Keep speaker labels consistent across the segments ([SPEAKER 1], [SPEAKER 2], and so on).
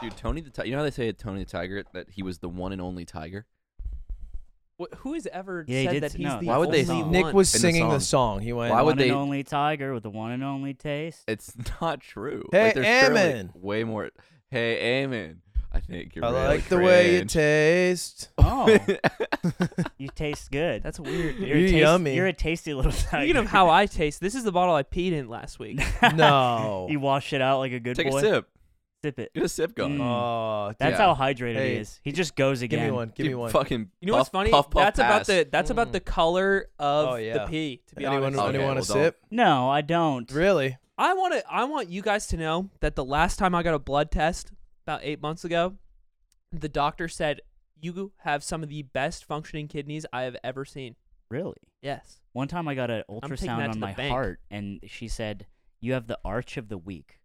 [SPEAKER 1] dude, Tony the Tiger. You know how they say Tony the Tiger that he was the one and only Tiger.
[SPEAKER 2] Wh- who has ever
[SPEAKER 3] Yeah, he
[SPEAKER 2] said
[SPEAKER 3] did
[SPEAKER 2] that
[SPEAKER 3] s-
[SPEAKER 2] he's
[SPEAKER 3] no,
[SPEAKER 2] the
[SPEAKER 1] why would they-
[SPEAKER 2] only
[SPEAKER 1] Song.
[SPEAKER 4] Nick
[SPEAKER 2] one?
[SPEAKER 4] was
[SPEAKER 1] In the
[SPEAKER 4] singing the song.
[SPEAKER 1] song.
[SPEAKER 4] He went,
[SPEAKER 1] Why
[SPEAKER 4] "Why
[SPEAKER 1] would
[SPEAKER 4] would
[SPEAKER 1] But
[SPEAKER 3] one
[SPEAKER 1] they-
[SPEAKER 3] and only tiger with the one and only taste.
[SPEAKER 1] It's not true.
[SPEAKER 4] Hey,
[SPEAKER 1] like, there's surely
[SPEAKER 4] Amen.
[SPEAKER 1] Way more. Hey, Amen. I think you're
[SPEAKER 4] I
[SPEAKER 1] really
[SPEAKER 4] like the way you
[SPEAKER 1] cringe.
[SPEAKER 4] taste."
[SPEAKER 3] Oh, you taste good.
[SPEAKER 2] That's weird, dude.
[SPEAKER 3] you're a
[SPEAKER 4] You
[SPEAKER 3] taste-
[SPEAKER 4] yummy.
[SPEAKER 3] You're a tasty little tiger.
[SPEAKER 2] Speaking of how I taste, this is the bottle I peed in last week.
[SPEAKER 4] no.
[SPEAKER 3] you wash it out like a good
[SPEAKER 1] Take
[SPEAKER 3] boy.
[SPEAKER 1] a sip.
[SPEAKER 3] Sip it.
[SPEAKER 1] Get a sip going.
[SPEAKER 3] Mm.
[SPEAKER 4] Oh, dude,
[SPEAKER 3] That's
[SPEAKER 1] Yeah.
[SPEAKER 3] how hydrated he
[SPEAKER 4] Hey,
[SPEAKER 3] is. He just goes again.
[SPEAKER 4] give me one. Give me
[SPEAKER 1] You
[SPEAKER 4] one.
[SPEAKER 1] Fucking.
[SPEAKER 2] You know
[SPEAKER 1] puff,
[SPEAKER 2] what's funny?
[SPEAKER 1] Puff, Mm. puff,
[SPEAKER 2] that's about
[SPEAKER 1] pass.
[SPEAKER 2] the that's about the color of
[SPEAKER 4] Oh, yeah.
[SPEAKER 2] the pee. To be
[SPEAKER 4] Anyone,
[SPEAKER 2] honest,
[SPEAKER 1] Okay,
[SPEAKER 4] anyone
[SPEAKER 1] well,
[SPEAKER 4] a sip?
[SPEAKER 3] No, I don't.
[SPEAKER 4] Really?
[SPEAKER 2] I want to. I want you guys to know that the last time I got a blood test about eight months ago, the doctor said you have some of the best functioning kidneys I have ever seen.
[SPEAKER 3] Really?
[SPEAKER 2] Yes.
[SPEAKER 3] One time I got an
[SPEAKER 2] taking that
[SPEAKER 3] ultrasound
[SPEAKER 2] to
[SPEAKER 3] on
[SPEAKER 2] the
[SPEAKER 3] my
[SPEAKER 2] bank.
[SPEAKER 3] heart, and she said, "You have the arch of the weak."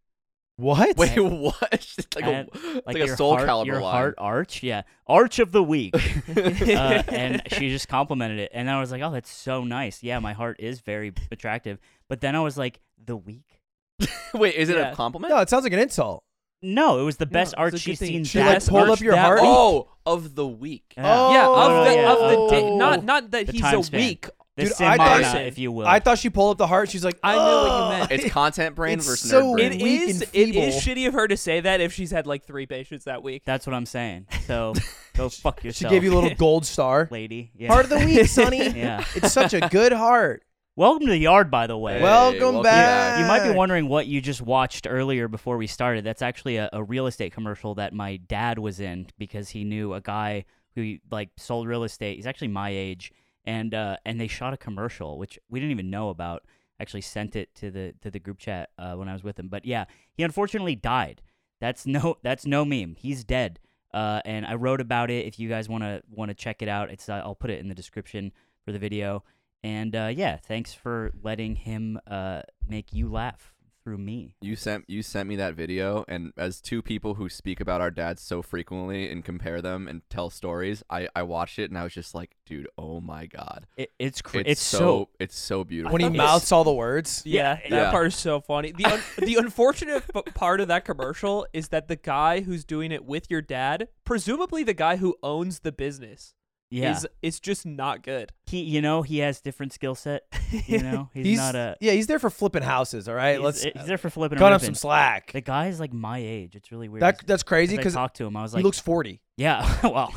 [SPEAKER 4] What?
[SPEAKER 1] Wait,
[SPEAKER 3] I-
[SPEAKER 1] what? It's just like,
[SPEAKER 3] I-
[SPEAKER 1] a, it's like, a
[SPEAKER 3] your
[SPEAKER 1] soul
[SPEAKER 3] heart,
[SPEAKER 1] caliber
[SPEAKER 3] your
[SPEAKER 1] line.
[SPEAKER 3] heart arch, yeah, arch of the week. uh, and she just complimented it, and I was like, "Oh, that's so nice." Yeah, my heart is very attractive, but then I was like, "The week."
[SPEAKER 1] Wait, is it
[SPEAKER 2] Yeah.
[SPEAKER 1] a compliment?
[SPEAKER 4] No, it sounds like an insult.
[SPEAKER 3] No, it was the
[SPEAKER 2] No,
[SPEAKER 3] best
[SPEAKER 2] it's
[SPEAKER 3] arch
[SPEAKER 2] a
[SPEAKER 3] she's
[SPEAKER 2] good thing.
[SPEAKER 3] seen.
[SPEAKER 4] She,
[SPEAKER 3] that
[SPEAKER 4] like, pulled
[SPEAKER 3] much.
[SPEAKER 4] up your
[SPEAKER 2] that
[SPEAKER 4] heart.
[SPEAKER 2] week.
[SPEAKER 1] Oh, of the week.
[SPEAKER 3] Yeah.
[SPEAKER 2] yeah,
[SPEAKER 4] Oh,
[SPEAKER 2] of the
[SPEAKER 4] yeah.
[SPEAKER 2] of the day,
[SPEAKER 4] Oh.
[SPEAKER 2] not not that
[SPEAKER 3] The
[SPEAKER 2] he's
[SPEAKER 3] time
[SPEAKER 2] a
[SPEAKER 3] span.
[SPEAKER 2] week.
[SPEAKER 3] the
[SPEAKER 4] Dude, I thought-
[SPEAKER 3] Simbana, if you will.
[SPEAKER 4] I thought she pulled up the heart. She's like,
[SPEAKER 2] I know what you
[SPEAKER 4] "Oh."
[SPEAKER 2] meant.
[SPEAKER 1] It's content brain
[SPEAKER 4] It's
[SPEAKER 1] versus
[SPEAKER 4] so
[SPEAKER 1] nerd brain.
[SPEAKER 2] It
[SPEAKER 4] Weak and
[SPEAKER 2] is it is
[SPEAKER 4] feeble.
[SPEAKER 2] shitty of her to say that if she's had like three patients that week.
[SPEAKER 3] that's what I'm saying. So go fuck
[SPEAKER 4] She
[SPEAKER 3] yourself.
[SPEAKER 4] gave you a little gold star.
[SPEAKER 3] lady. Yeah.
[SPEAKER 4] Heart of the week, Sonny.
[SPEAKER 3] yeah.
[SPEAKER 4] It's such a good heart.
[SPEAKER 3] Welcome to the yard, by the way.
[SPEAKER 1] Hey,
[SPEAKER 4] welcome back.
[SPEAKER 3] You might be
[SPEAKER 4] Heck.
[SPEAKER 3] wondering what you just watched earlier before we started. That's actually a, a real estate commercial that my dad was in because he knew a guy who like sold real estate. He's actually my age, and uh, and they shot a commercial which we didn't even know about. Actually sent it to the to the group chat uh, when I was with him. But yeah, he unfortunately died. That's no that's no meme. He's dead. Uh, and I wrote about it. If you guys want to want to check it out, it's uh, I'll put it in the description for the video. And uh, yeah, thanks for letting him uh, make you laugh through me.
[SPEAKER 1] You sent you sent me that video, and as two people who speak about our dads so frequently and compare them and tell stories, I I watched it and I was just like, dude, oh my god,
[SPEAKER 3] It, it's cr-
[SPEAKER 1] it's,
[SPEAKER 3] it's,
[SPEAKER 1] so, it's so beautiful.
[SPEAKER 4] When he
[SPEAKER 2] thought it was-
[SPEAKER 4] mouths all the words.
[SPEAKER 2] Yeah, that
[SPEAKER 1] Yeah.
[SPEAKER 2] part is so funny. The un- the unfortunate p- part of that commercial is that the guy who's doing it with your dad, presumably the guy who owns the business,
[SPEAKER 3] yeah.
[SPEAKER 2] is is just not good.
[SPEAKER 3] he you know he has different skill set. You know he's, not a.
[SPEAKER 4] yeah. He's there for flipping houses. All right,
[SPEAKER 3] he's,
[SPEAKER 4] let's
[SPEAKER 3] he's there for flipping.
[SPEAKER 4] cut
[SPEAKER 3] and
[SPEAKER 4] him some
[SPEAKER 3] ripping.
[SPEAKER 4] slack.
[SPEAKER 3] The guy's like my age. It's really weird.
[SPEAKER 4] That
[SPEAKER 3] As-
[SPEAKER 4] that's crazy
[SPEAKER 3] as I
[SPEAKER 4] because
[SPEAKER 3] talked to him. I was
[SPEAKER 4] he
[SPEAKER 3] like,
[SPEAKER 4] looks forty.
[SPEAKER 3] Yeah, well,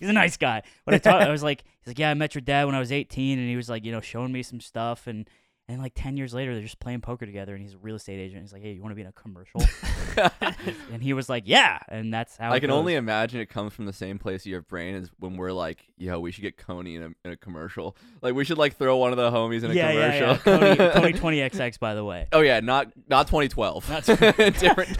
[SPEAKER 3] he's a nice guy. But I taught, I was like, he's like, yeah, I met your dad when I was 18, and he was like, you know, showing me some stuff, and and like 10 years later, they're just playing poker together, and he's a real estate agent. He's like, hey, you want to be in a commercial? and he was like, yeah, and that's how.
[SPEAKER 1] I
[SPEAKER 3] it
[SPEAKER 1] can
[SPEAKER 3] goes.
[SPEAKER 1] only imagine it comes from the same place your brain is when we're like, yo, we should get Coney in a, in a commercial. Like we should like throw one of the homies in a
[SPEAKER 3] yeah, yeah, yeah.
[SPEAKER 1] commercial.
[SPEAKER 3] Cody, Cody 20XX, by the way,
[SPEAKER 1] oh yeah, not not 2012.
[SPEAKER 3] Not
[SPEAKER 1] different.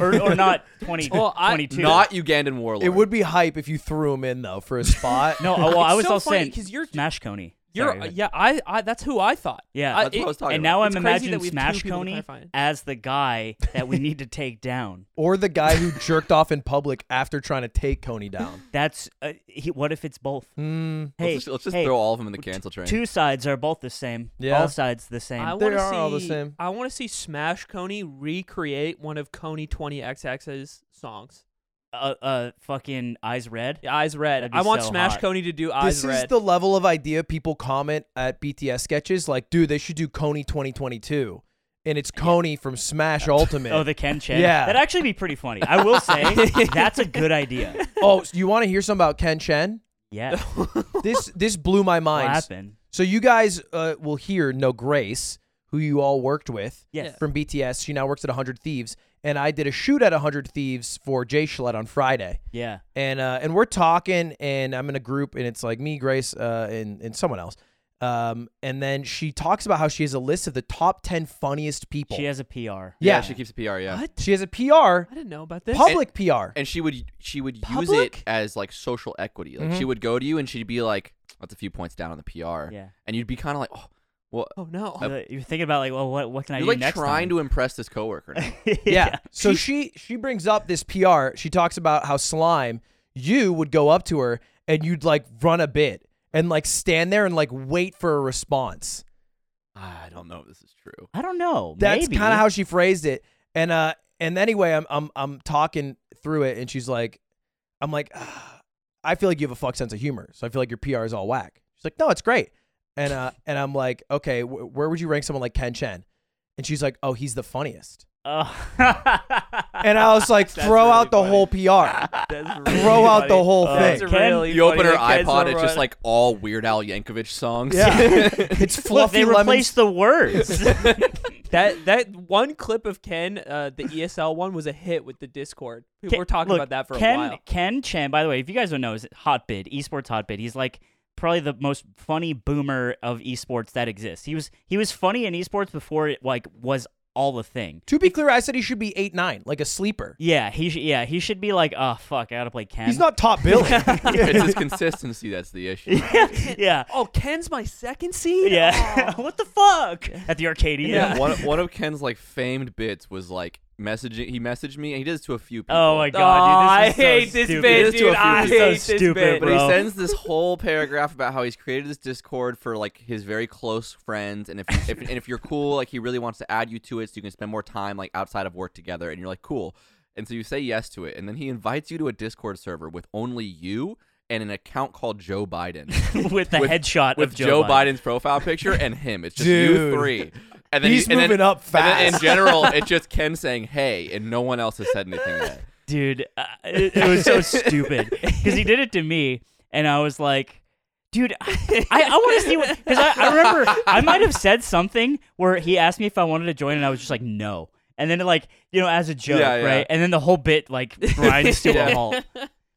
[SPEAKER 3] or, or not 20,
[SPEAKER 2] Well, I-
[SPEAKER 3] 22.
[SPEAKER 1] Not Ugandan warlord.
[SPEAKER 4] It would be hype if you threw him in though for a spot.
[SPEAKER 3] No, oh, well, I
[SPEAKER 2] It's
[SPEAKER 3] was
[SPEAKER 2] so
[SPEAKER 3] also
[SPEAKER 2] funny
[SPEAKER 3] saying
[SPEAKER 2] 'cause you're-
[SPEAKER 3] Smash Coney.
[SPEAKER 2] You're
[SPEAKER 3] Sorry.
[SPEAKER 2] yeah, I, I that's who I thought.
[SPEAKER 3] Yeah.
[SPEAKER 2] I-
[SPEAKER 1] That's what I was talking
[SPEAKER 3] and
[SPEAKER 1] about.
[SPEAKER 3] now
[SPEAKER 2] It's
[SPEAKER 3] I'm
[SPEAKER 2] crazy that
[SPEAKER 3] imagining
[SPEAKER 2] we have two
[SPEAKER 3] Smash
[SPEAKER 2] people
[SPEAKER 3] Coney
[SPEAKER 2] clarifying it.
[SPEAKER 3] as the guy that we need to take down.
[SPEAKER 4] or the guy who jerked off in public after trying to take Coney down.
[SPEAKER 3] That's uh, he, what if it's both?
[SPEAKER 4] Hmm.
[SPEAKER 1] let's
[SPEAKER 3] Hey,
[SPEAKER 1] just, let's just
[SPEAKER 3] hey,
[SPEAKER 1] throw all of them in the cancel train.
[SPEAKER 3] two sides are both the same.
[SPEAKER 4] Yeah.
[SPEAKER 3] All sides the same.
[SPEAKER 2] I
[SPEAKER 4] They
[SPEAKER 2] wanna
[SPEAKER 4] are all the
[SPEAKER 2] see-
[SPEAKER 4] same.
[SPEAKER 2] I want to see Smash Coney recreate one of Coney 20XX's songs.
[SPEAKER 3] uh, uh, fucking eyes red.
[SPEAKER 2] Yeah, Eyes Red.
[SPEAKER 3] That'd be
[SPEAKER 2] I want
[SPEAKER 3] so
[SPEAKER 2] Smash
[SPEAKER 3] hot.
[SPEAKER 2] Coney to do
[SPEAKER 4] This
[SPEAKER 2] Eyes
[SPEAKER 4] is
[SPEAKER 2] Red.
[SPEAKER 4] the level of idea people comment at BTS sketches like, dude, they should do Coney 2022, and it's Coney from Smash Ultimate.
[SPEAKER 3] Oh, the Ken Chen.
[SPEAKER 4] Yeah.
[SPEAKER 3] that'd actually be pretty funny. I will say that's a good idea.
[SPEAKER 4] oh, so you want to hear something about Ken Chen?
[SPEAKER 3] Yeah,
[SPEAKER 4] This this blew my
[SPEAKER 3] what
[SPEAKER 4] mind.
[SPEAKER 3] happened?
[SPEAKER 4] So you guys uh, will hear No Grace, who you all worked with
[SPEAKER 3] Yes.
[SPEAKER 4] from BTS. She now works at 100 Thieves, and I did a shoot at 100 Thieves for Jay Shalet on Friday.
[SPEAKER 3] Yeah,
[SPEAKER 4] and uh, and we're talking, and I'm in a group, and it's like me, Grace, uh, and and someone else. Um, and then she talks about how she has a list of the top ten funniest people.
[SPEAKER 3] she has a PR.
[SPEAKER 1] yeah,
[SPEAKER 4] yeah.
[SPEAKER 1] she keeps a PR. Yeah,
[SPEAKER 2] what?
[SPEAKER 4] She has a PR,
[SPEAKER 2] I didn't know about this.
[SPEAKER 4] public PR.
[SPEAKER 1] and she would she would use
[SPEAKER 4] Public?
[SPEAKER 1] it as like social equity. Like she would go to you and she'd be like, "That's a few points down on the PR,"
[SPEAKER 3] Mm-hmm. Yeah.
[SPEAKER 1] and you'd be kind of like, "Oh, well."
[SPEAKER 2] oh no.
[SPEAKER 3] So You're thinking about like, well, what what can I
[SPEAKER 1] You're
[SPEAKER 3] do
[SPEAKER 1] like
[SPEAKER 3] next?
[SPEAKER 1] trying to impress this coworker. now.
[SPEAKER 3] to.
[SPEAKER 4] yeah. So she she brings up this PR. She talks about how slime you would go up to her and you'd like run a bit and like stand there and like wait for a response.
[SPEAKER 1] Ah, I don't know if this is true.
[SPEAKER 3] I don't know.
[SPEAKER 4] That's
[SPEAKER 3] maybe.
[SPEAKER 4] kind of how she phrased it. And uh and anyway, I'm I'm I'm talking through it and she's like, I'm like, "Ah, I feel like you have a fuck sense of humor. So I feel like your PR is all whack. She's like, no, it's great. And, uh, and I'm like, okay, wh- where would you rank someone like Ken Chen? And she's like, oh, he's the funniest.
[SPEAKER 3] Oh.
[SPEAKER 4] And I was like,
[SPEAKER 2] That's
[SPEAKER 4] throw
[SPEAKER 2] really
[SPEAKER 4] out the
[SPEAKER 2] funny.
[SPEAKER 4] whole PR.
[SPEAKER 2] That's Uh,
[SPEAKER 4] Throw out the whole
[SPEAKER 2] That's
[SPEAKER 4] thing.
[SPEAKER 2] really
[SPEAKER 1] You open her
[SPEAKER 2] funny. That kid's
[SPEAKER 1] iPod, it's
[SPEAKER 2] alright.
[SPEAKER 1] just like all Weird Al Yankovic songs.
[SPEAKER 4] Yeah. It's
[SPEAKER 3] Look,
[SPEAKER 4] fluffy
[SPEAKER 3] they
[SPEAKER 4] lemons.
[SPEAKER 3] replaced the words.
[SPEAKER 2] that. That one clip of Ken, uh, the ESL one, was a hit with the Discord. People
[SPEAKER 3] Ken-
[SPEAKER 2] were talking
[SPEAKER 3] look,
[SPEAKER 2] about that for
[SPEAKER 3] Ken,
[SPEAKER 2] a while.
[SPEAKER 3] Ken Chen, by the way, if you guys don't know, is Hotbid, esports Hotbid. He's like probably the most funny boomer of esports that exists. He was he was funny in esports before it like was all a thing.
[SPEAKER 4] To be clear, I said he should be eight nine, like a sleeper.
[SPEAKER 3] Yeah, he sh- yeah he should be like, oh fuck, I gotta play Ken.
[SPEAKER 4] He's not top billing.
[SPEAKER 1] It's his consistency that's the issue.
[SPEAKER 3] yeah,
[SPEAKER 2] Oh, Ken's my second seed.
[SPEAKER 3] yeah. what the fuck at the Arcadia?
[SPEAKER 1] Yeah, one one of Ken's like famed bits was like messaging. He messaged me, and he did this to a few people.
[SPEAKER 3] Oh my
[SPEAKER 2] Oh,
[SPEAKER 3] god,
[SPEAKER 2] I
[SPEAKER 3] dude,
[SPEAKER 2] hate
[SPEAKER 3] this is so
[SPEAKER 2] this
[SPEAKER 3] stupid.
[SPEAKER 1] It
[SPEAKER 2] bit,
[SPEAKER 1] is to a
[SPEAKER 2] dude.
[SPEAKER 1] few
[SPEAKER 2] I
[SPEAKER 1] people.
[SPEAKER 2] hate
[SPEAKER 3] It's so
[SPEAKER 2] this
[SPEAKER 3] stupid,
[SPEAKER 2] bit.
[SPEAKER 1] But he
[SPEAKER 3] bro.
[SPEAKER 1] sends this whole paragraph about how he's created this Discord for like his very close friends, and if, if and if you're cool, like he really wants to add you to it so you can spend more time like outside of work together. And you're like, cool. And so you say yes to it, and then he invites you to a Discord server with only you and an account called Joe Biden.
[SPEAKER 3] with the
[SPEAKER 1] With-
[SPEAKER 3] headshot
[SPEAKER 1] with
[SPEAKER 3] of
[SPEAKER 1] Joe,
[SPEAKER 3] Joe,
[SPEAKER 1] Biden's profile picture and him. It's just
[SPEAKER 4] Dude.
[SPEAKER 1] you three. And then
[SPEAKER 4] He's
[SPEAKER 1] and then-
[SPEAKER 4] moving up
[SPEAKER 1] And then in
[SPEAKER 4] fast.
[SPEAKER 1] general, it's just Ken saying "Hey," and no one else has said anything yet.
[SPEAKER 3] dude uh, it, it was so stupid because he did it to me and i was like dude i, I want to see what because I, I remember i might have said something where he asked me if i wanted to join and i was just like no and then like you know as a joke
[SPEAKER 1] Yeah, yeah.
[SPEAKER 3] right and then the whole bit like grinds to
[SPEAKER 1] Yeah.
[SPEAKER 3] a halt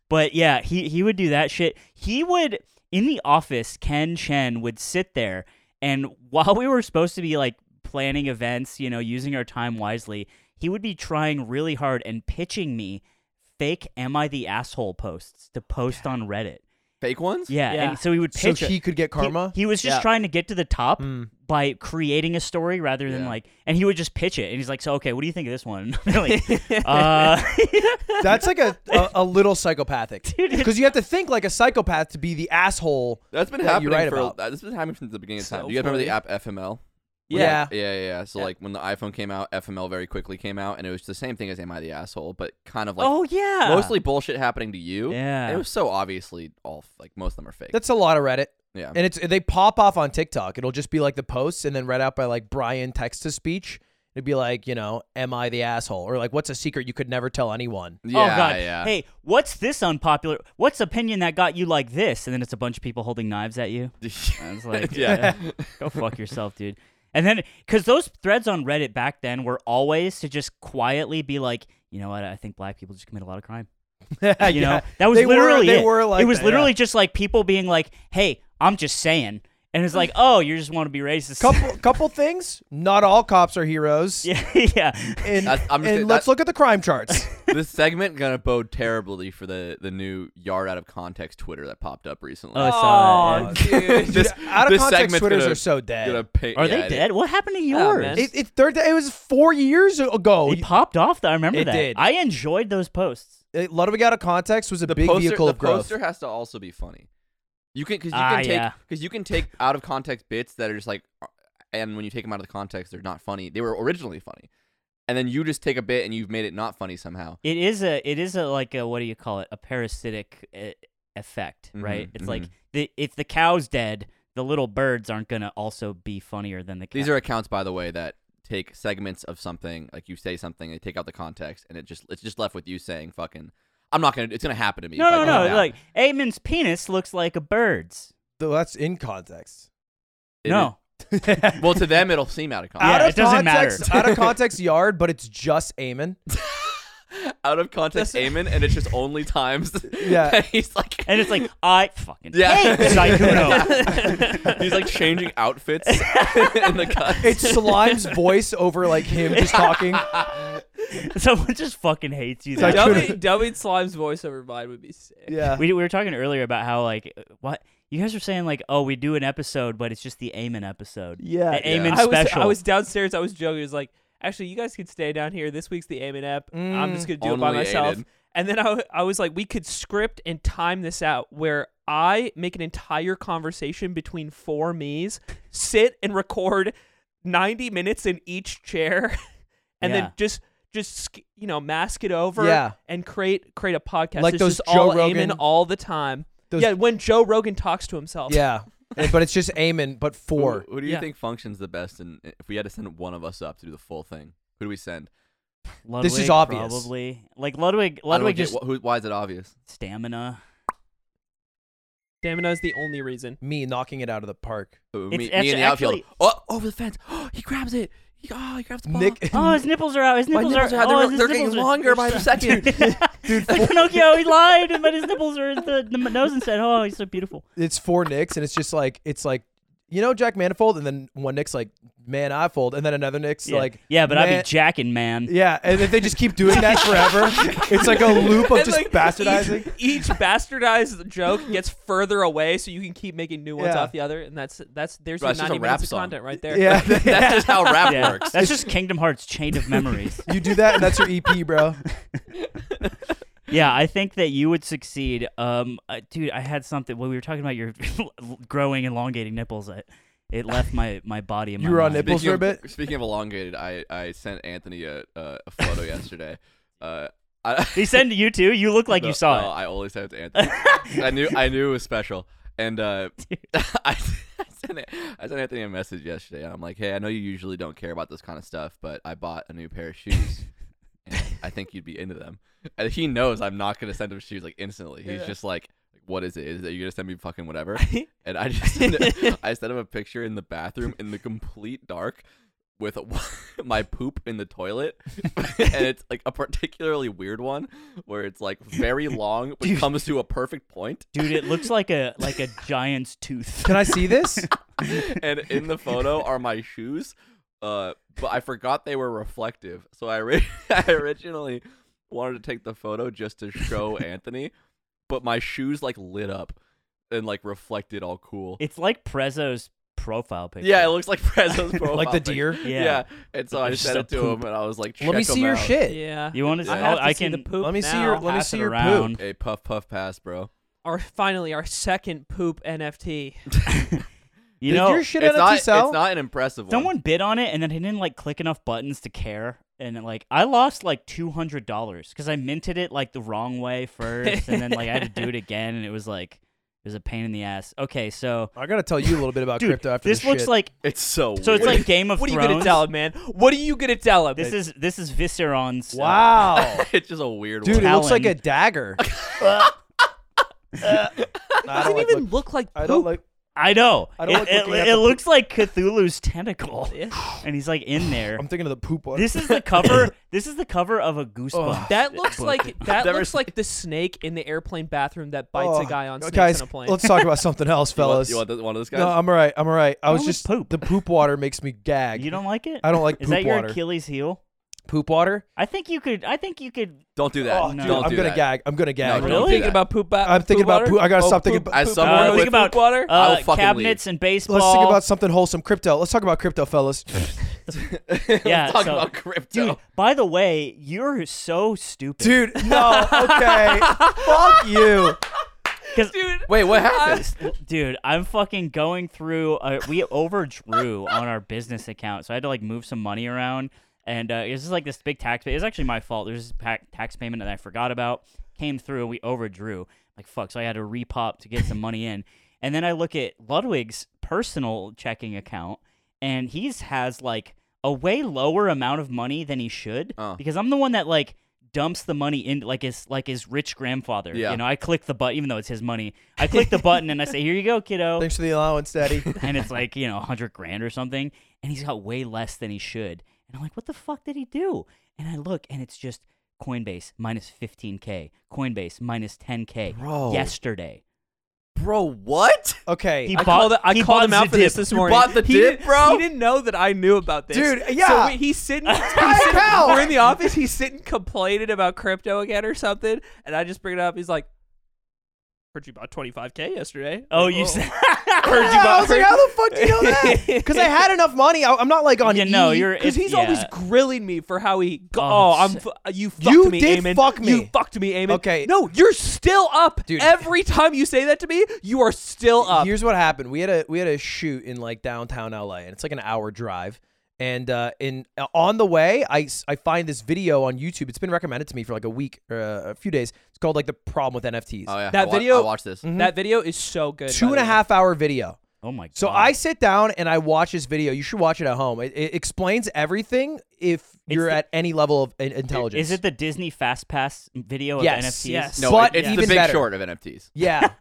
[SPEAKER 3] but yeah he, he would do that shit he would in the office ken chen would sit there and while we were supposed to be like planning events you know using our time wisely he would be trying really hard and pitching me fake am i the asshole posts to post on reddit
[SPEAKER 1] Fake ones?
[SPEAKER 3] yeah,
[SPEAKER 2] Yeah.
[SPEAKER 3] and so he would
[SPEAKER 4] so
[SPEAKER 3] pitch a-
[SPEAKER 4] he could get
[SPEAKER 3] he-
[SPEAKER 4] karma. Hmm.
[SPEAKER 3] He, was just
[SPEAKER 2] Yeah.
[SPEAKER 3] trying to get to the top
[SPEAKER 4] Mm.
[SPEAKER 3] by creating a story rather than
[SPEAKER 1] Yeah.
[SPEAKER 3] like, and he would just pitch it. And he's like, "So okay, what do you think of this one?" And I'm like, uh,
[SPEAKER 4] That's like a, a, a little psychopathic.
[SPEAKER 3] Dude, it's-
[SPEAKER 4] Because you have to think like a psychopath to be the asshole.
[SPEAKER 1] That's been
[SPEAKER 4] That you
[SPEAKER 1] happening
[SPEAKER 4] write
[SPEAKER 1] for
[SPEAKER 4] about.
[SPEAKER 1] that's been happening since the beginning of
[SPEAKER 2] So
[SPEAKER 1] time. Do you guys remember the app FML? When
[SPEAKER 4] Yeah.
[SPEAKER 1] it- yeah, yeah, yeah. So like when the iPhone came out, FML very quickly came out, and it was the same thing as "Am I the asshole?" But kind of like
[SPEAKER 3] "Oh yeah."
[SPEAKER 1] mostly bullshit happening to you.
[SPEAKER 3] Yeah.
[SPEAKER 1] it was so obviously all f- like most of them are fake.
[SPEAKER 4] That's a lot of Reddit.
[SPEAKER 3] Um,
[SPEAKER 1] yeah,
[SPEAKER 4] And it's they pop off on TikTok. It'll just be like the posts and then read out by like Brian text to speech. It'd be like, you know, am I the asshole? Or like what's a secret you could never tell anyone?
[SPEAKER 1] yeah,
[SPEAKER 3] oh god.
[SPEAKER 1] yeah.
[SPEAKER 3] Hey, what's this unpopular? What's opinion that got you like this? And then it's a bunch of people holding knives at you. I was like,
[SPEAKER 1] Yeah.
[SPEAKER 3] yeah, go fuck yourself, dude. And then, because those threads on Reddit back then were always to just quietly be like, you know what? I think black people just commit a lot of crime. you know
[SPEAKER 4] Yeah.
[SPEAKER 3] that was
[SPEAKER 4] They were-
[SPEAKER 3] literally
[SPEAKER 4] they
[SPEAKER 3] it.
[SPEAKER 4] were like
[SPEAKER 3] it was
[SPEAKER 4] that,
[SPEAKER 3] literally just like people being like hey i'm just saying and it's like oh you just want to be racist
[SPEAKER 4] Couple couple things. Not all cops are heroes.
[SPEAKER 3] yeah yeah
[SPEAKER 4] And,
[SPEAKER 1] That's- I'm just-
[SPEAKER 4] and let's
[SPEAKER 1] that-
[SPEAKER 4] look at the crime charts.
[SPEAKER 1] this segment gonna bode terribly for the the new yard out of context Twitter that popped up recently.
[SPEAKER 3] Oh, I saw that,
[SPEAKER 2] Oh,
[SPEAKER 3] yeah.
[SPEAKER 2] dude.
[SPEAKER 1] this,
[SPEAKER 4] Out of
[SPEAKER 1] this
[SPEAKER 4] context,
[SPEAKER 1] segment's
[SPEAKER 4] Twitters
[SPEAKER 1] gonna-
[SPEAKER 4] are so dead.
[SPEAKER 1] gonna pay-
[SPEAKER 3] are
[SPEAKER 1] yeah,
[SPEAKER 3] they
[SPEAKER 1] it-
[SPEAKER 3] dead what happened to
[SPEAKER 2] Oh,
[SPEAKER 3] yours
[SPEAKER 2] man.
[SPEAKER 4] It, it, third, it was four years
[SPEAKER 1] Oh,
[SPEAKER 4] ago.
[SPEAKER 3] it popped off though i remember
[SPEAKER 4] It
[SPEAKER 3] that
[SPEAKER 4] did.
[SPEAKER 3] i enjoyed those posts
[SPEAKER 4] It, Ludwig out of context was a
[SPEAKER 1] The
[SPEAKER 4] big
[SPEAKER 1] poster,
[SPEAKER 4] vehicle
[SPEAKER 1] the
[SPEAKER 4] of growth.
[SPEAKER 1] poster has to also be funny. You can because you
[SPEAKER 3] Ah,
[SPEAKER 1] can take
[SPEAKER 3] yeah.
[SPEAKER 1] because you can take out of context bits that are just like, uh, and when you take them out of the context, they're not funny. They were originally funny, and then you just take a bit and you've made it not funny somehow.
[SPEAKER 3] it is a it is a like a what do you call it a parasitic uh, effect right
[SPEAKER 1] Mhm,
[SPEAKER 3] it's like the if the cow's dead the little birds aren't gonna also be funnier than the cow.
[SPEAKER 1] These are accounts, by the way, that take segments of something like you say something, they take out the context, and it just it's just left with you saying fucking. I'm not gonna. It's gonna happen to me.
[SPEAKER 3] no
[SPEAKER 1] if I do
[SPEAKER 3] no
[SPEAKER 1] it
[SPEAKER 3] no
[SPEAKER 1] now."
[SPEAKER 3] like Amon's penis looks like a bird's
[SPEAKER 4] Though that's in context.
[SPEAKER 1] It-
[SPEAKER 3] no
[SPEAKER 1] it- well, to them it'll seem out of context.
[SPEAKER 4] out
[SPEAKER 3] Yeah,
[SPEAKER 4] of
[SPEAKER 3] it doesn't
[SPEAKER 4] context,
[SPEAKER 3] matter.
[SPEAKER 4] out of context yard, but it's just Eamon.
[SPEAKER 1] out of context Eamon, and it's just only times
[SPEAKER 4] Yeah.
[SPEAKER 1] that he's like
[SPEAKER 3] and it's like I fucking
[SPEAKER 1] Yeah.
[SPEAKER 3] hate Zykuno.
[SPEAKER 1] he's like changing outfits in the cuts.
[SPEAKER 4] It's Slime's voice over like him just talking.
[SPEAKER 3] Someone just fucking hates you.
[SPEAKER 4] Like,
[SPEAKER 3] that much.
[SPEAKER 2] Dubbing, dubbing Slime's voiceover mine would be sick.
[SPEAKER 4] Yeah.
[SPEAKER 3] we, we were talking earlier about how like uh, what you guys were saying like oh we do an episode but it's just the Amen episode.
[SPEAKER 4] Yeah,
[SPEAKER 3] the
[SPEAKER 4] yeah.
[SPEAKER 3] Amen
[SPEAKER 2] I was,
[SPEAKER 3] special.
[SPEAKER 2] I was downstairs. I was joking. It was like, actually, you guys could stay down here. This week's the Aim and app. I'm just
[SPEAKER 4] Mm.
[SPEAKER 2] gonna do it by
[SPEAKER 1] Only
[SPEAKER 2] myself.
[SPEAKER 1] Aiden.
[SPEAKER 2] And then I, w- I was like, we could script and time this out where I make an entire conversation between four me's, sit and record 90 minutes in each chair, and
[SPEAKER 3] Yeah.
[SPEAKER 2] then just just sk- you know mask it over
[SPEAKER 4] Yeah.
[SPEAKER 2] and create create a podcast.
[SPEAKER 4] Like
[SPEAKER 2] It's
[SPEAKER 4] those
[SPEAKER 2] just
[SPEAKER 4] Joe
[SPEAKER 2] all Rogan
[SPEAKER 4] Rogan-
[SPEAKER 2] all the time.
[SPEAKER 4] Those-
[SPEAKER 2] yeah, when Joe Rogan talks to himself.
[SPEAKER 4] Yeah. And- but it's just Eamon, but four.
[SPEAKER 1] Who, who do you
[SPEAKER 2] Yeah.
[SPEAKER 1] think functions the best? And if we had to send one of us up to do the full thing, who do we send?
[SPEAKER 3] Ludwig,
[SPEAKER 4] This is obvious.
[SPEAKER 3] Probably like Ludwig.
[SPEAKER 1] I don't
[SPEAKER 3] Ludwig
[SPEAKER 1] get-
[SPEAKER 3] just
[SPEAKER 1] wh- who, why is it obvious?
[SPEAKER 3] stamina.
[SPEAKER 2] Stamina is the only reason.
[SPEAKER 4] Me knocking it out of the park.
[SPEAKER 1] Who,
[SPEAKER 3] It's
[SPEAKER 1] me,
[SPEAKER 3] actu-
[SPEAKER 1] me in the outfield.
[SPEAKER 3] actually-
[SPEAKER 1] Oh, over the fence. he grabs it. He, oh, he grabs the ball.
[SPEAKER 4] Nick,
[SPEAKER 3] Oh, his nipples are out. His
[SPEAKER 1] My
[SPEAKER 3] nipples,
[SPEAKER 1] nipples are out.
[SPEAKER 3] Oh,
[SPEAKER 1] They're-
[SPEAKER 3] his
[SPEAKER 1] they're getting
[SPEAKER 3] nipples are-
[SPEAKER 1] longer by the second.
[SPEAKER 3] Dude, Pinocchio, he lied, but his nipples are in the, the nose and said, "Oh, he's so beautiful."
[SPEAKER 4] it's four Nicks, and it's just like it's like you know Jack Manifold, and then one Nick's like man I fold, and then another Nick's
[SPEAKER 3] Yeah.
[SPEAKER 4] like
[SPEAKER 3] yeah, but I'd
[SPEAKER 4] man-
[SPEAKER 3] be jacking, man.
[SPEAKER 4] yeah, and if they just keep doing that forever, it's like a loop of
[SPEAKER 2] And,
[SPEAKER 4] just
[SPEAKER 2] like,
[SPEAKER 4] bastardizing.
[SPEAKER 2] Each bastardized joke gets further away, so you can keep making new ones
[SPEAKER 4] Yeah.
[SPEAKER 2] off the other, and that's that's there's
[SPEAKER 1] Bro,
[SPEAKER 2] your
[SPEAKER 1] it's just a
[SPEAKER 2] 90
[SPEAKER 1] rap
[SPEAKER 2] minutes of
[SPEAKER 1] song.
[SPEAKER 2] content right there.
[SPEAKER 4] Yeah,
[SPEAKER 1] That's just how rap
[SPEAKER 3] Yeah,
[SPEAKER 1] works.
[SPEAKER 3] that's just Kingdom Hearts Chain of Memories.
[SPEAKER 4] you do that, and that's your EP, bro.
[SPEAKER 3] yeah, I think that you would succeed. Um, uh, dude, I had something when we were talking about your growing elongating nipples. I, it left my my body. And
[SPEAKER 4] You
[SPEAKER 3] my
[SPEAKER 4] were on
[SPEAKER 3] mind.
[SPEAKER 4] nipples for a
[SPEAKER 1] of,
[SPEAKER 4] bit?
[SPEAKER 1] Speaking of elongated, I, I sent Anthony a, a, a photo yesterday. Uh, I,
[SPEAKER 3] He sent it to you too. You look like
[SPEAKER 1] No,
[SPEAKER 3] you saw
[SPEAKER 1] no,
[SPEAKER 3] it.
[SPEAKER 1] I only sent it to Anthony. I knew I knew it was special. And uh, I, I sent it, I sent Anthony a message yesterday. And I'm like, hey, I know you usually don't care about this kind of stuff, but I bought a new pair of shoes. and I think you'd be into them. And he knows I'm not gonna send him shoes like instantly. He's just like, what is it? Is it you gonna send me fucking whatever? and I just sent him, I sent him a picture in the bathroom in the complete dark. With a, my poop in the toilet, and it's like a particularly weird one where it's like very long but comes to a perfect point.
[SPEAKER 3] Dude, it looks like a like a giant's tooth.
[SPEAKER 4] Can I see this?
[SPEAKER 1] and in the photo are my shoes. Uh, but I forgot they were reflective, so I, ri- I originally wanted to take the photo just to show Anthony, but my shoes like lit up and like reflected all cool.
[SPEAKER 3] It's like Prezzo's profile picture.
[SPEAKER 1] yeah, it looks like Prezzo's profile.
[SPEAKER 4] like the
[SPEAKER 1] pic.
[SPEAKER 4] deer?
[SPEAKER 1] Yeah.
[SPEAKER 3] Yeah.
[SPEAKER 1] and so I
[SPEAKER 3] Just
[SPEAKER 1] sent
[SPEAKER 3] a
[SPEAKER 1] it to
[SPEAKER 3] poop.
[SPEAKER 1] him, and I was like,
[SPEAKER 4] Let me
[SPEAKER 1] check
[SPEAKER 4] see
[SPEAKER 1] 'em
[SPEAKER 4] your
[SPEAKER 1] out.
[SPEAKER 4] shit.
[SPEAKER 2] Yeah.
[SPEAKER 3] You want to?
[SPEAKER 1] Yeah.
[SPEAKER 2] I,
[SPEAKER 1] I
[SPEAKER 2] have to
[SPEAKER 3] I
[SPEAKER 2] see
[SPEAKER 3] can.
[SPEAKER 2] the poop
[SPEAKER 4] Let me see
[SPEAKER 2] now.
[SPEAKER 4] your- let me
[SPEAKER 3] pass
[SPEAKER 4] see
[SPEAKER 3] it
[SPEAKER 4] your poop.
[SPEAKER 3] around.
[SPEAKER 1] A puff puff pass, bro.
[SPEAKER 2] Our finally our second poop NFT.
[SPEAKER 3] You
[SPEAKER 4] Did
[SPEAKER 3] know,
[SPEAKER 4] your shit
[SPEAKER 1] it's
[SPEAKER 4] NFT
[SPEAKER 1] not.
[SPEAKER 4] sell?
[SPEAKER 1] It's not an impressive one.
[SPEAKER 3] someone bid on it and then he didn't like click enough buttons to care and then, like i lost like $200 because i minted it like the wrong way first and then like i had to do it again and it was like it was a pain in the ass okay so
[SPEAKER 4] I gotta tell you a little bit about
[SPEAKER 3] dude,
[SPEAKER 4] crypto after
[SPEAKER 3] this,
[SPEAKER 4] this.
[SPEAKER 3] looks
[SPEAKER 4] shit.
[SPEAKER 3] like
[SPEAKER 1] It's so.
[SPEAKER 3] so it's
[SPEAKER 1] weird.
[SPEAKER 3] like game of
[SPEAKER 2] What are you
[SPEAKER 3] thrones
[SPEAKER 2] gonna tell him, man? What are you gonna tell him?
[SPEAKER 3] this is this is visceron's uh,
[SPEAKER 4] wow,
[SPEAKER 1] it's just a weird
[SPEAKER 4] dude,
[SPEAKER 1] one.
[SPEAKER 4] it looks
[SPEAKER 3] Talon.
[SPEAKER 4] like a dagger.
[SPEAKER 2] it
[SPEAKER 4] I
[SPEAKER 2] doesn't
[SPEAKER 4] don't like
[SPEAKER 2] even
[SPEAKER 4] look-
[SPEAKER 2] look like poop.
[SPEAKER 4] I don't like.
[SPEAKER 3] i know
[SPEAKER 4] I
[SPEAKER 3] I
[SPEAKER 4] don't
[SPEAKER 3] it,
[SPEAKER 4] like
[SPEAKER 3] it,
[SPEAKER 4] looking at
[SPEAKER 3] it
[SPEAKER 4] the-
[SPEAKER 3] looks like cthulhu's tentacle
[SPEAKER 2] Yeah.
[SPEAKER 3] and he's like in there
[SPEAKER 4] I'm thinking of the poop one.
[SPEAKER 3] this is the cover this is the cover of a
[SPEAKER 4] Oh,
[SPEAKER 3] goosebumps
[SPEAKER 2] That looks
[SPEAKER 3] book.
[SPEAKER 2] like that
[SPEAKER 1] Never
[SPEAKER 2] looks like the snake in the airplane bathroom that bites
[SPEAKER 4] Oh,
[SPEAKER 2] a guy on snakes
[SPEAKER 4] guys,
[SPEAKER 2] in a plane.
[SPEAKER 4] Let's talk about something else,
[SPEAKER 1] You want-
[SPEAKER 4] fellas.
[SPEAKER 1] You want, the- one of those guys?
[SPEAKER 4] no, I'm all right. I'm all right. I
[SPEAKER 3] Wrong
[SPEAKER 4] was
[SPEAKER 3] with
[SPEAKER 4] just
[SPEAKER 3] poop?
[SPEAKER 4] the poop water makes me gag.
[SPEAKER 3] you don't like it
[SPEAKER 4] I don't like
[SPEAKER 3] is
[SPEAKER 4] poop
[SPEAKER 3] that your
[SPEAKER 4] water.
[SPEAKER 3] achilles heel
[SPEAKER 4] poop water?
[SPEAKER 3] I think you could. I think you could.
[SPEAKER 1] Don't do that.
[SPEAKER 4] oh,
[SPEAKER 3] no.
[SPEAKER 4] dude,
[SPEAKER 1] Don't
[SPEAKER 4] I'm
[SPEAKER 1] do
[SPEAKER 4] gonna
[SPEAKER 1] that.
[SPEAKER 4] gag. I'm gonna gag.
[SPEAKER 1] No,
[SPEAKER 2] We're
[SPEAKER 1] don't do
[SPEAKER 2] thinking
[SPEAKER 1] that.
[SPEAKER 2] about poop. Ba-
[SPEAKER 4] I'm thinking
[SPEAKER 2] poop
[SPEAKER 4] about
[SPEAKER 2] water?
[SPEAKER 4] poop- I gotta
[SPEAKER 2] Oh,
[SPEAKER 4] stop thinking
[SPEAKER 2] poop-
[SPEAKER 4] about-
[SPEAKER 1] As
[SPEAKER 2] poop
[SPEAKER 1] someone
[SPEAKER 2] water.
[SPEAKER 1] with-
[SPEAKER 2] think about water.
[SPEAKER 1] I'll
[SPEAKER 3] Uh,
[SPEAKER 1] fucking
[SPEAKER 3] cabinets and baseball.
[SPEAKER 4] Let's think about something wholesome. Crypto. Let's talk about crypto, fellas.
[SPEAKER 3] Yeah,
[SPEAKER 1] Let's talk
[SPEAKER 3] so-
[SPEAKER 1] about crypto.
[SPEAKER 3] Dude, by the way, you're so stupid.
[SPEAKER 4] dude, no. Okay. Fuck you.
[SPEAKER 3] 'Cause-
[SPEAKER 2] Dude,
[SPEAKER 1] Wait, what happened?
[SPEAKER 3] dude, I'm fucking going through. Uh, we overdrew on our business account, so I had to like move some money around, and uh, it was just like this big tax. Pay- it was actually my fault. There's this pa- tax payment that I forgot about. Came through, we overdrew. Like fuck, so I had to repop to get some money in, and then I look at Ludwig's personal checking account, and he's has like a way lower amount of money than he should
[SPEAKER 1] Oh.
[SPEAKER 3] because I'm the one that like dumps the money in like his like his rich grandfather.
[SPEAKER 1] Yeah.
[SPEAKER 3] You know, I click the button even though it's his money. I click the button and I say, "Here you go, kiddo."
[SPEAKER 4] Thanks for the allowance, Daddy.
[SPEAKER 3] and it's like, you know, 100 grand or something, and he's got way less than he should. And I'm like, "What the fuck did he do?" And I look and it's just Coinbase minus 15k, Coinbase minus 10k
[SPEAKER 4] Bro.
[SPEAKER 3] yesterday.
[SPEAKER 1] Bro, what?
[SPEAKER 4] Okay.
[SPEAKER 3] He
[SPEAKER 2] I
[SPEAKER 3] bought-
[SPEAKER 2] called, it- I
[SPEAKER 3] he
[SPEAKER 2] called
[SPEAKER 3] bought
[SPEAKER 2] him out for
[SPEAKER 3] Zadip.
[SPEAKER 2] this this
[SPEAKER 1] You
[SPEAKER 2] morning.
[SPEAKER 1] bought the
[SPEAKER 2] he
[SPEAKER 1] dip,
[SPEAKER 2] didn't-
[SPEAKER 1] bro?
[SPEAKER 2] He didn't know that I knew about this,
[SPEAKER 4] Dude, yeah.
[SPEAKER 2] So we, he's sitting. he's
[SPEAKER 4] My
[SPEAKER 2] sitting-
[SPEAKER 4] pal.
[SPEAKER 2] We're in the office. He's sitting complaining about crypto again or something, and I just bring it up. He's like, "Heard you bought 25k yesterday."
[SPEAKER 3] Oh,
[SPEAKER 2] Like,
[SPEAKER 3] you
[SPEAKER 2] "Whoa."
[SPEAKER 3] said
[SPEAKER 2] Heard
[SPEAKER 4] Yeah, I was like,
[SPEAKER 2] heard-
[SPEAKER 4] how the fuck do you know that? Because I had enough money. I, I'm not like on.
[SPEAKER 3] Yeah, no,
[SPEAKER 4] E.
[SPEAKER 3] you're-
[SPEAKER 2] Because
[SPEAKER 3] it's-
[SPEAKER 2] he's
[SPEAKER 3] yeah.
[SPEAKER 2] always grilling me for how he. Go-
[SPEAKER 3] Oh,
[SPEAKER 2] oh, I'm.
[SPEAKER 3] s-
[SPEAKER 2] F- you fucked
[SPEAKER 4] You
[SPEAKER 2] me,
[SPEAKER 4] did
[SPEAKER 2] Eamon.
[SPEAKER 4] fuck me.
[SPEAKER 2] You fucked me, Eamon.
[SPEAKER 4] Okay.
[SPEAKER 2] No, you're still up.
[SPEAKER 4] Dude.
[SPEAKER 2] Every time you say that to me, you are still up.
[SPEAKER 4] Here's what happened. We had a we had a shoot in like downtown LA, and it's like an hour drive. And uh, in uh, on the way, I, s- I find this video on YouTube. It's been recommended to me for like a week, uh, a few days. It's called like the problem with NFTs.
[SPEAKER 1] Oh yeah,
[SPEAKER 2] That
[SPEAKER 1] I wa-
[SPEAKER 2] video-
[SPEAKER 1] I watched this.
[SPEAKER 4] Mhm.
[SPEAKER 2] That video is so good.
[SPEAKER 4] Two
[SPEAKER 2] by
[SPEAKER 4] and
[SPEAKER 2] the
[SPEAKER 4] a
[SPEAKER 2] way.
[SPEAKER 4] half hour video.
[SPEAKER 3] Oh my god.
[SPEAKER 4] So I sit down and I watch this video. You should watch it at home. It, it explains everything if you're
[SPEAKER 3] the-
[SPEAKER 4] at any level of in- intelligence.
[SPEAKER 3] Is it the Disney Fast Pass video
[SPEAKER 4] Yes,
[SPEAKER 3] of NFTs?
[SPEAKER 2] yes.
[SPEAKER 1] No,
[SPEAKER 4] But
[SPEAKER 1] it- it's
[SPEAKER 4] even
[SPEAKER 1] the big
[SPEAKER 4] better.
[SPEAKER 1] short of NFTs.
[SPEAKER 4] Yeah,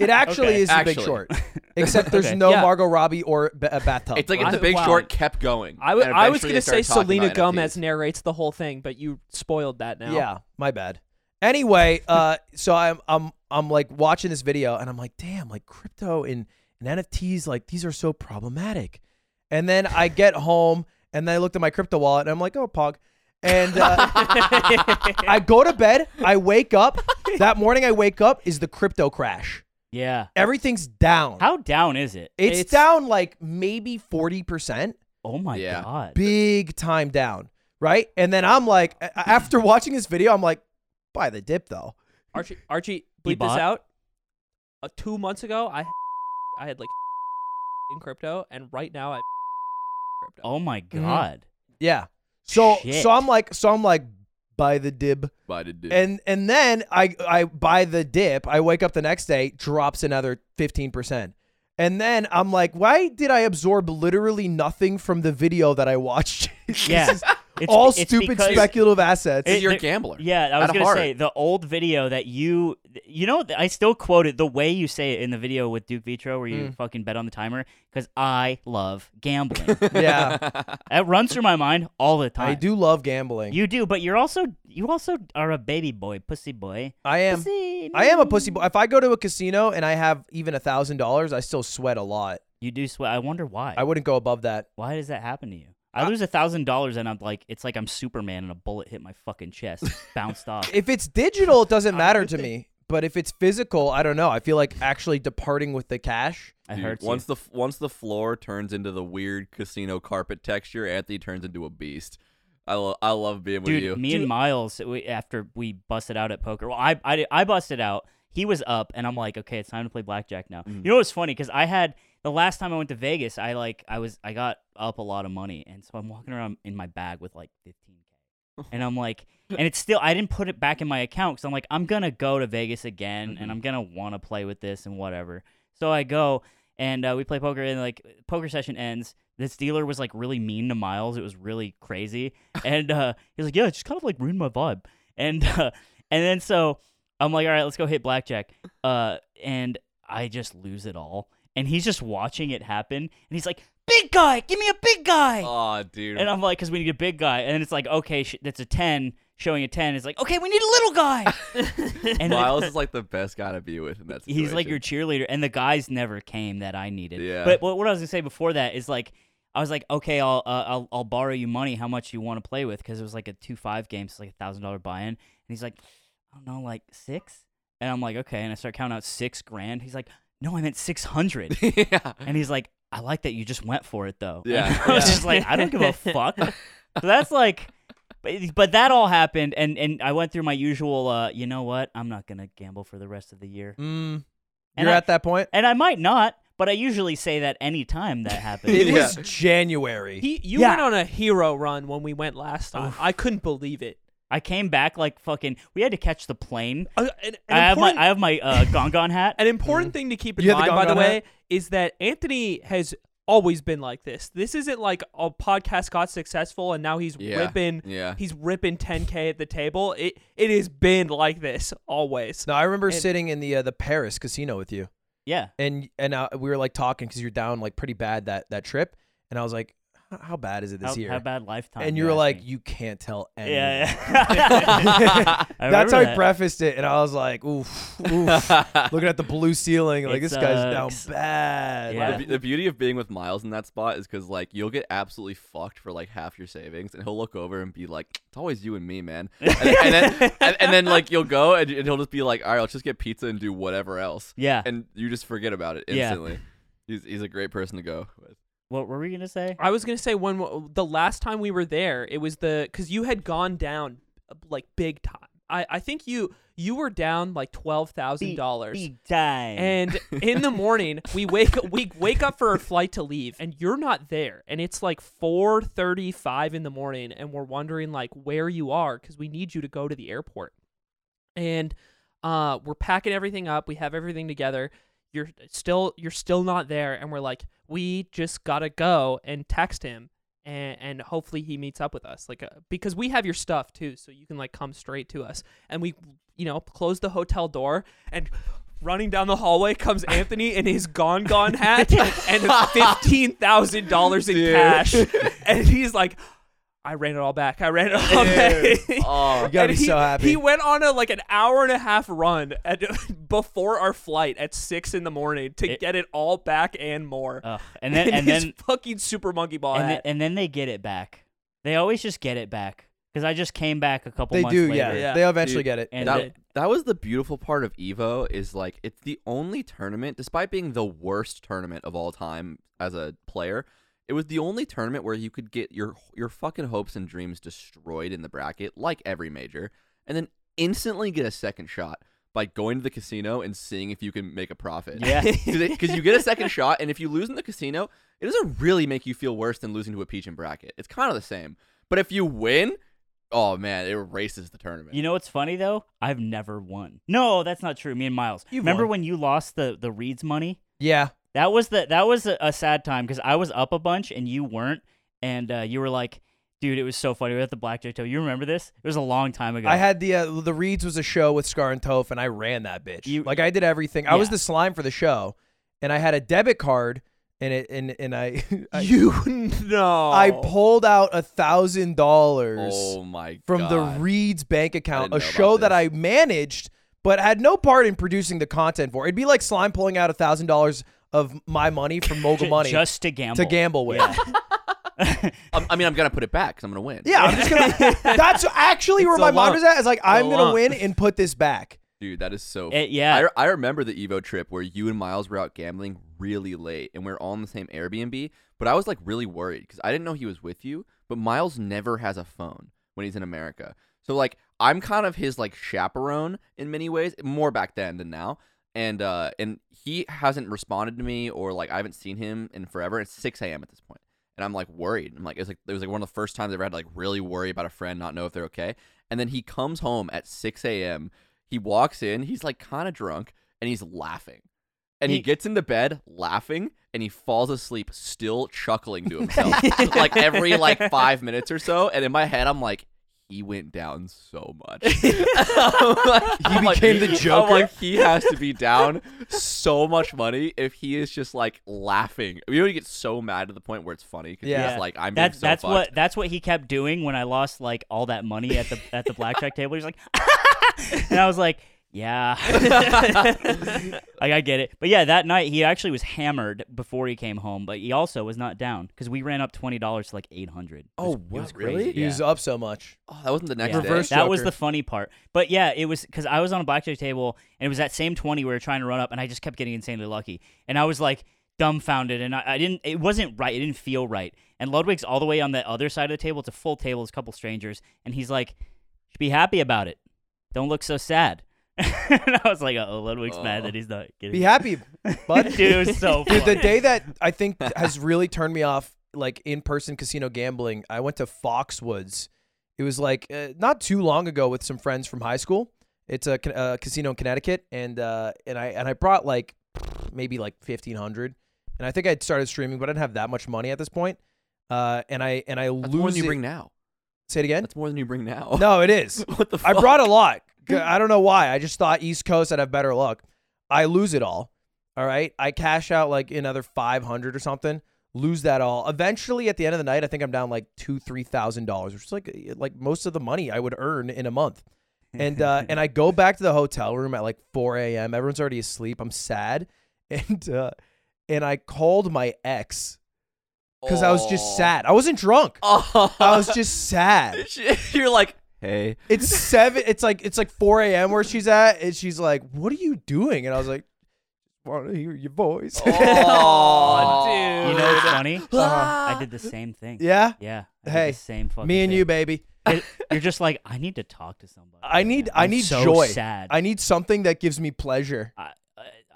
[SPEAKER 4] it actually
[SPEAKER 3] Okay.
[SPEAKER 4] is the Big
[SPEAKER 1] Actually.
[SPEAKER 4] Short. Except there's no
[SPEAKER 2] Yeah.
[SPEAKER 4] Margot Robbie or b- a bathtub.
[SPEAKER 1] It's like
[SPEAKER 2] I-
[SPEAKER 1] if the big
[SPEAKER 2] wow.
[SPEAKER 1] short kept going.
[SPEAKER 2] I, w-
[SPEAKER 1] and
[SPEAKER 2] I was
[SPEAKER 1] eventually
[SPEAKER 2] gonna
[SPEAKER 1] they started
[SPEAKER 2] say
[SPEAKER 1] talking
[SPEAKER 2] Selena
[SPEAKER 1] about
[SPEAKER 2] Gomez
[SPEAKER 1] NFTs.
[SPEAKER 2] narrates the whole thing, but you spoiled that now.
[SPEAKER 4] yeah, my bad. Anyway, uh, so I'm I'm I'm like watching this video and I'm like, damn, like crypto and, and NFTs, like these are so problematic. And then I get home and then I looked at my crypto wallet and I'm like, oh pog. And uh, I go to bed. I wake up. That morning, I wake up is the crypto crash.
[SPEAKER 3] Yeah.
[SPEAKER 4] Everything's down.
[SPEAKER 3] How down is it?
[SPEAKER 4] it's,
[SPEAKER 2] It's-
[SPEAKER 4] down like maybe forty percent,
[SPEAKER 3] Oh my
[SPEAKER 1] Yeah.
[SPEAKER 3] god.
[SPEAKER 4] big time down, right? And then I'm like, a- after watching this video, I'm like, buy the dip though.
[SPEAKER 2] Archie, Archie, bleep this
[SPEAKER 3] bought?
[SPEAKER 2] out. Uh, two months ago, I, I had like in crypto, and right now I crypto.
[SPEAKER 3] Oh my
[SPEAKER 2] Mm-hmm.
[SPEAKER 3] god.
[SPEAKER 4] Yeah. So
[SPEAKER 3] Shit.
[SPEAKER 4] so I'm like so I'm like buy the dib
[SPEAKER 1] But it did.
[SPEAKER 4] and and then I I buy the dip. I wake up the next day, drops another fifteen percent. And then I'm like, why did I absorb literally nothing from the video that I watched? This
[SPEAKER 3] Yeah.
[SPEAKER 4] is
[SPEAKER 3] It's
[SPEAKER 4] all
[SPEAKER 3] it's
[SPEAKER 4] stupid
[SPEAKER 3] because-
[SPEAKER 4] speculative assets.
[SPEAKER 1] It's-
[SPEAKER 3] it-
[SPEAKER 1] you're a
[SPEAKER 3] the-
[SPEAKER 1] gambler
[SPEAKER 3] Yeah, I was
[SPEAKER 1] at
[SPEAKER 3] gonna
[SPEAKER 1] heart.
[SPEAKER 3] say the old video that you, you know, I still quote it the way you say it in the video with Duke Vitro, where you
[SPEAKER 4] Mm.
[SPEAKER 3] fucking bet on the timer, because I love gambling.
[SPEAKER 4] yeah.
[SPEAKER 3] that runs through my mind all the time.
[SPEAKER 4] I do love gambling.
[SPEAKER 3] You do, but you're also you also are a baby boy, pussy boy.
[SPEAKER 4] I am
[SPEAKER 3] Pussy.
[SPEAKER 4] I am a pussy boy. If I go to a casino and I have even a thousand dollars, I still sweat a lot.
[SPEAKER 3] You do sweat. I wonder why.
[SPEAKER 4] I wouldn't go above that.
[SPEAKER 3] why does that happen to you? I lose a thousand dollars and I'm like, it's like I'm Superman and a bullet hit my fucking chest, bounced off.
[SPEAKER 4] if it's digital, it doesn't matter to me. But if it's physical, I don't know. I feel like actually departing with the cash.
[SPEAKER 3] I
[SPEAKER 1] Dude,
[SPEAKER 3] hurt
[SPEAKER 1] once the f- once the floor turns into the weird casino carpet texture, Anthony turns into a beast. I lo- I love being with
[SPEAKER 3] Dude,
[SPEAKER 1] you.
[SPEAKER 3] me and Miles, we, after we busted out at poker, well, I, I, I busted out. He was up, and I'm like, okay, it's time to play blackjack now.
[SPEAKER 1] Mm-hmm.
[SPEAKER 3] You know what's funny? Because I had the last time I went to Vegas, I like, I was, I got up a lot of money, and so I'm walking around in my bag with like 15k, and I'm like, and it's still, I didn't put it back in my account because I'm like, I'm gonna go to Vegas again,
[SPEAKER 1] Mm-hmm.
[SPEAKER 3] and I'm gonna want to play with this and whatever. So I go, and uh, we play poker and like poker session ends this dealer was like really mean to miles it was really crazy and uh, he was like yeah it just kind of like ruined my vibe and uh, and then so i'm like all right let's go hit blackjack uh, and i just lose it all and he's just watching it happen and he's like big guy give me a big guy
[SPEAKER 1] Aw, Oh, dude.
[SPEAKER 3] and i'm like because we need a big guy and it's like okay sh- that's a 10 showing a 10 it's like okay we need a little guy and like,
[SPEAKER 1] Miles is like the best guy to be with, and that's
[SPEAKER 3] he's like your cheerleader and the guys never came that i needed
[SPEAKER 1] Yeah.
[SPEAKER 3] but what, what i was gonna say before that is like i was like okay i'll uh, I'll, I'll borrow you money how much you want to play with because it was like a two five game so it's like a thousand dollar buy-in and he's like i don't know like six and i'm like okay and i start counting out six grand he's like no i meant 600
[SPEAKER 1] yeah.
[SPEAKER 3] and he's like i like that you just went for it though And
[SPEAKER 1] Yeah.
[SPEAKER 3] i was just like i don't give a fuck so that's like but, but that all happened and and i went through my usual uh you know what i'm not gonna gamble for the rest of the year
[SPEAKER 4] Mm,
[SPEAKER 3] And
[SPEAKER 4] you're
[SPEAKER 3] I-
[SPEAKER 4] at that point.
[SPEAKER 3] and I might not, but I usually say that any time that happens.
[SPEAKER 4] It
[SPEAKER 1] Yeah.
[SPEAKER 4] was January.
[SPEAKER 2] He, you
[SPEAKER 3] Yeah.
[SPEAKER 2] went on a hero run when we went last time. I couldn't believe it.
[SPEAKER 3] I came back like fucking. We had to catch the plane.
[SPEAKER 2] Uh, an, an
[SPEAKER 3] I have my
[SPEAKER 2] important,
[SPEAKER 3] I have my uh, gongon hat.
[SPEAKER 2] an important thing to keep in
[SPEAKER 4] Mm-hmm. You had the
[SPEAKER 2] mind, by the
[SPEAKER 4] gong on
[SPEAKER 2] way, is that Anthony has always been like this. This isn't like a podcast got successful and now he's
[SPEAKER 1] Yeah.
[SPEAKER 2] ripping.
[SPEAKER 1] Yeah.
[SPEAKER 2] He's ripping 10k at the table. It it has been like this always.
[SPEAKER 4] no, I remember sitting in the uh, the Paris casino with you,
[SPEAKER 3] yeah,
[SPEAKER 4] and and uh, we were like talking because you're down like pretty bad that that trip, and I was like, "H- how bad is it this
[SPEAKER 3] how,
[SPEAKER 4] year?
[SPEAKER 3] how bad lifetime.
[SPEAKER 4] and you were
[SPEAKER 3] ask
[SPEAKER 4] like,
[SPEAKER 3] me.
[SPEAKER 4] you can't tell anyone.
[SPEAKER 3] yeah. yeah. I
[SPEAKER 4] That's how
[SPEAKER 3] remember
[SPEAKER 4] I
[SPEAKER 3] that.
[SPEAKER 4] prefaced it, and I was like, oof, oof. looking at the blue ceiling, like
[SPEAKER 3] It
[SPEAKER 4] this guy's down
[SPEAKER 3] sucks.
[SPEAKER 4] bad.
[SPEAKER 3] Yeah.
[SPEAKER 1] The, be- the beauty of being with Miles in that spot is because like you'll get absolutely fucked for like half your savings, and he'll look over and be like, "It's always you and me, man." And, and then and, and then like you'll go and, and he'll just be like, "All right, let's just get pizza and do whatever else,"
[SPEAKER 3] Yeah.
[SPEAKER 1] and you just forget about it
[SPEAKER 3] Yeah.
[SPEAKER 1] instantly. He's he's a great person to go with.
[SPEAKER 3] What were we gonna say?
[SPEAKER 2] I was gonna say when the last time we were there, it was the because you had gone down like big time I, I think you you were down like twelve thousand dollars.
[SPEAKER 3] Big time.
[SPEAKER 2] And in the morning, we wake we wake up for a flight to leave, and you're not there. And it's like four thirty five in the morning, and we're wondering like where you are because we need you to go to the airport. And uh, we're packing everything up. We have everything together. You're still you're still not there, and we're like, we just gotta go and text him, and and hopefully he meets up with us, like uh, because we have your stuff too, so you can like come straight to us. And we, you know, close the hotel door and running down the hallway comes Anthony in his gone gone hat and fifteen thousand dollars in
[SPEAKER 1] Dude.
[SPEAKER 2] cash, and he's like, "I ran it all back. I ran it all back."
[SPEAKER 1] Oh,
[SPEAKER 4] You gotta
[SPEAKER 2] And
[SPEAKER 4] be
[SPEAKER 2] he,
[SPEAKER 4] so happy.
[SPEAKER 2] He went on a like an hour and a half run at, before our flight at six in the morning to
[SPEAKER 3] It-
[SPEAKER 2] get it all back and more.
[SPEAKER 3] Ugh. and then
[SPEAKER 2] In
[SPEAKER 3] and
[SPEAKER 2] his
[SPEAKER 3] then
[SPEAKER 2] fucking super monkey ball
[SPEAKER 3] and then,
[SPEAKER 2] hat.
[SPEAKER 3] and then they get it back. They always just get it back because I just came back a couple
[SPEAKER 4] They
[SPEAKER 3] months
[SPEAKER 4] do,
[SPEAKER 3] later.
[SPEAKER 4] yeah.
[SPEAKER 2] Yeah.
[SPEAKER 4] They eventually
[SPEAKER 1] Dude,
[SPEAKER 4] get it.
[SPEAKER 3] And
[SPEAKER 1] that,
[SPEAKER 3] it-
[SPEAKER 1] that was the beautiful part of Evo is like it's the only tournament, despite being the worst tournament of all time as a player, it was the only tournament where you could get your your fucking hopes and dreams destroyed in the bracket, like every major, and then instantly get a second shot by going to the casino and seeing if you can make a profit.
[SPEAKER 3] Yeah.
[SPEAKER 1] because you get a second shot, and if you lose in the casino, it doesn't really make you feel worse than losing to a peach in bracket. It's kind of the same, but if you win. Oh man, it erases the tournament.
[SPEAKER 3] You know what's funny though? I've never won. No, that's not true. Me and Miles.
[SPEAKER 4] You've
[SPEAKER 3] Remember
[SPEAKER 4] won.
[SPEAKER 3] when you lost the the Reeds money?
[SPEAKER 4] Yeah.
[SPEAKER 3] That was the that was a, a sad time because I was up a bunch and you weren't, and uh, you were like, "Dude, it was so funny." We were at the blackjack table. You remember this? It was a long time ago.
[SPEAKER 4] I had the uh, the Reeds was a show with Scar and Toph, and I ran that bitch.
[SPEAKER 3] You-
[SPEAKER 4] like I did everything. I was
[SPEAKER 3] Yeah.
[SPEAKER 4] the slime for the show, and I had a debit card, and it and and I
[SPEAKER 1] Uh,
[SPEAKER 4] I,
[SPEAKER 2] you know,
[SPEAKER 4] I pulled out a thousand dollars
[SPEAKER 1] Oh my
[SPEAKER 4] from
[SPEAKER 1] god.
[SPEAKER 4] the Reeds bank account,
[SPEAKER 1] didn't
[SPEAKER 4] a
[SPEAKER 1] know about
[SPEAKER 4] show that
[SPEAKER 1] this.
[SPEAKER 4] I managed but had no part in producing the content for. It'd be like slime pulling out a thousand dollars of my money from mogul
[SPEAKER 3] Ju-
[SPEAKER 4] money
[SPEAKER 3] just to gamble.
[SPEAKER 4] to gamble with. Yeah,
[SPEAKER 1] I'm- Um, I mean, I'm gonna put it back because I'm gonna win.
[SPEAKER 4] I'm just gonna. that's actually where
[SPEAKER 2] It's
[SPEAKER 4] my
[SPEAKER 2] a
[SPEAKER 4] mind
[SPEAKER 2] lump.
[SPEAKER 4] was at. Is like I'm gonna
[SPEAKER 2] lump.
[SPEAKER 4] win and put this back.
[SPEAKER 1] dude, that is so.
[SPEAKER 3] It- yeah.
[SPEAKER 1] I, re- I remember the Evo trip where you and Miles were out gambling really late, and we were all in the same Airbnb. But I was like really worried because I didn't know he was with you. But Miles never has a phone when he's in America, so like I'm kind of his like chaperone in many ways, more back then than now. And uh, and he hasn't responded to me or like I haven't seen him in forever. It's 6 a.m. at this point. and I'm like worried. I'm like it's like it was like one of the first times I ever had to like really worry about a friend, not know if they're okay. And then he comes home at 6 a.m. He walks in, he's like kind of drunk, and he's laughing. And he,
[SPEAKER 3] He-
[SPEAKER 1] gets into bed laughing, and he falls asleep still chuckling to himself, like every like five minutes or so. And in my head, I'm like, he went down so much. he
[SPEAKER 4] He became the Joker.
[SPEAKER 1] I'm like, he has to be down so much money if he is just like laughing. We already get so mad to the point where it's funny because
[SPEAKER 4] Yeah.
[SPEAKER 1] he's like, I'm being
[SPEAKER 3] That's
[SPEAKER 1] so
[SPEAKER 3] that's
[SPEAKER 1] fucked.
[SPEAKER 3] what that's what he kept doing when I lost like all that money at the at the blackjack table. He's like, and I was like, yeah, like I get it. But yeah, that night he actually was hammered before he came home, but he also was not down because we ran up twenty dollars to like eight hundred.
[SPEAKER 1] Oh, wow, really?
[SPEAKER 3] Yeah.
[SPEAKER 4] He was up so much.
[SPEAKER 1] Oh, that wasn't the next
[SPEAKER 3] Yeah.
[SPEAKER 1] day.
[SPEAKER 4] Reverse-
[SPEAKER 3] That was
[SPEAKER 4] Joker.
[SPEAKER 3] the funny part. But yeah, it was because I was on a blackjack table and it was that same 20 we were trying to run up and I just kept getting insanely lucky. And I was like dumbfounded and I, I didn't, it wasn't right. It didn't feel right. And Ludwig's all the way on the other side of the table. It's a full table, it's a couple strangers. And he's like, should be happy about it. Don't look so sad. and I was like, oh, Ludwig's mad
[SPEAKER 1] Oh.
[SPEAKER 3] that he's not getting
[SPEAKER 4] Uh-huh. Be happy, bud.
[SPEAKER 3] Dude, it was so
[SPEAKER 4] Dude, the
[SPEAKER 3] funny.
[SPEAKER 4] day that I think has really turned me off, like in person casino gambling, I went to Foxwoods. It was like uh, not too long ago with some friends from high school. It's a, ca- uh casino in Connecticut, and uh, and I and I brought like maybe like fifteen hundred, and I think I'd started streaming, but I didn't have that much money at this point. Uh, and I and I
[SPEAKER 1] That's
[SPEAKER 4] lose.
[SPEAKER 1] more than you
[SPEAKER 4] it-
[SPEAKER 1] bring now.
[SPEAKER 4] Say it again.
[SPEAKER 1] That's more than you bring now.
[SPEAKER 4] No, it is.
[SPEAKER 1] what the fuck?
[SPEAKER 4] I brought a lot. G- I don't know why. I just thought East Coast I'd have better luck. I lose it all. All right. I cash out like another five hundred or something. Lose that all. Eventually, at the end of the night, I think I'm down like two, three thousand dollars, which is like eh, like most of the money I would earn in a month. And uh, and I go back to the hotel room at like four a.m. Everyone's already asleep. I'm sad, and uh, and I called my ex because I was
[SPEAKER 1] Oh.
[SPEAKER 4] just sad. I wasn't drunk.
[SPEAKER 1] Oh.
[SPEAKER 4] I was just sad.
[SPEAKER 1] You're like, hey.
[SPEAKER 4] It's seven. It's like it's like four a.m. where she's at, and she's like, "What are you doing?" And I was like, "Want to hear your voice?"
[SPEAKER 3] Oh.
[SPEAKER 1] Oh,
[SPEAKER 2] Aw, dude.
[SPEAKER 3] you know what's funny?
[SPEAKER 4] Uh-huh.
[SPEAKER 3] I did the same thing.
[SPEAKER 4] yeah,
[SPEAKER 3] Yeah. I did
[SPEAKER 4] Hey,
[SPEAKER 3] the same fucking
[SPEAKER 4] me and you,
[SPEAKER 3] thing.
[SPEAKER 4] baby.
[SPEAKER 3] It- you're just like, I need to talk to somebody.
[SPEAKER 4] I
[SPEAKER 3] right
[SPEAKER 4] need-
[SPEAKER 3] now.
[SPEAKER 4] I
[SPEAKER 3] I'm
[SPEAKER 4] need
[SPEAKER 3] so
[SPEAKER 4] joy.
[SPEAKER 3] Sad.
[SPEAKER 4] I need something that gives me pleasure.
[SPEAKER 3] I,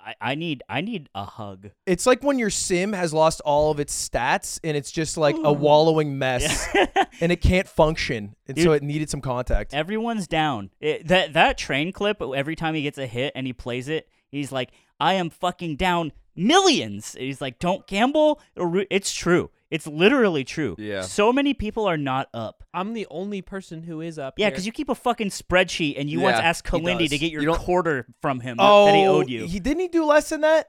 [SPEAKER 3] I I need I need a hug.
[SPEAKER 4] It's like when your sim has lost all of its stats and it's just like a
[SPEAKER 3] Ooh.
[SPEAKER 4] wallowing mess and it can't function. And so
[SPEAKER 3] Dude.
[SPEAKER 4] it needed some contact.
[SPEAKER 3] Everyone's down. It- that that train clip. Every time he gets a hit and he plays it, he's like, "I am fucking down millions." And he's like, "Don't gamble." It'll ru- It's true. It's literally true.
[SPEAKER 1] Yeah.
[SPEAKER 3] So many people are not up.
[SPEAKER 2] I'm the only person who is up.
[SPEAKER 3] Yeah,
[SPEAKER 2] here.
[SPEAKER 3] because you keep a fucking spreadsheet and you once
[SPEAKER 1] Yeah,
[SPEAKER 3] asked
[SPEAKER 1] he
[SPEAKER 3] Kalindi to
[SPEAKER 1] does.
[SPEAKER 3] get your
[SPEAKER 1] You don't-
[SPEAKER 3] quarter from him
[SPEAKER 4] Oh,
[SPEAKER 3] that he owed you.
[SPEAKER 4] He, didn't he do less than that?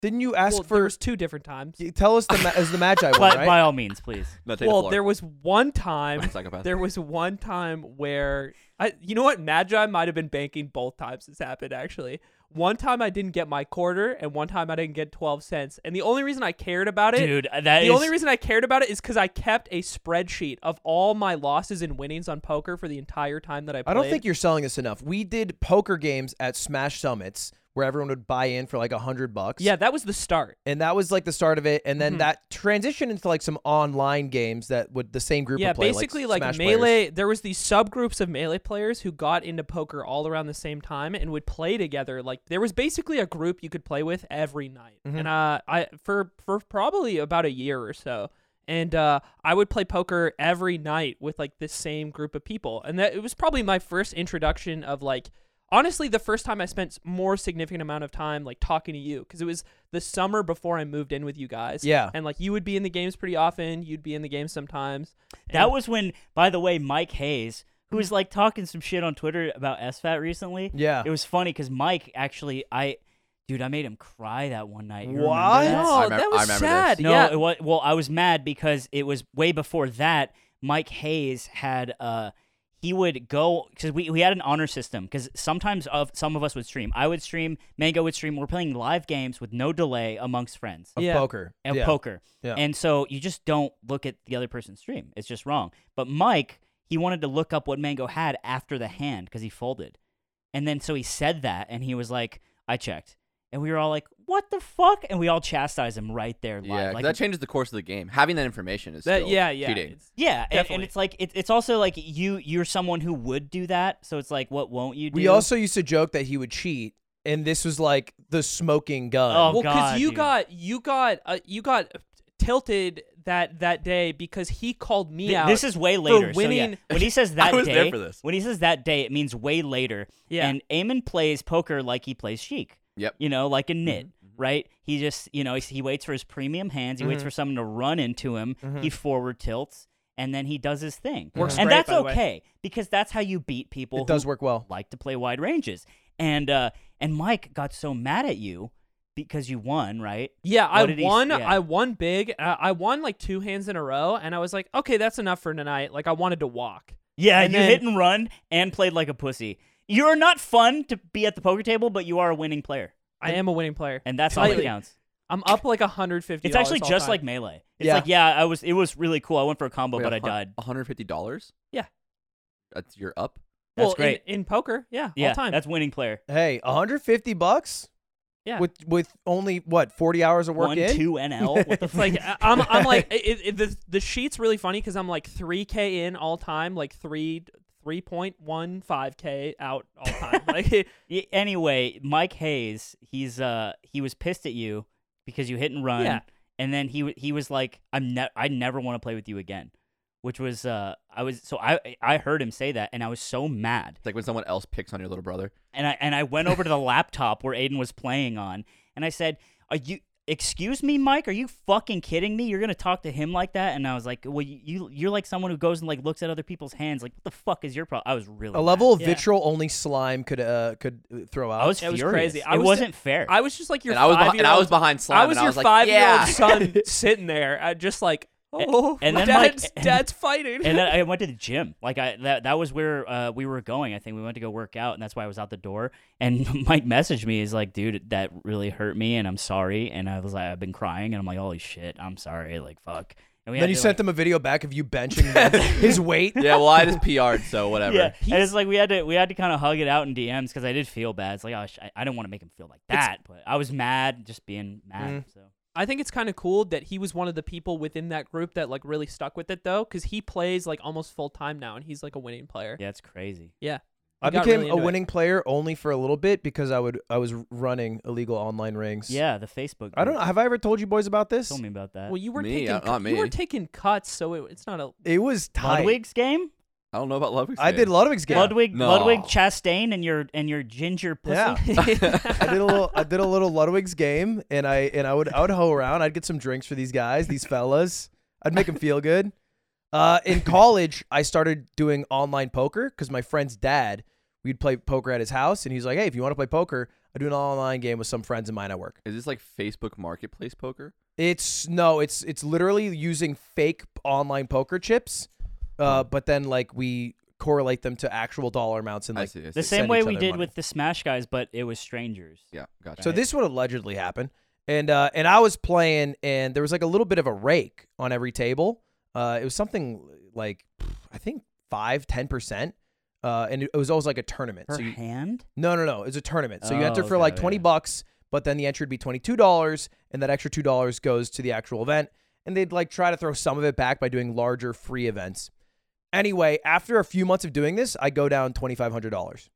[SPEAKER 4] Didn't you ask
[SPEAKER 2] well, there
[SPEAKER 4] for?
[SPEAKER 2] was two different times.
[SPEAKER 4] you- Tell us the ma- as the Magi one,
[SPEAKER 3] but
[SPEAKER 4] right?
[SPEAKER 3] by all means, please.
[SPEAKER 1] No, take
[SPEAKER 2] Well,
[SPEAKER 1] the floor.
[SPEAKER 2] there was one time.
[SPEAKER 1] Psychopath.
[SPEAKER 2] There was one time where I, you know what, Magi might have been banking both times this happened. Actually, one time I didn't get my quarter, and one time I didn't get twelve cents. And the only reason I cared about it,
[SPEAKER 3] Dude, uh, that
[SPEAKER 2] the
[SPEAKER 3] is-
[SPEAKER 2] only reason I cared about it is because I kept a spreadsheet of all my losses and winnings on poker for the entire time that I played.
[SPEAKER 4] I don't think you're selling this enough. We did poker games at Smash Summits where everyone would buy in for like a hundred bucks.
[SPEAKER 2] yeah, that was the start.
[SPEAKER 4] and that was like the start of it, and then that transitioned into like some online games that would the same group.
[SPEAKER 2] Yeah,
[SPEAKER 4] would play,
[SPEAKER 2] basically like,
[SPEAKER 4] Smash players.
[SPEAKER 2] melee. There was these subgroups of melee players who got into poker all around the same time and would play together. Like there was basically a group you could play with every night,
[SPEAKER 4] Mm-hmm.
[SPEAKER 2] and uh, I for for probably about a year or so. And uh, I would play poker every night with like this same group of people, and that it was probably my first introduction of like honestly the first time I spent more significant amount of time like talking to you because it was the summer before I moved in with you guys.
[SPEAKER 4] Yeah.
[SPEAKER 2] and like you would be in the games pretty often, you'd be in the games sometimes.
[SPEAKER 3] That was when, by the way, Mike Hayes, who was like talking some shit on Twitter about SFAT recently.
[SPEAKER 4] Hmm. Yeah.
[SPEAKER 3] It was funny because Mike actually, I, dude, I made him cry that one night. You remember
[SPEAKER 4] What?
[SPEAKER 3] that?
[SPEAKER 2] No,
[SPEAKER 1] I remem-
[SPEAKER 2] that
[SPEAKER 1] I
[SPEAKER 2] was
[SPEAKER 1] remember
[SPEAKER 2] sad.
[SPEAKER 3] No,
[SPEAKER 2] yeah.
[SPEAKER 3] it was, well, I was mad because it was way before that. Mike Hayes had, uh, he would go because we, we had an honor system because sometimes of some of us would stream. I would stream, Mango would stream. We're playing live games with no delay amongst friends
[SPEAKER 4] of
[SPEAKER 2] Yeah.
[SPEAKER 4] poker.
[SPEAKER 3] of
[SPEAKER 4] yeah.
[SPEAKER 3] poker.
[SPEAKER 4] Yeah.
[SPEAKER 3] And so you just don't look at the other person's stream. It's just wrong. But Mike, he wanted to look up what Mango had after the hand because he folded. And then so he said that and he was like, I checked. And we were all like, what the fuck? And we all chastised him right there live.
[SPEAKER 1] yeah, 'cause
[SPEAKER 3] like,
[SPEAKER 1] that changes the course of the game. Having that information is
[SPEAKER 2] that,
[SPEAKER 1] still
[SPEAKER 2] yeah, yeah.
[SPEAKER 1] cheating.
[SPEAKER 2] it's-
[SPEAKER 3] yeah, and- and,
[SPEAKER 2] Definitely.
[SPEAKER 3] it's like it, it's also like you you're someone who would do that, so it's like what won't you do?
[SPEAKER 4] We also used to joke that he would cheat, and this was like the smoking gun.
[SPEAKER 3] Oh,
[SPEAKER 2] well,
[SPEAKER 3] God,
[SPEAKER 2] you
[SPEAKER 3] dude.
[SPEAKER 2] got you got uh, you got tilted that that day because he called me
[SPEAKER 3] Th-
[SPEAKER 2] out.
[SPEAKER 3] This is way later. so, yeah,
[SPEAKER 2] winning-
[SPEAKER 3] when he says
[SPEAKER 1] I
[SPEAKER 3] that
[SPEAKER 1] was
[SPEAKER 3] day,
[SPEAKER 1] there for this.
[SPEAKER 3] when he says that day, it means way later.
[SPEAKER 2] Yeah.
[SPEAKER 3] And Eamon plays poker like he plays chic.
[SPEAKER 1] Yep.
[SPEAKER 3] You know, like a
[SPEAKER 2] Mm-hmm.
[SPEAKER 3] nit, right? He just, you know, he, he waits for his premium hands. He
[SPEAKER 2] Mm-hmm.
[SPEAKER 3] waits for someone to run into him. He forward tilts, and then he does his thing.
[SPEAKER 1] Mm-hmm.
[SPEAKER 2] Works
[SPEAKER 3] and
[SPEAKER 2] Mm-hmm. great,
[SPEAKER 3] that's
[SPEAKER 2] by the way.
[SPEAKER 3] okay because that's how you beat people.
[SPEAKER 4] it does
[SPEAKER 3] who
[SPEAKER 4] work well.
[SPEAKER 3] like to play wide ranges. And uh, and Mike got so mad at you because you won, right?
[SPEAKER 2] yeah, I
[SPEAKER 3] What did he s-
[SPEAKER 2] won.
[SPEAKER 3] yeah.
[SPEAKER 2] I won big. Uh, I won like two hands in a row, and I was like, okay, that's enough for tonight. Like I wanted to walk.
[SPEAKER 3] Yeah,
[SPEAKER 2] And
[SPEAKER 3] you
[SPEAKER 2] then-
[SPEAKER 3] hit and run and played like a pussy. You're not fun to be at the poker table, but you are a winning player.
[SPEAKER 2] I am a winning player,
[SPEAKER 3] And that's all that
[SPEAKER 2] Slightly.
[SPEAKER 3] counts.
[SPEAKER 2] I'm up like 150.
[SPEAKER 3] It's actually
[SPEAKER 2] all
[SPEAKER 3] just
[SPEAKER 2] time.
[SPEAKER 3] like melee. It's
[SPEAKER 4] Yeah.
[SPEAKER 3] like, yeah, I was it was really cool. I went for a combo,
[SPEAKER 1] Wait,
[SPEAKER 3] but I
[SPEAKER 1] a hun-
[SPEAKER 3] died.
[SPEAKER 1] $150?
[SPEAKER 2] Yeah.
[SPEAKER 1] That's you're up?
[SPEAKER 3] That's
[SPEAKER 2] well,
[SPEAKER 3] great.
[SPEAKER 2] In, in poker. Yeah,
[SPEAKER 3] yeah,
[SPEAKER 2] all time.
[SPEAKER 3] that's winning player.
[SPEAKER 4] Hey, 150 bucks.
[SPEAKER 2] Yeah.
[SPEAKER 4] With with only what 40 hours of work
[SPEAKER 3] One,
[SPEAKER 4] in.
[SPEAKER 3] two, NL. What the
[SPEAKER 2] It's like
[SPEAKER 3] fuck?
[SPEAKER 2] I- I'm, I'm like it, it, the the sheet's really funny because I'm like three k in all time, like three three point one five k out all time. Like
[SPEAKER 3] Y- anyway, Mike Hayes, he's uh he was pissed at you because you hit and run,
[SPEAKER 2] Yeah.
[SPEAKER 3] and then he w- he was like, I'm ne- I never want to play with you again, which was uh I was so I I heard him say that and I was so mad.
[SPEAKER 1] It's like when someone else picks on your little brother.
[SPEAKER 3] and I and I went over to the laptop where Aiden was playing on, and I said, "Are you?" Excuse me, Mike. Are you fucking kidding me? You're gonna talk to him like that? And I was like, well, you- you you're like someone who goes and like looks at other people's hands. Like, what the fuck is your problem? I was really
[SPEAKER 4] A level of
[SPEAKER 2] Yeah.
[SPEAKER 4] vitriol only slime could uh could uh, throw out.
[SPEAKER 3] mad. I was
[SPEAKER 2] It was
[SPEAKER 3] furious.
[SPEAKER 2] crazy. I
[SPEAKER 3] it
[SPEAKER 2] was-
[SPEAKER 3] was not fair.
[SPEAKER 2] I was just like your
[SPEAKER 1] And I was
[SPEAKER 2] five
[SPEAKER 1] behind,
[SPEAKER 2] year
[SPEAKER 1] and I was
[SPEAKER 2] old.
[SPEAKER 1] behind slime.
[SPEAKER 2] I was
[SPEAKER 1] and
[SPEAKER 2] your
[SPEAKER 1] I was like,
[SPEAKER 2] five year
[SPEAKER 1] yeah.
[SPEAKER 2] old son sitting there, uh, just like oh,
[SPEAKER 3] and then, like-
[SPEAKER 2] dad's dad's fighting.
[SPEAKER 3] and then I went to the gym. Like I that that was where uh, we were going. I think we went to go work out, and that's why I was out the door. And Mike messaged me. He's like, "Dude, that really hurt me, and I'm sorry." And I was like, "I've been crying," and I'm like, "Holy shit, I'm sorry." Like, fuck. And we
[SPEAKER 4] then
[SPEAKER 3] had
[SPEAKER 4] you
[SPEAKER 3] to,
[SPEAKER 4] sent
[SPEAKER 3] like,
[SPEAKER 4] them a video back of you benching his weight.
[SPEAKER 1] yeah, well, I just PR'd, so whatever.
[SPEAKER 3] Yeah, and it's like we had to we had to kind of hug it out in DMs because I did feel bad. It's like, oh, sh- I, I don't want to make him feel like that, but I was mad just being mad. So
[SPEAKER 2] I think it's kind of cool that he was one of the people within that group that like really stuck with it though, because he plays like almost full time now, and he's like a winning player.
[SPEAKER 3] Yeah, it's crazy.
[SPEAKER 2] He
[SPEAKER 4] I
[SPEAKER 2] got
[SPEAKER 4] became
[SPEAKER 2] really
[SPEAKER 4] a
[SPEAKER 2] into it.
[SPEAKER 4] winning player only for a little bit because I would I was running illegal online rings.
[SPEAKER 3] Yeah, the Facebook.
[SPEAKER 4] I don't know.
[SPEAKER 3] group.
[SPEAKER 4] Have I ever told you boys about this?
[SPEAKER 3] Tell me about that.
[SPEAKER 2] Well, you were
[SPEAKER 1] Me?
[SPEAKER 2] taking
[SPEAKER 1] Uh, not
[SPEAKER 2] you were
[SPEAKER 1] me.
[SPEAKER 2] taking cuts, so it, it's not a
[SPEAKER 4] It was tight.
[SPEAKER 3] Ludwig's game.
[SPEAKER 1] I don't know about Ludwig's
[SPEAKER 4] I did Ludwig's game.
[SPEAKER 3] Ludwig,
[SPEAKER 1] No.
[SPEAKER 3] Ludwig Chastain, and your and your ginger pussy.
[SPEAKER 4] Yeah. I did a little I did a little Ludwig's game and I and I would I would hoe around. I'd get some drinks for these guys, these fellas. I'd make them feel good. Uh, in college, I started doing online poker because my friend's dad, we'd play poker at his house, and he's like, "Hey, if you want to play poker, I do an online game with some friends of mine at work."
[SPEAKER 1] Is this like Facebook Marketplace poker?
[SPEAKER 4] It's no, it's it's literally using fake online poker chips, uh,
[SPEAKER 1] Hmm.
[SPEAKER 4] but then like we correlate them to actual dollar amounts and
[SPEAKER 1] I
[SPEAKER 4] like.
[SPEAKER 1] see. I
[SPEAKER 3] The
[SPEAKER 1] see.
[SPEAKER 3] same
[SPEAKER 4] send
[SPEAKER 3] way
[SPEAKER 4] each
[SPEAKER 3] we
[SPEAKER 4] other
[SPEAKER 3] did
[SPEAKER 4] money.
[SPEAKER 3] with the Smash guys, but it was strangers.
[SPEAKER 1] Yeah, gotcha.
[SPEAKER 4] So this would allegedly happen, and uh, and I was playing, and there was like a little bit of a rake on every table. Uh, it was something like I think five, ten percent, uh, and it was always like a tournament.
[SPEAKER 3] Per
[SPEAKER 4] so you,
[SPEAKER 3] hand.
[SPEAKER 4] no, no, no, it's a tournament. So you
[SPEAKER 3] Oh,
[SPEAKER 4] enter for
[SPEAKER 3] okay,
[SPEAKER 4] like
[SPEAKER 3] yeah,
[SPEAKER 4] twenty
[SPEAKER 3] yeah.
[SPEAKER 4] bucks, but then the entry would be twenty two dollars, and that extra two dollars goes to the actual event, and they'd like try to throw some of it back by doing larger free events. Anyway, after a few months of doing this, I go down twenty five hundred dollars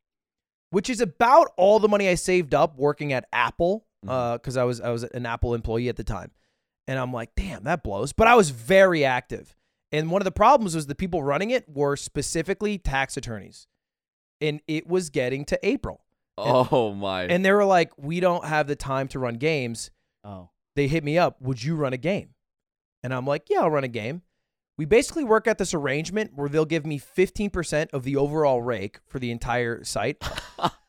[SPEAKER 4] which is about all the money I saved up working at Apple,
[SPEAKER 3] Mm-hmm.
[SPEAKER 4] because I was I was an Apple employee at the time, and I'm like, damn, that blows. But I was very active, and one of the problems was the people running it were specifically tax attorneys, and it was getting to April,
[SPEAKER 1] oh my.
[SPEAKER 4] and they were like, we don't have the time to run games.
[SPEAKER 3] Oh,
[SPEAKER 4] They hit me up, would you run a game? And I'm like, yeah, I'll run a game. We basically work out this arrangement where they'll give me 15% of the overall rake for the entire site.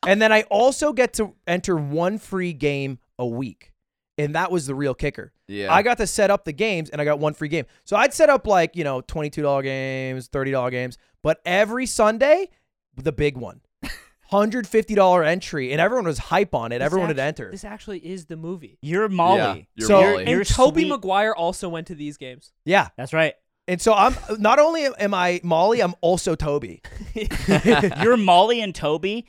[SPEAKER 4] And then I also get to enter one free game a week. And that was the real kicker.
[SPEAKER 1] yeah.
[SPEAKER 4] I got to set up the games and I got one free game. So I'd set up like, you know, $22 games, $30 games, but every Sunday, the big one. $150 entry. And everyone was hype on it.
[SPEAKER 2] This
[SPEAKER 4] everyone
[SPEAKER 2] actu-
[SPEAKER 4] had entered.
[SPEAKER 2] This actually is the movie.
[SPEAKER 3] you're Molly.
[SPEAKER 1] you're
[SPEAKER 4] So-
[SPEAKER 1] Molly.
[SPEAKER 3] And- You're
[SPEAKER 2] and Toby
[SPEAKER 3] sweet.
[SPEAKER 2] Maguire also went to these games.
[SPEAKER 4] yeah.
[SPEAKER 3] That's right.
[SPEAKER 4] And so I'm not only am I Molly, I'm also Toby.
[SPEAKER 3] you're Molly and Toby,